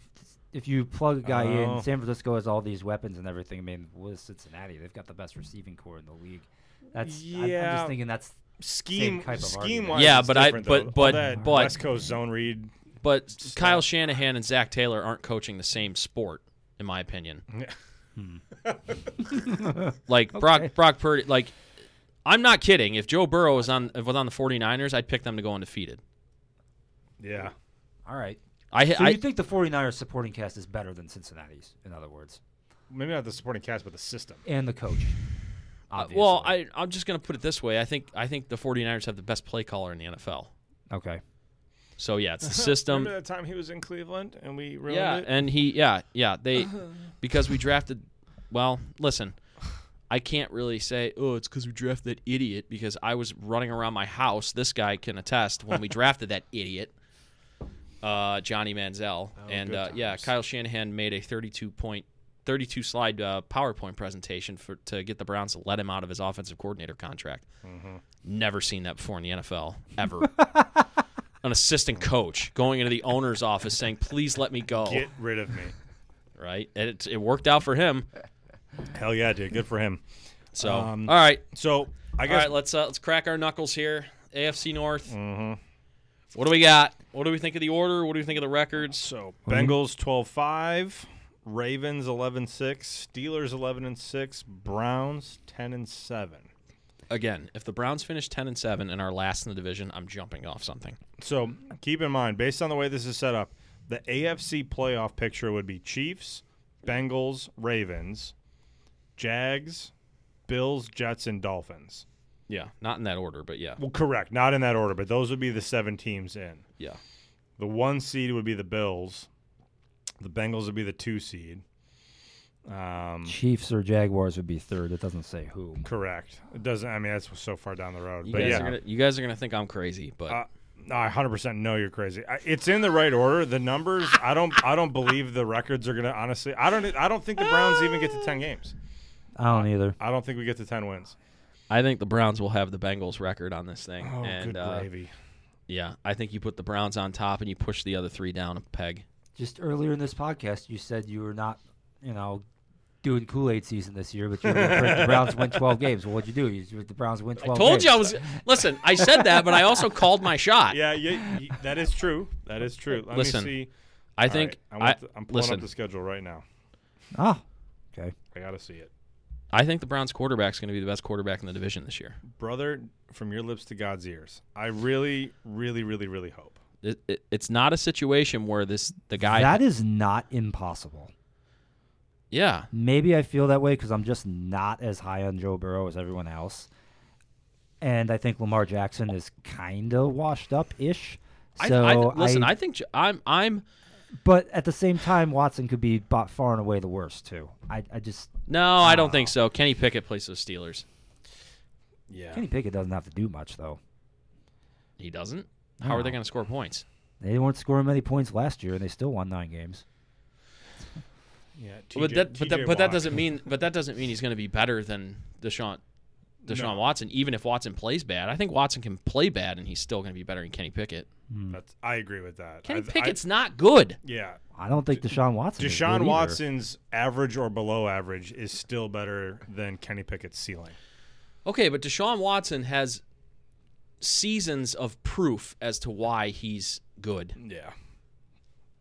S3: if you plug a guy
S2: Oh.
S3: in, San Francisco has all these weapons and everything. I mean, what is Cincinnati? They've got the best receiving core in the league. That's I, am
S2: Yeah.
S3: just thinking that's
S2: scheme
S3: type of
S2: scheme wise.
S3: argument.
S1: Yeah, but I- but- but-
S2: that
S1: but-
S2: West Coast zone read.
S1: But Kyle Shanahan and Zach Taylor aren't coaching the same sport, in my opinion.
S3: Hmm.
S1: like Brock Brock Purdy, like I'm not kidding. If Joe Burrow was on was on the 49ers, I'd pick them to go undefeated.
S2: Yeah,
S3: all right.
S1: I
S3: So
S1: I
S3: you think the 49ers supporting cast is better than Cincinnati's, in other words,
S2: maybe not the supporting cast, but the system.
S3: and the coach?
S1: Uh, well,
S3: obviously.
S1: I, I'm just going to put it this way. I think I think the 49ers have the best play caller in the NFL.
S3: okay.
S1: So yeah, it's the
S2: Remember
S1: system.
S2: that time he was in Cleveland and we ruined
S1: Um, yeah,
S2: it.
S1: and he yeah yeah they because we drafted. Well, listen, I can't really say oh it's because we drafted that idiot because I was running around my house. This guy can attest when we drafted that idiot. Uh, Johnny Manziel and
S2: Oh,
S1: uh,
S2: good
S1: yeah,
S2: times.
S1: Kyle Shanahan made a 32 point, 32 slide uh, PowerPoint presentation for to get the Browns to let him out of his offensive coordinator contract.
S2: Mm-hmm.
S1: Never seen that before in the NFL ever. An assistant coach going into the owner's office saying, "Please let me go."
S2: Get rid of me.
S1: Right, and it, it worked out for him.
S2: Hell yeah, dude. Good for him.
S1: So,
S2: Um,
S1: all right,
S2: So I
S1: all
S2: guess
S1: right, let's uh, let's crack our knuckles here. AFC North.
S2: Mm-hmm.
S1: What do we got? What do we think of the order? What do we think of the records?
S2: so.
S1: Mm-hmm.
S2: Bengals 12-5, Ravens 11-6, Steelers 11 and 6, Browns 10 and 7.
S1: Again, if the Browns finish ten and seven and are last in the division, I'm jumping off something.
S2: So keep in mind, based on the way this is set up, the AFC playoff picture would be Chiefs, Bengals, Ravens, Jags, Bills, Jets, and Dolphins.
S1: Yeah, not in that order, but yeah,
S2: Well, correct. Not in that order, but those would be the seven teams in.
S1: yeah.
S2: The one seed would be the Bills. The Bengals would be the two seed. Um,
S3: Chiefs or Jaguars would be third. It doesn't say who.
S2: correct. It doesn't. I mean, that's so far down the road.
S1: You
S2: but
S1: guys
S2: yeah,
S1: are gonna you guys are gonna think I'm crazy, but
S2: Uh, no, I hundred percent know you're crazy. I, it's in the right order. The numbers, I don't, I don't believe the records are gonna. Honestly, I don't, I don't think the Browns even get to ten games.
S3: I don't either.
S2: I don't think we get to ten wins.
S1: I think the Browns will have the Bengals record on this thing.
S2: Oh,
S1: and
S2: good
S1: uh,
S2: gravy!
S1: yeah, I think you put the Browns on top and you push the other three down a peg.
S3: Just earlier in this podcast, you said you were not, you know, doing Kool Aid season this year, but you were gonna predict the Browns win 12 games. Well, what'd you do? You said the Browns win
S2: Oh,
S3: 12.
S1: Told
S3: games.
S1: you I was. Listen, I said that, but I also called my shot.
S2: Yeah, yeah, y- that is true. That is true. Let
S1: Listen,
S2: me see.
S1: I
S2: All
S1: think
S2: right, I
S1: I,
S2: want the- I'm pulling
S1: listen.
S2: up the schedule right now.
S3: Oh, okay.
S2: I gotta see it,
S1: I think the Browns quarterback's going to be the best quarterback in the division this year.
S2: brother. From your lips to God's ears. I really, really, really, really hope.
S1: It, it, it's not a situation where this the guy.
S3: that is not impossible.
S1: yeah,
S3: Maybe I feel that way because I'm just not as high on Joe Burrow as everyone else. And I think Lamar Jackson is kind of washed up ish. So
S1: I, I, listen, I, think J- I'm I'm
S3: But at the same time, Watson could be bought far and away the worst too. I, I just
S1: No, I don't think so. Kenny Pickett plays those Steelers.
S2: Yeah.
S3: Kenny Pickett doesn't have to do much though.
S1: He doesn't. How are they
S3: No.
S1: going to score points?
S3: They weren't scoring many points last year, and they still won nine games.
S2: Yeah.
S1: but
S2: TJ
S1: that, but,
S2: TJ
S1: that, but that
S2: Watt.
S1: doesn't mean but that doesn't mean he's going to be better than Deshaun Deshaun
S2: No.
S1: Watson. Even if Watson plays bad, I think Watson can play bad and he's still going to be better than Kenny Pickett.
S2: That's, I agree with that.
S1: Kenny
S2: I- I-
S1: Pickett's not good.
S2: yeah.
S3: I don't think Deshaun Watson. is good
S2: Deshaun
S3: either.
S2: Watson's average or below average is still better than Kenny Pickett's ceiling.
S1: Okay, but Deshaun Watson has seasons of proof as to why he's good.
S2: Yeah.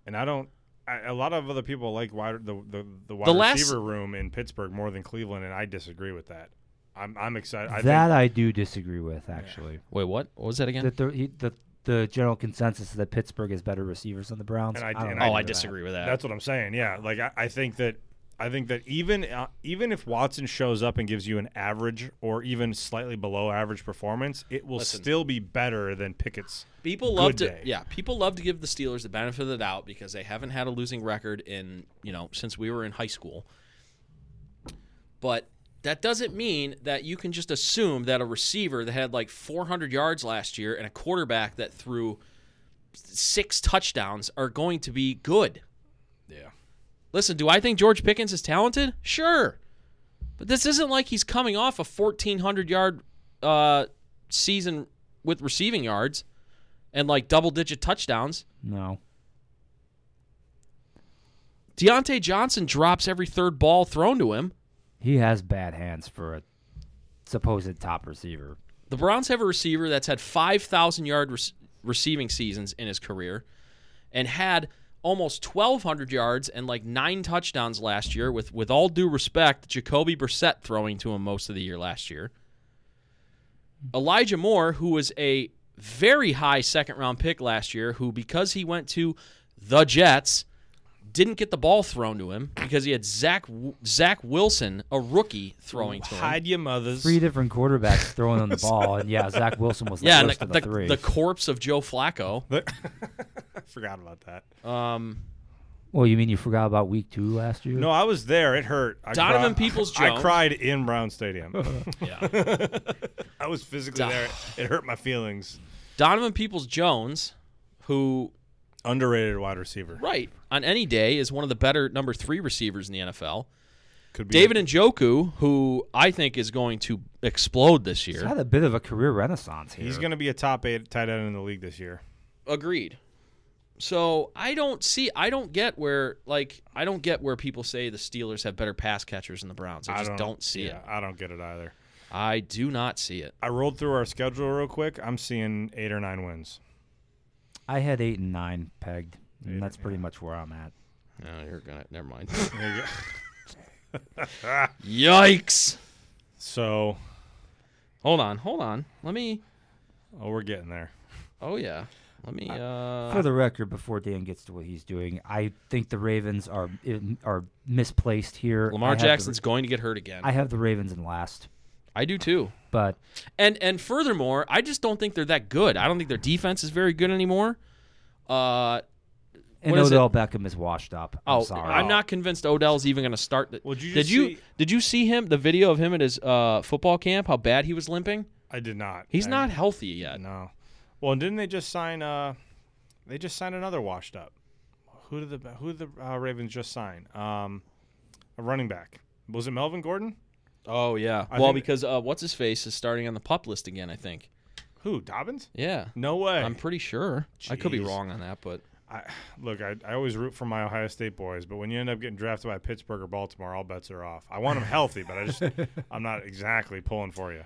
S2: And I don't. I, a lot of other people like wide the the, the wide
S1: The last-
S2: receiver room in Pittsburgh more than Cleveland, and I disagree with that. I'm I'm excited. I
S3: that
S2: think,
S3: I do disagree with actually.
S1: Wait, what? What was that again?
S3: That the, he, the the general consensus is that Pittsburgh has better receivers than the Browns.
S2: And I-
S3: don't
S2: and
S3: know
S1: oh, I
S3: about that.
S1: disagree with that.
S2: that's what I'm saying. Yeah, like I, I think that I think that even uh, even if Watson shows up and gives you an average or even slightly below average performance, it will
S1: Listen.
S2: still be better than Pickett's.
S1: People love
S2: good
S1: to
S2: day.
S1: yeah, people love to give the Steelers the benefit of the doubt because they haven't had a losing record in, you know, since we were in high school. But that doesn't mean that you can just assume that a receiver that had like 400 yards last year and a quarterback that threw six touchdowns are going to be good.
S2: Yeah.
S1: Listen, do I think George Pickens is talented? Sure. But this isn't like he's coming off a 1,400 yard uh, season with receiving yards and like double digit touchdowns.
S3: No.
S1: Deontay Johnson drops every third ball thrown to him.
S3: He has bad hands for a supposed top receiver.
S1: The Browns have a receiver that's had 5,000 yard rec- receiving seasons in his career and had almost 1,200 yards and like nine touchdowns last year, with, with all due respect, Jacoby Brissett throwing to him most of the year last year. Elijah Moore, who was a very high second round pick last year, who, because he went to the Jets, didn't get the ball thrown to him because he had Zach Zach Wilson, a rookie, throwing to him.
S2: Hide your mothers.
S3: Three different quarterbacks throwing on the ball, and yeah, Zach Wilson was the
S1: yeah, and
S3: worst
S1: the,
S3: of the,
S1: the,
S3: three.
S1: the corpse of Joe Flacco.
S2: I forgot about that.
S1: Um,
S3: well, you mean you forgot about week two last year?
S2: No, I was there. It hurt. I
S1: Donovan Peoples-Jones.
S2: I cried in Brown Stadium.
S1: yeah.
S2: I was physically there. It hurt my feelings.
S1: Donovan Peoples Jones, who,
S2: Underrated wide receiver.
S1: right, on any day is one of the better number three receivers in the NFL.
S2: Could be
S1: David Njoku, who I think is going to explode this
S3: He's
S1: year.
S3: had a bit of a career renaissance here.
S2: He's going to be a top eight tight end in the league this year.
S1: Agreed. So I don't see, I don't get where, like, I don't get where people say the Steelers have better pass catchers than the Browns. I just don't, see
S2: yeah,
S1: it.
S2: I don't get it either.
S1: I do not see it.
S2: I rolled through our schedule real quick. I'm seeing eight or nine wins.
S3: I had eight and nine pegged, and that's pretty much where I'm at.
S1: No, you're gonna. Never mind.
S2: There you go.
S1: Yikes!
S2: so,
S1: Hold on, hold on. Let me.
S2: oh, we're getting there.
S1: Oh yeah. Let me. Uh,
S3: For the record, before Dan gets to what he's doing, I think the Ravens are are misplaced here. I
S1: Lamar
S3: have the-
S1: Jackson's going to get hurt again.
S3: I
S1: I,
S3: have the Ravens in last,
S1: do too.
S3: but
S1: And and furthermore, I just don't think they're that good. I don't think their defense is very good anymore. Uh
S3: and
S1: What is it?
S3: Odell Beckham is washed up. I'm
S1: oh,
S3: sorry.
S1: I'm not convinced Odell's even going to start. The,
S2: Well, did you
S1: did
S2: just
S1: you
S2: see-
S1: did you see him the video of him at his uh, football camp? How bad he was limping.
S2: I did not.
S1: He's
S2: I-
S1: not healthy yet.
S2: No. Well, didn't they just sign? Uh, they just signed another washed up. Who did the Who did the uh, Ravens just sign? Um, a running back. Was it Melvin Gordon?
S1: Oh yeah.
S2: I
S1: well,
S2: think-
S1: because uh, what's his face is starting on the pup list again. I think.
S2: Who Dobbins?
S1: Yeah.
S2: No way.
S1: I'm pretty sure. I could be
S2: Jeez.
S1: wrong on that, but
S2: I, look, I, I always root for my Ohio State boys, but when you end up getting drafted by Pittsburgh or Baltimore, all bets are off. I want them healthy, but I just I'm not exactly pulling for you.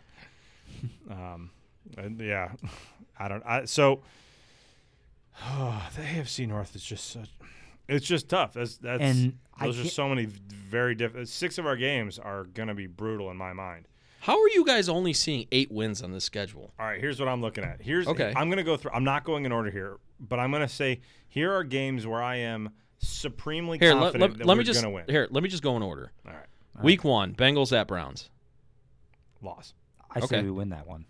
S2: Um, and yeah, I don't. I so the AFC North is just such. It's just tough. That's that's.
S3: And I
S2: there's
S3: can't-
S2: just so many very different. Six of our games are gonna be brutal in my mind.
S1: how are you guys only seeing eight wins on this schedule?
S2: All right, here's what I'm looking at. Here's
S1: Okay.
S2: I'm gonna go through. I'm not going in order here, but I'm gonna say here are games where I am supremely
S1: Here, let,
S2: confident
S1: let,
S2: that
S1: let
S2: we're
S1: me just
S2: gonna win.
S1: here. Let me just go in order.
S2: All right,
S1: Week one, Bengals at Browns.
S2: loss.
S3: I say
S1: Okay.
S3: we win that one.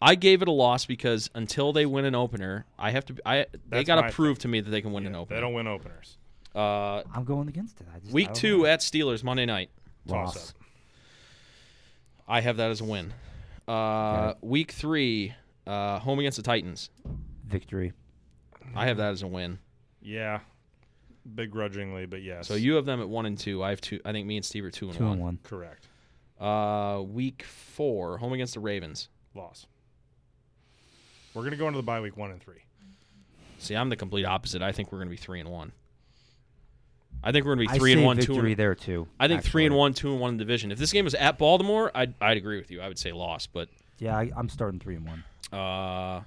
S1: I gave it a loss because until they win an opener, I have to. I they
S2: That's
S1: got
S2: my
S1: to prove to me that they can win an
S2: They
S1: opener.
S2: don't win openers.
S1: Uh,
S3: I'm going against it. I just, I
S1: week
S3: don't
S1: two
S3: know.
S1: at Steelers Monday night.
S3: loss.
S2: Toss up.
S1: I have that as a win. Uh, Week three, uh, home against the Titans.
S3: victory.
S1: I have that as a win.
S2: Yeah, begrudgingly, but yes.
S1: So you have them at one and two. I have two. I think me and Steve are two and
S3: Two
S1: one.
S3: and one.
S2: correct
S1: Uh, week four, home against the Ravens.
S2: loss. We're gonna go into the bye week one and three.
S1: See, I'm the complete opposite. I think we're going to be three and one. I think we're going to
S3: I
S1: be three and
S3: say
S1: one, two.
S3: victory
S1: And,
S3: there too.
S1: I think three and
S3: actually.
S1: one, two and one in the division. If this game was at Baltimore, I'd, I'd agree with you. I would say loss, but
S3: Yeah, I, I'm starting three and one.
S1: uh,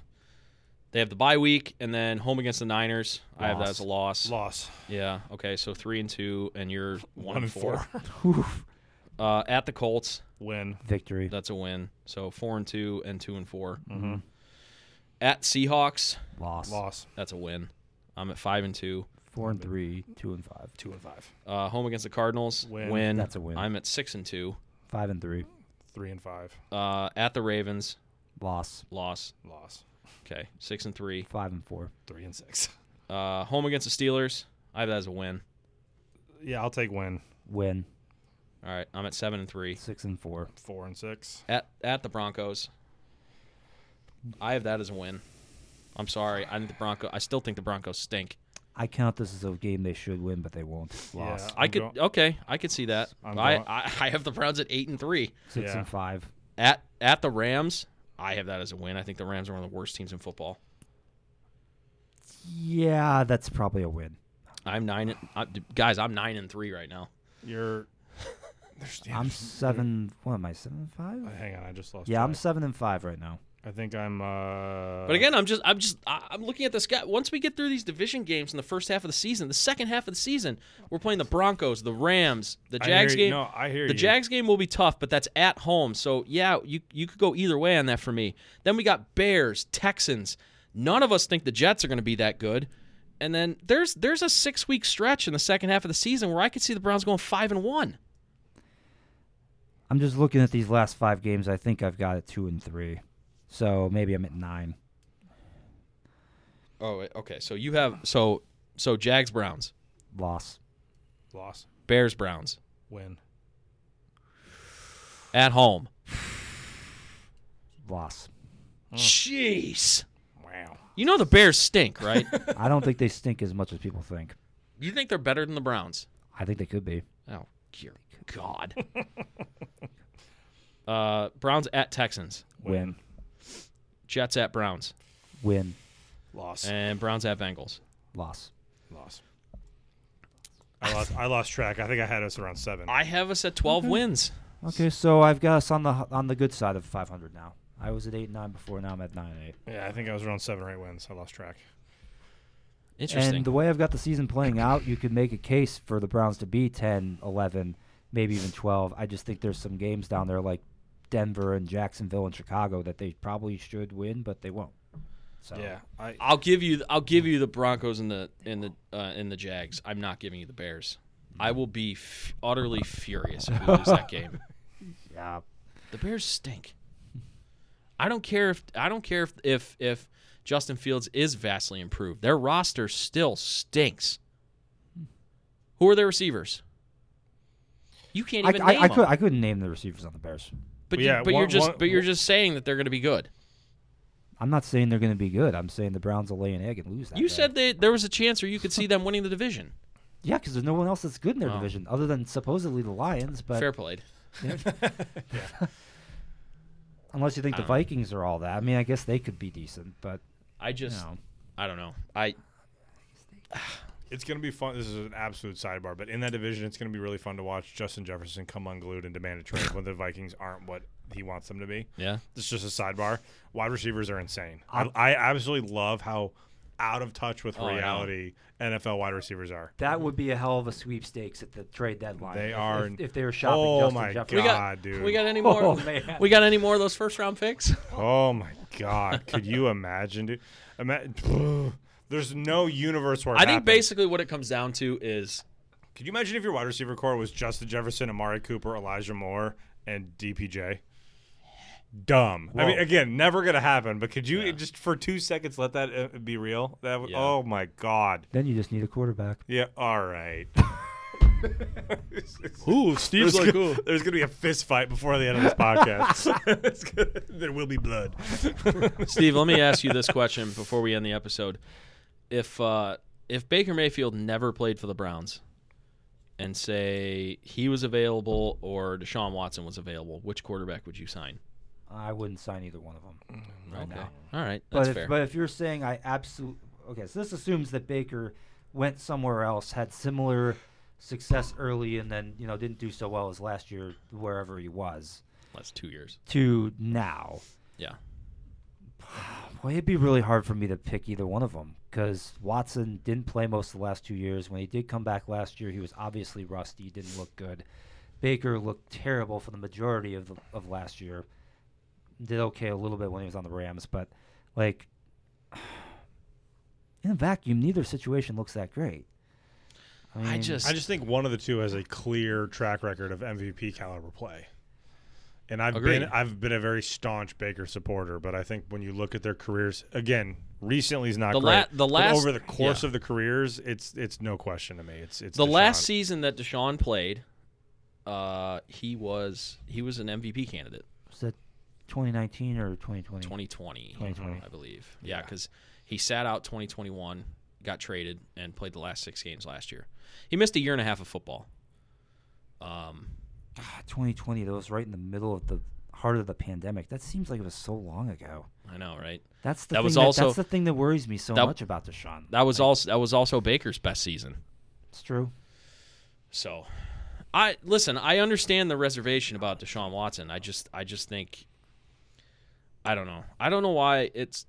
S1: they have the bye week and then home against the Niners. I have that
S3: Loss.
S1: as a loss.
S2: Loss.
S1: Yeah. Okay. So three and two, and you're one, and four.
S3: Oof.
S1: Uh, at the Colts,
S2: Win.
S3: Victory.
S1: that's a win. So four and two and two and 4
S2: Mhm.
S1: At Seahawks,
S3: Loss.
S2: Loss.
S1: that's a win. I'm at five and two.
S3: Four and three. Two and five.
S2: Two and five.
S1: Uh, home against the Cardinals,
S2: Win.
S3: That's a win.
S1: I'm at six and two.
S3: Five and three.
S2: Three and five.
S1: Uh, at the Ravens,
S3: Loss.
S1: loss.
S2: Loss.
S1: Okay, six and three.
S3: Five and four.
S2: Three and six.
S1: Uh, home against the Steelers, I have that as a win.
S2: Yeah, I'll take win.
S3: Win.
S1: All right, I'm at seven and three.
S3: Six and four.
S2: Four and six.
S1: At at the Broncos, I have that as a win. I'm sorry, I think the Bronco. I still think the Broncos stink.
S3: I count this as a game they should win, but they won't. Loss.
S2: Yeah.
S1: i
S2: I'm
S1: could
S2: go-
S1: okay, I could see that.
S2: I'm
S1: I,
S2: go-
S1: I I have the Browns at eight and three.
S3: Six
S2: Yeah.
S3: and five.
S1: At at the Rams, I have that as a win. I think the Rams are one of the worst teams in football.
S3: Yeah, that's probably a win.
S1: I'm nine. and- I, guys, I'm nine and three right now.
S2: You're. There's, yeah,
S3: I'm
S2: there's-
S3: seven. What am I? Seven and
S2: uh,
S3: five?
S2: Hang on, I just lost.
S3: Yeah, I'm
S2: track.
S3: seven and five right now.
S2: I think I'm. uh
S1: But again, I'm just, I'm just, I- I'm looking at this guy. Once we get through these division games in the first half of the season, the second half of the season, we're playing the Broncos, the Rams, the
S2: I hear
S1: Jags
S2: you.
S1: game.
S2: No, I hear
S1: the
S2: you.
S1: Jags game will be tough, but that's at home. So yeah, you you could go either way on that for me. Then we got Bears, Texans. None of us think the Jets are going to be that good. And then there's there's a six week stretch in the second half of the season where I could see the Browns going five and one.
S3: I'm just looking at these last five games. I think I've got it two and three. So maybe I'm at nine.
S1: Oh, wait, okay. So you have so so Jags Browns,
S3: Loss.
S2: Loss.
S1: Bears Browns
S2: Win.
S1: at home.
S3: Loss.
S1: Jeez.
S2: Wow.
S1: You know the Bears stink, right?
S3: I don't think they stink as much as people think.
S1: you think they're better than the Browns?
S3: I think they could be.
S1: Oh, dear God. uh, Browns at Texans,
S3: Win.
S1: Jets at Browns,
S3: Win.
S2: Loss.
S1: and Browns at Bengals.
S3: Loss.
S2: Loss. I lost. I lost track. I think I had us around seven.
S1: I have us at 12 wins.
S3: Okay, so I've got us on the on the good side of 500 now. I was at eight and nine before. Now I'm at nine and eight.
S2: yeah, I think I was around seven or eight wins. I lost track.
S1: Interesting.
S3: And the way I've got the season playing out, you could make a case for the Browns to be 10, 11, maybe even 12. I just think there's some games down there like Denver and Jacksonville and Chicago that they probably should win, but they won't. So
S2: Yeah. I.
S1: I'll give you I'll give you the Broncos and the and the uh, and the Jags. I'm not giving you the Bears. I will be f- utterly furious if we lose that game.
S3: yeah,
S1: The Bears stink. I don't care if I don't care if if, if Justin Fields is vastly improved. Their roster still stinks. Who are their receivers? You can't
S3: I,
S1: even name
S3: I, I, could,
S1: them.
S3: I couldn't name the receivers on the Bears.
S1: but
S2: Well,
S1: you,
S2: yeah,
S1: but you're
S2: one-
S1: just
S2: one-
S1: but you're just saying that they're going to be good.
S3: I'm not saying they're going to be good. I'm saying the Browns will lay an egg and lose that.
S1: You
S3: game.
S1: said they, there was a chance or you could see them winning the division.
S3: yeah, because there's no one else that's good in their
S1: Oh.
S3: division other than supposedly the Lions. But
S1: Fair played.
S3: unless you think
S1: I
S3: the
S1: don't know.
S3: Vikings are all that, I mean, I guess they could be decent. But
S1: I
S3: you
S1: just
S3: know.
S1: I don't know. I
S2: It's gonna be fun. This is an absolute sidebar, but in that division, it's gonna be really fun to watch Justin Jefferson come unglued and demand a trade when the Vikings aren't what he wants them to be.
S1: yeah.
S2: It's just a sidebar. Wide receivers are insane. I, I absolutely love how out of touch with
S1: Oh, I know.
S2: reality NFL wide receivers are.
S3: That would be a hell of a sweepstakes at the trade deadline.
S2: Mm-hmm. They
S3: if,
S2: are-
S3: If, if they were shopping
S2: Oh
S3: Justin
S2: my
S3: Jefferson.
S1: We got
S2: God, dude.
S1: we got any more
S3: Oh, man.
S1: we got any more of those first round picks?
S2: Oh my god! Could you imagine, dude? Ima- There's no universe where it
S1: I think
S2: happens.
S1: basically what it comes down to is
S2: Could you imagine if your wide receiver core was Justin Jefferson, Amari Cooper, Elijah Moore, and DPJ? dumb. I mean,
S1: Whoa.
S2: again, never gonna happen. But could you
S1: Yeah.
S2: just for two seconds let that uh, be real? That w-
S1: Yeah.
S2: oh my god.
S3: Then you just need a quarterback.
S2: Yeah. All right.
S1: Ooh,
S2: There's,
S1: Steve's
S2: gonna, there's gonna be a fist fight before the end of this podcast. It's gonna- there will be blood.
S1: Steve, let me ask you this question before we end the episode. If uh, if Baker Mayfield never played for the Browns, and say he was available or Deshaun Watson was available, which quarterback would you sign?
S3: I wouldn't sign either one of
S2: Mm,
S3: them. Right
S1: okay,
S3: now.
S1: all right,
S3: But
S1: that's
S3: if,
S1: fair.
S3: but if you're saying I absolutely okay, so this assumes that Baker went somewhere else, had similar success early, and then you know didn't do so well as last year wherever he was
S1: that's two years.
S3: to now.
S1: Yeah,
S3: Well, it'd be really hard for me to pick either one of them because Watson didn't play most of the last two years. When he did come back last year, he was obviously rusty, didn't look good. Baker looked terrible for the majority of the, of last year. Did okay a little bit when he was on the Rams, but like in a vacuum, neither situation looks that great.
S1: I just-
S2: I just think one of the two has a clear track record of MVP caliber play. And I've
S1: Agreed.
S2: been I've been a very staunch Baker supporter, but I think when you look at their careers again, recently is not
S1: The
S2: great.
S1: la- the
S2: but
S1: last-
S2: over the course
S1: yeah.
S2: of the careers, it's it's no question to me. It's it's
S1: the
S2: Deshaun.
S1: last season that Deshaun played, uh, he was he was an MVP candidate.
S3: was that 2019 or 2020?
S1: 2020,
S3: 2020.
S1: I believe. Yeah, because he sat out 2021, got traded, and played the last six games last year. He missed a year and a half of football. Um,
S3: Ah, 2020. That was right in the middle of the heart of the pandemic. That seems like it was so long ago.
S1: I know, right?
S3: That's the
S1: That
S3: thing
S1: was
S3: that,
S1: also-
S3: that's the thing that worries me so
S1: that-
S3: much about Deshaun.
S1: That was also that was also Baker's best season.
S3: It's true.
S1: So, I listen. I understand the reservation about Deshaun Watson. I just I just think I don't know. I don't know why it's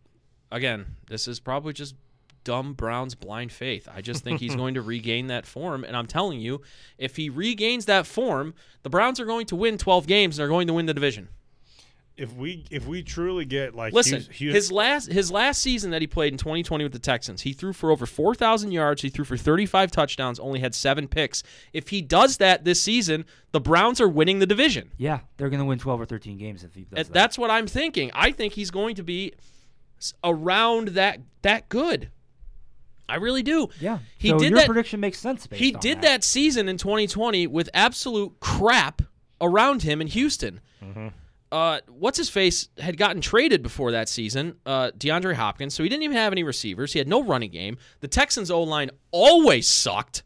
S1: again. This is probably just dumb Brown's blind faith. I just think he's going to regain that form, and I'm telling you, if he regains that form, the Browns are going to win 12 games and they're going to win the division.
S2: If we if we truly get like
S1: Listen,
S2: Hughes- Hughes-
S1: his last his last season that he played in 2020 with the Texans, he threw for over 4,000 yards. He threw for 35 touchdowns. Only had seven picks. If he does that this season, the Browns are winning the division.
S3: Yeah, they're going to win 12 or 13 games if he does
S1: And
S3: that.
S1: That's what I'm thinking. I think he's going to be s- around that that good. I really do.
S3: yeah.
S1: he
S3: so
S1: did
S3: your
S1: that.
S3: prediction makes sense. Based
S1: he
S3: on
S1: did that. season in 2020 with absolute crap around him in Houston. Uh, what's his face had gotten traded before that season, uh, DeAndre Hopkins. So he didn't even have any receivers. He had no running game. The Texans' O line always sucked.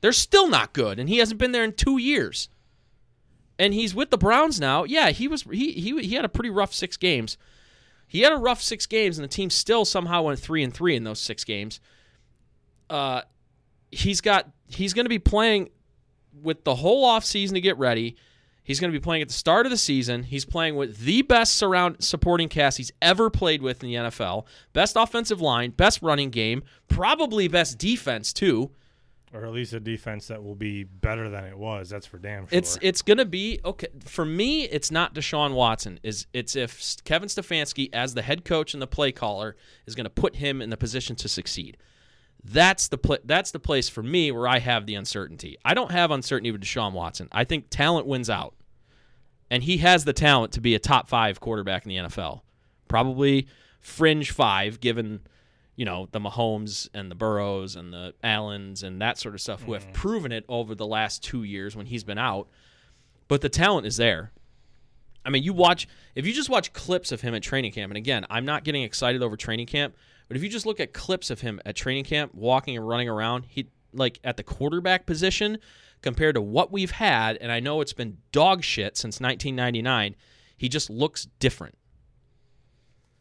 S1: They're still not good, and he hasn't been there in two years. And he's with the Browns now. Yeah, he was he he he had a pretty rough six games. He had a rough six games, and the team still somehow went three and three in those six games. Uh, he's got he's going to be playing with the whole offseason to get ready. He's going to be playing at the start of the season. He's playing with the best surround supporting cast he's ever played with in the NFL. Best offensive line, best running game, probably best defense too.
S2: or at least a defense that will be better than it was. That's for damn sure.
S1: It's it's going to be okay for me. It's not Deshaun Watson. Is it's if S- Kevin Stefanski as the head coach and the play caller is going to put him in the position to succeed. That's the pla that's the place for me where I have the uncertainty. I don't have uncertainty with Deshaun Watson. I think talent wins out, and he has the talent to be a top five quarterback in the NFL, probably fringe five given. You know the Mahomes and the Burrows and the Allens and that sort of stuff who have proven it over the last two years when he's been out but the talent is there. I mean, you watch if you just watch clips of him at training camp, and again, I'm not getting excited over training camp, but if you just look at clips of him at training camp, walking and running around, he like at the quarterback position compared to what we've had, and I know it's been dog shit since 1999. He just looks different,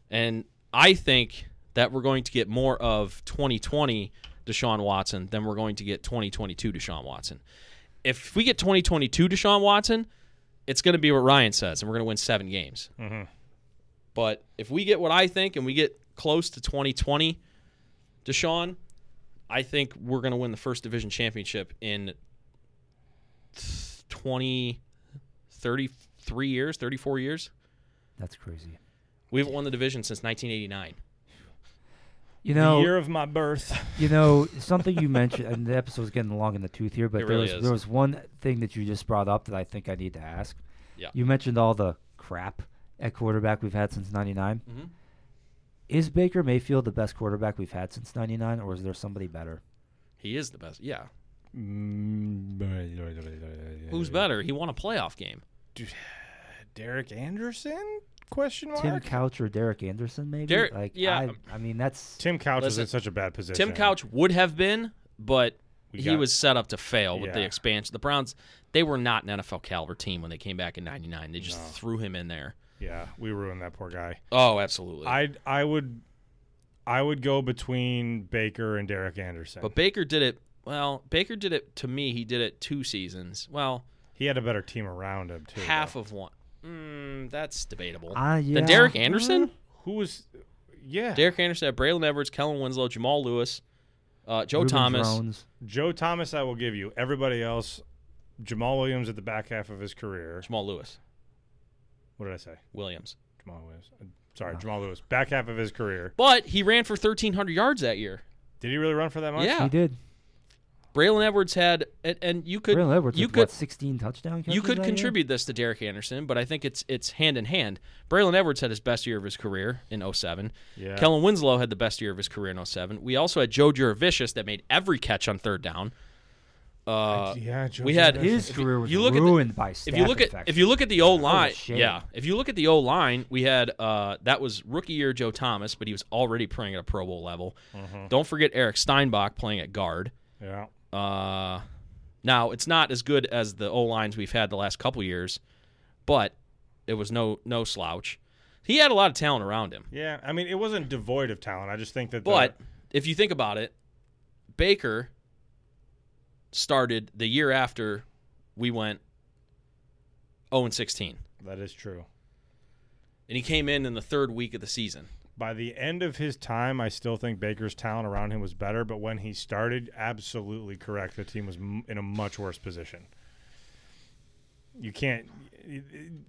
S1: and I think that we're going to get more of 2020 Deshaun Watson than we're going to get 2022 Deshaun Watson if we get 2022 Deshaun Watson, it's going to be what Ryan says, and we're going to win seven games. But if we get what I think and we get close to 2020 Deshaun, I think we're going to win the first division championship in th- 20, 33 years, 34 years.
S3: That's crazy.
S1: We haven't won the division since 1989.
S3: You
S2: the
S3: know,
S2: year of my birth.
S3: you know something you mentioned, and the episode's getting long in the tooth here, but
S1: It
S3: there
S1: really
S3: was
S1: is.
S3: there was one thing that you just brought up that I think I need to ask.
S1: Yeah.
S3: You mentioned all the crap at quarterback we've had since 99.
S1: Mm-hmm.
S3: Is Baker Mayfield the best quarterback we've had since 99, or is there somebody better?
S1: He is the best. Yeah.
S2: Mm,
S1: Who's better? He won a playoff game.
S2: Derek Anderson? Question mark.
S3: Tim Couch or Derek Anderson, maybe?
S1: Derek-
S3: like,
S1: yeah.
S3: I, I mean, that's.
S2: Tim Couch is
S1: Listen,
S2: in such a bad position.
S1: Tim Couch would have been, but
S2: We
S1: he
S2: got-
S1: was set up to fail with the
S2: Yeah.
S1: expansion. The Browns, they were not an NFL caliber team when they came back in '99. They just
S2: No.
S1: threw him in there.
S2: Yeah, we ruined that poor guy.
S1: Oh, absolutely.
S2: I I would I would go between Baker and Derek Anderson.
S1: but Baker did it. Well, Baker did it to me. He did it two seasons. Well,
S2: he had a better team around him too.
S1: half
S2: though.
S1: of one. Mm, that's debatable.
S3: Uh, yeah. Mm-hmm.
S1: Then Derek Anderson.
S2: who was yeah.
S1: Derek Anderson had Braylon Edwards, Kellen Winslow, Jamal Lewis, uh, Joe
S3: Reuben
S1: Thomas.
S3: Drones.
S2: Joe Thomas I will give you. Everybody else Jamal Williams at the back half of his career.
S1: Jamal Lewis.
S2: What did I say?
S1: Williams.
S2: Jamal Williams. Uh, Sorry, Jamal Lewis. Back half of his career.
S1: But he ran for 1,300 yards that year.
S2: Did he really run for that much?
S1: Yeah.
S3: He did.
S1: Braylon Edwards had, and, and you could,
S3: Braylon Edwards,
S1: you
S3: with,
S1: could,
S3: what, 16 touchdown catches
S1: you could
S3: that year?
S1: contribute this to Derek Anderson, but I think it's it's hand in hand. Braylon Edwards had his best year of his career in 07.
S2: Yeah.
S1: Kellen Winslow had the best year of his career in 07. We also had Joe Juravicious that made every catch on third down. Uh,
S2: yeah, Joe
S1: we had-
S2: Thomas.
S3: His
S1: If you-
S3: career was
S1: you look at the-
S3: ruined by staff
S1: if you look at
S3: infections.
S1: if you look at the O line,
S3: shit.
S1: yeah. If you look at the O line, we had uh, that was rookie year Joe Thomas, but he was already playing at a Pro Bowl level. Don't forget Eric Steinbach playing at guard.
S2: Yeah.
S1: Uh, now it's not as good as the O lines we've had the last couple years, but it was no no slouch. He had a lot of talent around him.
S2: Yeah, I mean it wasn't devoid of talent. I just think that the-
S1: But if you think about it, Baker started the year after we went 0 and 16,
S2: that is true.
S1: and he came in in the third week of the season.
S2: By the end of his time, I still think Baker's talent around him was better, but when he started, absolutely correct. The team was m- in a much worse position. You can't.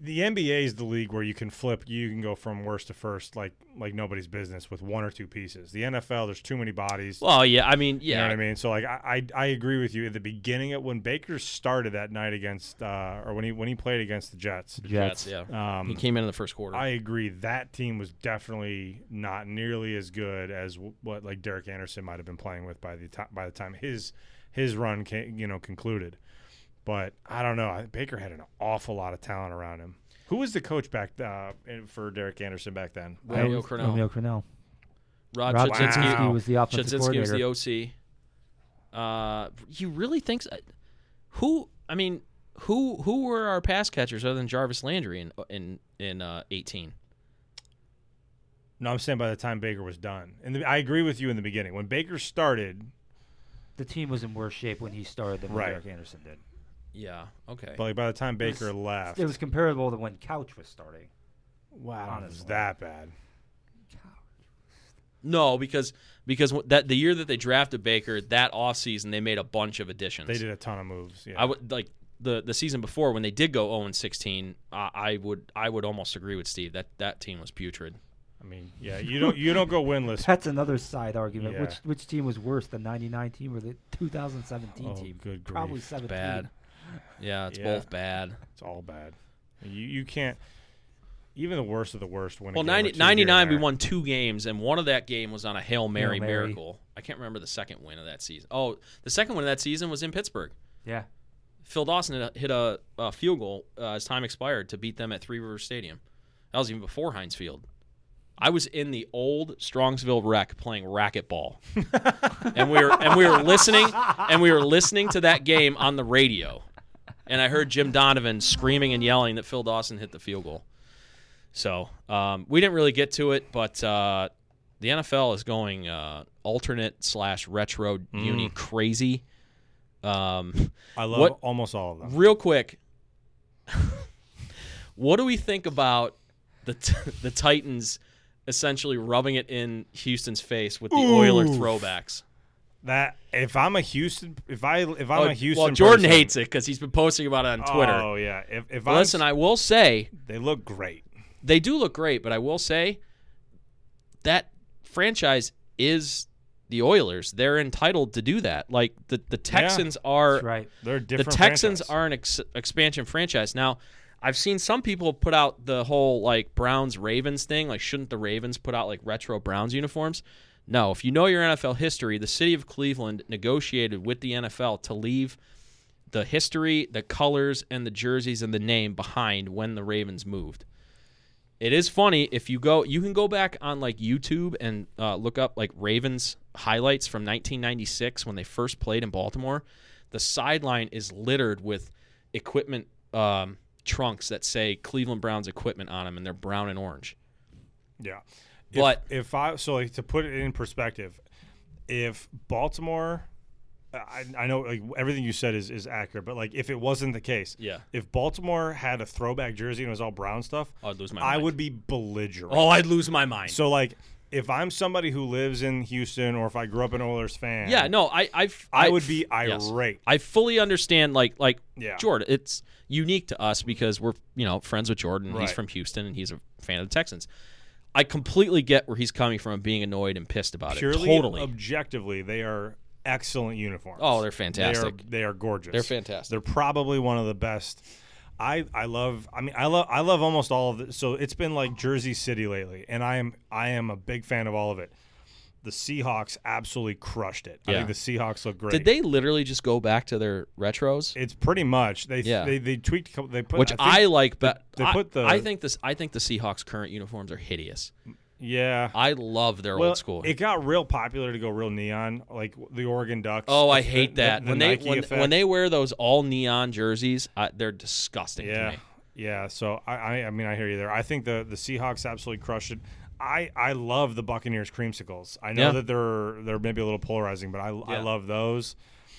S2: The NBA is the league where you can flip. You can go from worst to first, like like nobody's business, with one or two pieces. The NFL, there's too many bodies.
S1: Well, yeah, I mean,
S2: You
S1: yeah,
S2: know what I mean? So like I, I I agree with you at the beginning of when Baker started that night against uh or when he when he played against the Jets.
S3: Jets.
S1: Jets, yeah.
S2: Um
S1: he came in in the first quarter.
S2: I agree. That team was definitely not nearly as good as w- what like Derek Anderson might have been playing with by the time by the time his his run ca you know concluded. But I don't know. I- Baker had an awful lot of talent around him. Who was the coach back uh, in- for Derek Anderson back then?
S3: That
S1: Romeo
S3: was
S1: Cornell.
S3: Romeo Cornell.
S1: Rod,
S3: Rob
S1: Chudzinski-
S2: Wow.
S3: Chudzinski was the offensive
S1: Shadzinski was
S3: coordinator.
S1: the OC. Uh, you really think so? who? I mean, who who were our pass catchers other than Jarvis Landry in in in uh, eighteen?
S2: No, I'm saying by the time Baker was done. And the, I agree with you in the beginning. When Baker started,
S3: the team was in worse shape when he started than when
S2: Right.
S3: Derek Anderson did.
S1: Yeah. Okay.
S2: but like by the time
S3: It was-
S2: Baker left,
S3: It was comparable to when Couch was starting.
S2: wow, it was
S3: honestly.
S2: that bad.
S1: no, because because that the year that they drafted Baker, that offseason, they made a bunch of additions.
S2: They did a ton of moves. Yeah.
S1: I would like the the season before when they did go zero and sixteen. I I would I would almost agree with Steve that that team was putrid.
S2: I mean, yeah, you don't you don't go winless
S3: That's another side argument.
S2: Yeah.
S3: Which which team was worse, the '99 team or the 2017
S2: Oh,
S3: team?
S2: good
S3: Probably
S2: grief.
S3: 17.
S1: Bad. Yeah, it's
S2: Yeah.
S1: both bad.
S2: It's all bad. You you can't. Even the worst of the worst win. a
S1: Well,
S2: game or
S1: 90,
S2: two here and
S1: 99, we
S2: there.
S1: won two games, and one of that game was on a Hail Mary,
S3: Mary.
S1: miracle. I can't remember the second win of that season. Oh, the second win of that season was in Pittsburgh.
S3: Yeah.
S1: Phil Dawson hit a, hit a, a field goal uh, as time expired to beat them at Three Rivers Stadium. That was even before Heinz Field. I was in the old Strongsville rec playing racquetball, and we were and we were listening and we were listening to that game on the radio, and I heard Jim Donovan screaming and yelling that Phil Dawson hit the field goal. So um, we didn't really get to it, but uh, the NFL is going uh, alternate slash retro uni crazy. Um,
S2: I love
S1: What-
S2: almost all of them.
S1: real quick, what do we think about the t- the Titans essentially rubbing it in Houston's face with the Oiler
S2: Oof.
S1: throwbacks?
S2: That if I'm a Houston, if I if I'm
S1: Oh,
S2: a Houston,
S1: well, Jordan
S2: person-
S1: hates it because he's been posting about it on Twitter.
S2: Oh yeah. If if
S1: But
S2: I'm,
S1: Listen, I will say
S2: they look great.
S1: they do look great, but I will say that franchise is the Oilers. They're entitled to do that. Like the the Texans are
S3: That's right.
S2: They're a
S1: the
S2: different.
S1: Texans
S2: franchise.
S1: are an ex- expansion franchise. Now, I've seen some people put out the whole like Browns Ravens thing. Like, shouldn't the Ravens put out like retro Browns uniforms? No. If you know your NFL history, the city of Cleveland negotiated with the NFL to leave the history, the colors, and the jerseys and the name behind when the Ravens moved. It is funny if you go, you can go back on like YouTube and uh, look up like Ravens highlights from 1996 when they first played in Baltimore. The sideline is littered with equipment um, trunks that say Cleveland Browns equipment on them, and they're brown and orange.
S2: Yeah.
S1: But-
S2: if, if I so like to put it in perspective, if Baltimore I, I know like everything you said is, is accurate, but like if it wasn't the case,
S1: Yeah.
S2: If Baltimore had a throwback jersey and it was all brown stuff,
S1: I'd lose my
S2: I
S1: mind.
S2: would be belligerent.
S1: Oh, I'd lose my mind.
S2: So like if I'm somebody who lives in Houston or if I grew up an Oilers fan,
S1: yeah, no, I, I've,
S2: I would be
S1: yes.
S2: irate.
S1: I fully understand, like, like
S2: Yeah.
S1: Jordan. It's unique to us because we're you know friends with Jordan. and He's
S2: Right.
S1: from Houston and he's a fan of the Texans. I completely get where he's coming from, being annoyed and pissed about
S2: purely
S1: it. Totally.
S2: objectively, they are excellent uniforms.
S1: Oh, they're fantastic.
S2: They are, they are gorgeous.
S1: They're fantastic.
S2: They're probably one of the best. I, I love I mean I love I love almost all of it. So it's been like Jersey City lately, and I am I am a big fan of all of it. The Seahawks absolutely crushed it. I
S1: Yeah.
S2: think the Seahawks look great.
S1: Did they literally just go back to their retros?
S2: It's pretty much they
S1: Yeah.
S2: they, they tweaked a couple. They put
S1: which
S2: think-
S1: I, like, but
S2: they
S1: I-
S2: put the-
S1: I think this. I think the Seahawks' current uniforms are hideous.
S2: yeah
S1: I love their old school.
S2: It got real popular to go real neon, like the Oregon Ducks.
S1: Oh, I
S2: The-
S1: hate
S2: the-
S1: that
S2: the
S1: when they
S2: Nike
S1: when,
S2: effect.
S1: when they wear those all neon jerseys, I, they're disgusting to
S2: Yeah,
S1: me.
S2: yeah. So I, I, I mean, I hear you there. I think the the Seahawks absolutely crushed it. I, I love the Buccaneers creamsicles. I know
S1: Yeah.
S2: that they're they're maybe a little polarizing, but I, I
S1: Yeah.
S2: love those.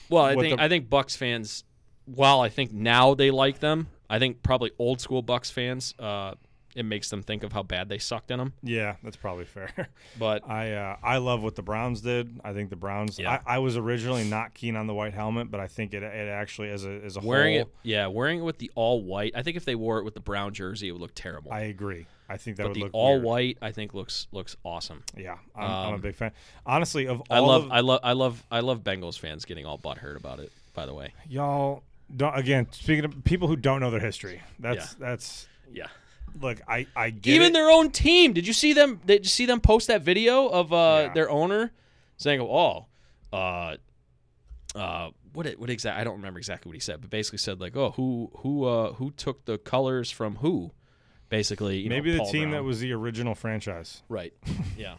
S1: Well, I
S2: What
S1: think
S2: the-
S1: I think Bucks fans, while I think now they like them, I think probably old school Bucks fans, uh, it makes them think of how bad they sucked in them.
S2: Yeah, that's probably fair.
S1: But
S2: I uh, I love what the Browns did. I think the Browns.
S1: Yeah.
S2: I, I was originally not keen on the white helmet, but I think it, it actually as a as a
S1: wearing
S2: whole,
S1: it, yeah, wearing it with the all white. I think if they wore it with the brown jersey, it would look terrible.
S2: I agree. I think that
S1: but
S2: would
S1: the
S2: look
S1: all
S2: weird.
S1: white, I think looks looks awesome.
S2: Yeah, I'm, I'm a big fan. Honestly, of
S1: Um, I
S2: all
S1: love
S2: of,
S1: I love I love I love Bengals fans getting all butthurt about it. By the way,
S2: y'all. Don't, again, speaking of people who don't know their history, that's that's
S1: yeah.
S2: look. I I get
S1: Even
S2: it.
S1: their own team. Did you see them? Did you see them post that video of uh,
S2: Yeah.
S1: their owner saying, "Oh, uh, uh, what it- what exactly? I don't remember exactly what he said, but basically said like, oh, who who uh, who took the colors from who? Basically, you know,
S2: Maybe the
S1: Paul
S2: team
S1: Brown.
S2: that was the original franchise.
S1: right. Yeah.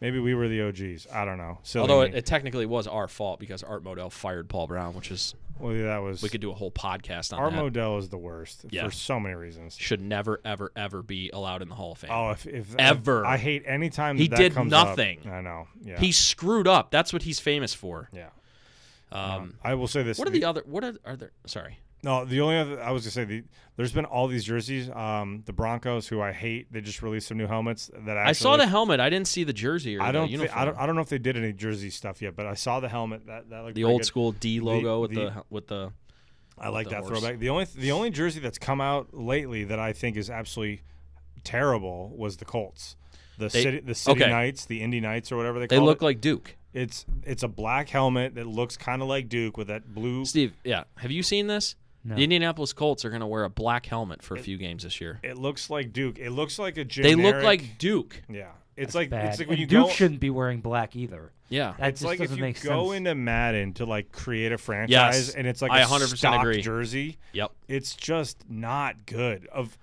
S2: Maybe we were the OGs. I don't know. Silly
S1: Although
S2: me.
S1: it, it technically was our fault because Art Modell fired Paul Brown, which is
S2: well, yeah, that was
S1: we could do a whole podcast on
S2: our
S1: that.
S2: Modell is the worst
S1: Yeah.
S2: for so many reasons.
S1: Should never ever ever be allowed in the Hall of Fame.
S2: Oh, if, if
S1: Ever.
S2: I, hate any time
S1: He
S2: that
S1: did
S2: comes up.
S1: nothing.
S2: I know. Yeah.
S1: He screwed up. That's what he's famous for.
S2: yeah.
S1: Um,
S2: I will say this.
S1: what are the other? What are, are there? Sorry.
S2: no? The only other I was gonna say the there's been all these jerseys. Um, the Broncos, who I hate, they just released some new helmets that actually
S1: I saw the helmet. I didn't see the jersey or
S2: I
S1: the
S2: don't, thi-
S1: uniform.
S2: I don't. I don't know if they did any jersey stuff yet, but I saw the helmet. That that looked
S1: the
S2: pretty
S1: old
S2: good.
S1: school D logo with the,
S2: the-
S1: with the
S2: I like
S1: the
S2: that
S1: horse.
S2: throwback. The only the only jersey that's come out lately that I think is absolutely terrible was the Colts. The
S1: They-
S2: city the city
S1: okay.
S2: Knights, the Indy Knights or whatever they
S1: they
S2: call
S1: look
S2: it.
S1: like Duke.
S2: it's it's a black helmet that looks kind of like Duke with that blue
S1: Steve, yeah. Have you seen this?
S3: No.
S1: The Indianapolis Colts are going to wear a black helmet for a few games this year.
S2: it looks like Duke. It looks like
S1: They
S2: a generic
S1: look like Duke.
S2: Yeah. It's like
S3: Bad.
S2: it's like when
S3: And
S2: you
S3: Duke
S2: go
S3: shouldn't be wearing black either.
S1: Yeah.
S3: That
S2: it's
S3: just
S2: like if
S3: doesn't
S2: you
S3: make
S2: go
S3: sense.
S2: into Madden to like create a franchise and it's like
S1: I
S2: a
S1: 100%
S2: stock
S1: agree.
S2: jersey.
S1: Yep.
S2: it's just not good. Of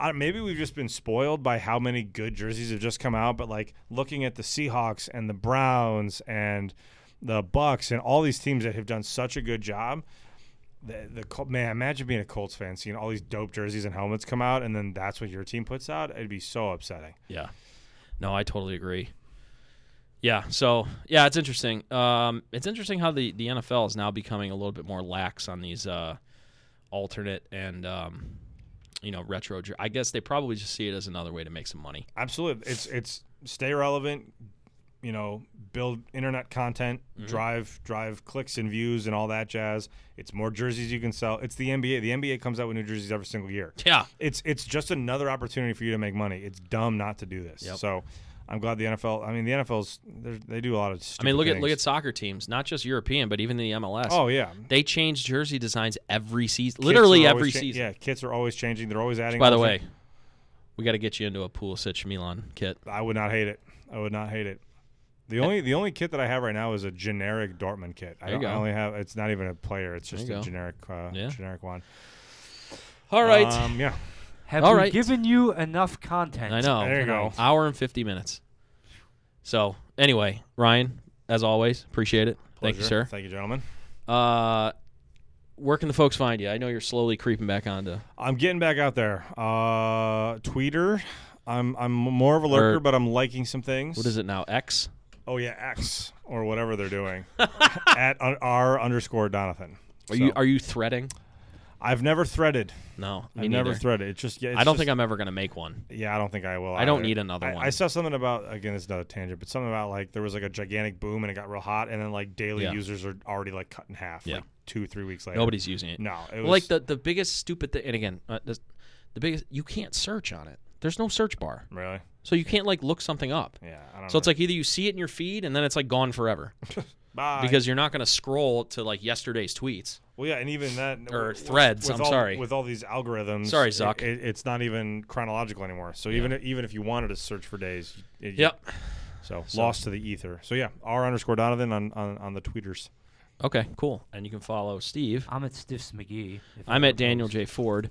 S2: I, maybe we've just been spoiled by how many good jerseys have just come out, but like looking at the Seahawks and the Browns and the Bucks and all these teams that have done such a good job. The, the Col- man, imagine being a Colts fan, seeing all these dope jerseys and helmets come out, and then that's what your team puts out. It'd be so upsetting.
S1: Yeah. No, I totally agree. Yeah. So, yeah, it's interesting. Um, it's interesting how the, the NFL is now becoming a little bit more lax on these uh, alternate and, um, you know, retro. jer- I guess they probably just see it as another way to make some money.
S2: Absolutely, it's it's stay relevant. You know, build internet content,
S1: Mm-hmm.
S2: drive drive clicks and views and all that jazz. It's more jerseys you can sell. It's the NBA. The NBA comes out with new jerseys every single year.
S1: Yeah.
S2: It's it's just another opportunity for you to make money. It's dumb not to do this.
S1: Yep.
S2: So, I'm glad the NFL. I mean, the NFL's they're- they do a lot of.
S1: I mean,
S2: stupid
S1: look at look at
S2: things.
S1: soccer teams, not just European, but even the MLS.
S2: Oh yeah,
S1: They change jersey designs every season,
S2: Kits
S1: literally
S2: are always
S1: every
S2: cha-
S1: season.
S2: Yeah, kits are always changing. They're always adding.
S1: By the
S2: more
S1: way,
S2: things.
S1: we got to get you into a Pulisic Milan kit.
S2: I would not hate it. I would not hate it. The only the only kit that I have right now is a generic Dortmund kit. I,
S1: There you
S2: don't- I
S1: go.
S2: only have. It's not even a player. It's
S1: There
S2: just
S1: you
S2: a
S1: go.
S2: generic uh,
S1: Yeah.
S2: generic one.
S1: All right,
S2: Um, yeah.
S3: Have
S1: All
S3: we
S1: right.
S3: given you enough content?
S1: I know.
S2: There you go.
S1: Hour and fifty minutes. So anyway, Ryan, as always, appreciate it. Thank you,
S2: Pleasure.
S1: sir.
S2: Thank you, gentlemen.
S1: Uh, where can the folks find you? I know you're slowly creeping back onto.
S2: I'm getting back out there. Uh, Tweeter. I'm I'm more of a lurker,
S1: Or-
S2: but I'm liking some things.
S1: Er, What is it now? X.
S2: Oh yeah, X or whatever they're doing at un- r underscore Donathan.
S1: Are you
S2: So,
S1: are you threading?
S2: I've never threaded.
S1: No,
S2: I've
S1: me
S2: never
S1: neither.
S2: threaded. It's just. Yeah,
S1: I don't think I'm ever gonna make one.
S2: Yeah, I don't think I will.
S1: I don't
S2: either.
S1: need another
S2: I-
S1: one.
S2: I saw something about again. It's another tangent, but something about like there was like a gigantic boom and it got real hot, and then like daily
S1: Yeah.
S2: users are already like cut in half.
S1: Yeah.
S2: Like two three weeks later.
S1: Nobody's using it.
S2: No, it was
S1: Well, like the the biggest stupid thing, and again, uh, this, the biggest you can't search on it. There's no search bar,
S2: really.
S1: so you can't like look something up.
S2: Yeah, I don't.
S1: So it's like either you see it in your feed, and then it's like gone forever
S2: Bye.
S1: because you're not going to scroll to like yesterday's tweets.
S2: Well, yeah, and even that
S1: Or
S2: with-
S1: threads,
S2: With
S1: I'm
S2: all,
S1: sorry.
S2: With all these algorithms,
S1: Sorry,
S2: it-
S1: Zuck.
S2: It, it's not even chronological anymore. So even even if you wanted to search for days, it,
S1: Yep.
S2: So, lost to the ether. So yeah, r underscore Donovan on on, on the tweeters.
S1: Okay. Cool. And you can follow Steve.
S3: I'm at Stiffs McGee. if
S1: I'm
S3: anyone
S1: at Daniel
S3: knows.
S1: J. Ford.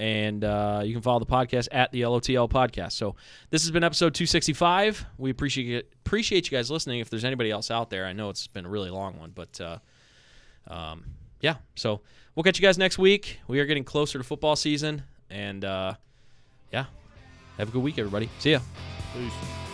S1: And uh, you can follow the podcast at the LOTL podcast. So this has been episode 265. We appreciate appreciate you guys listening. If there's anybody else out there, I know it's been a really long one, but uh, um, yeah. So we'll catch you guys next week. We are getting closer to football season, and uh, yeah, have a good week, everybody. See ya.
S2: Peace.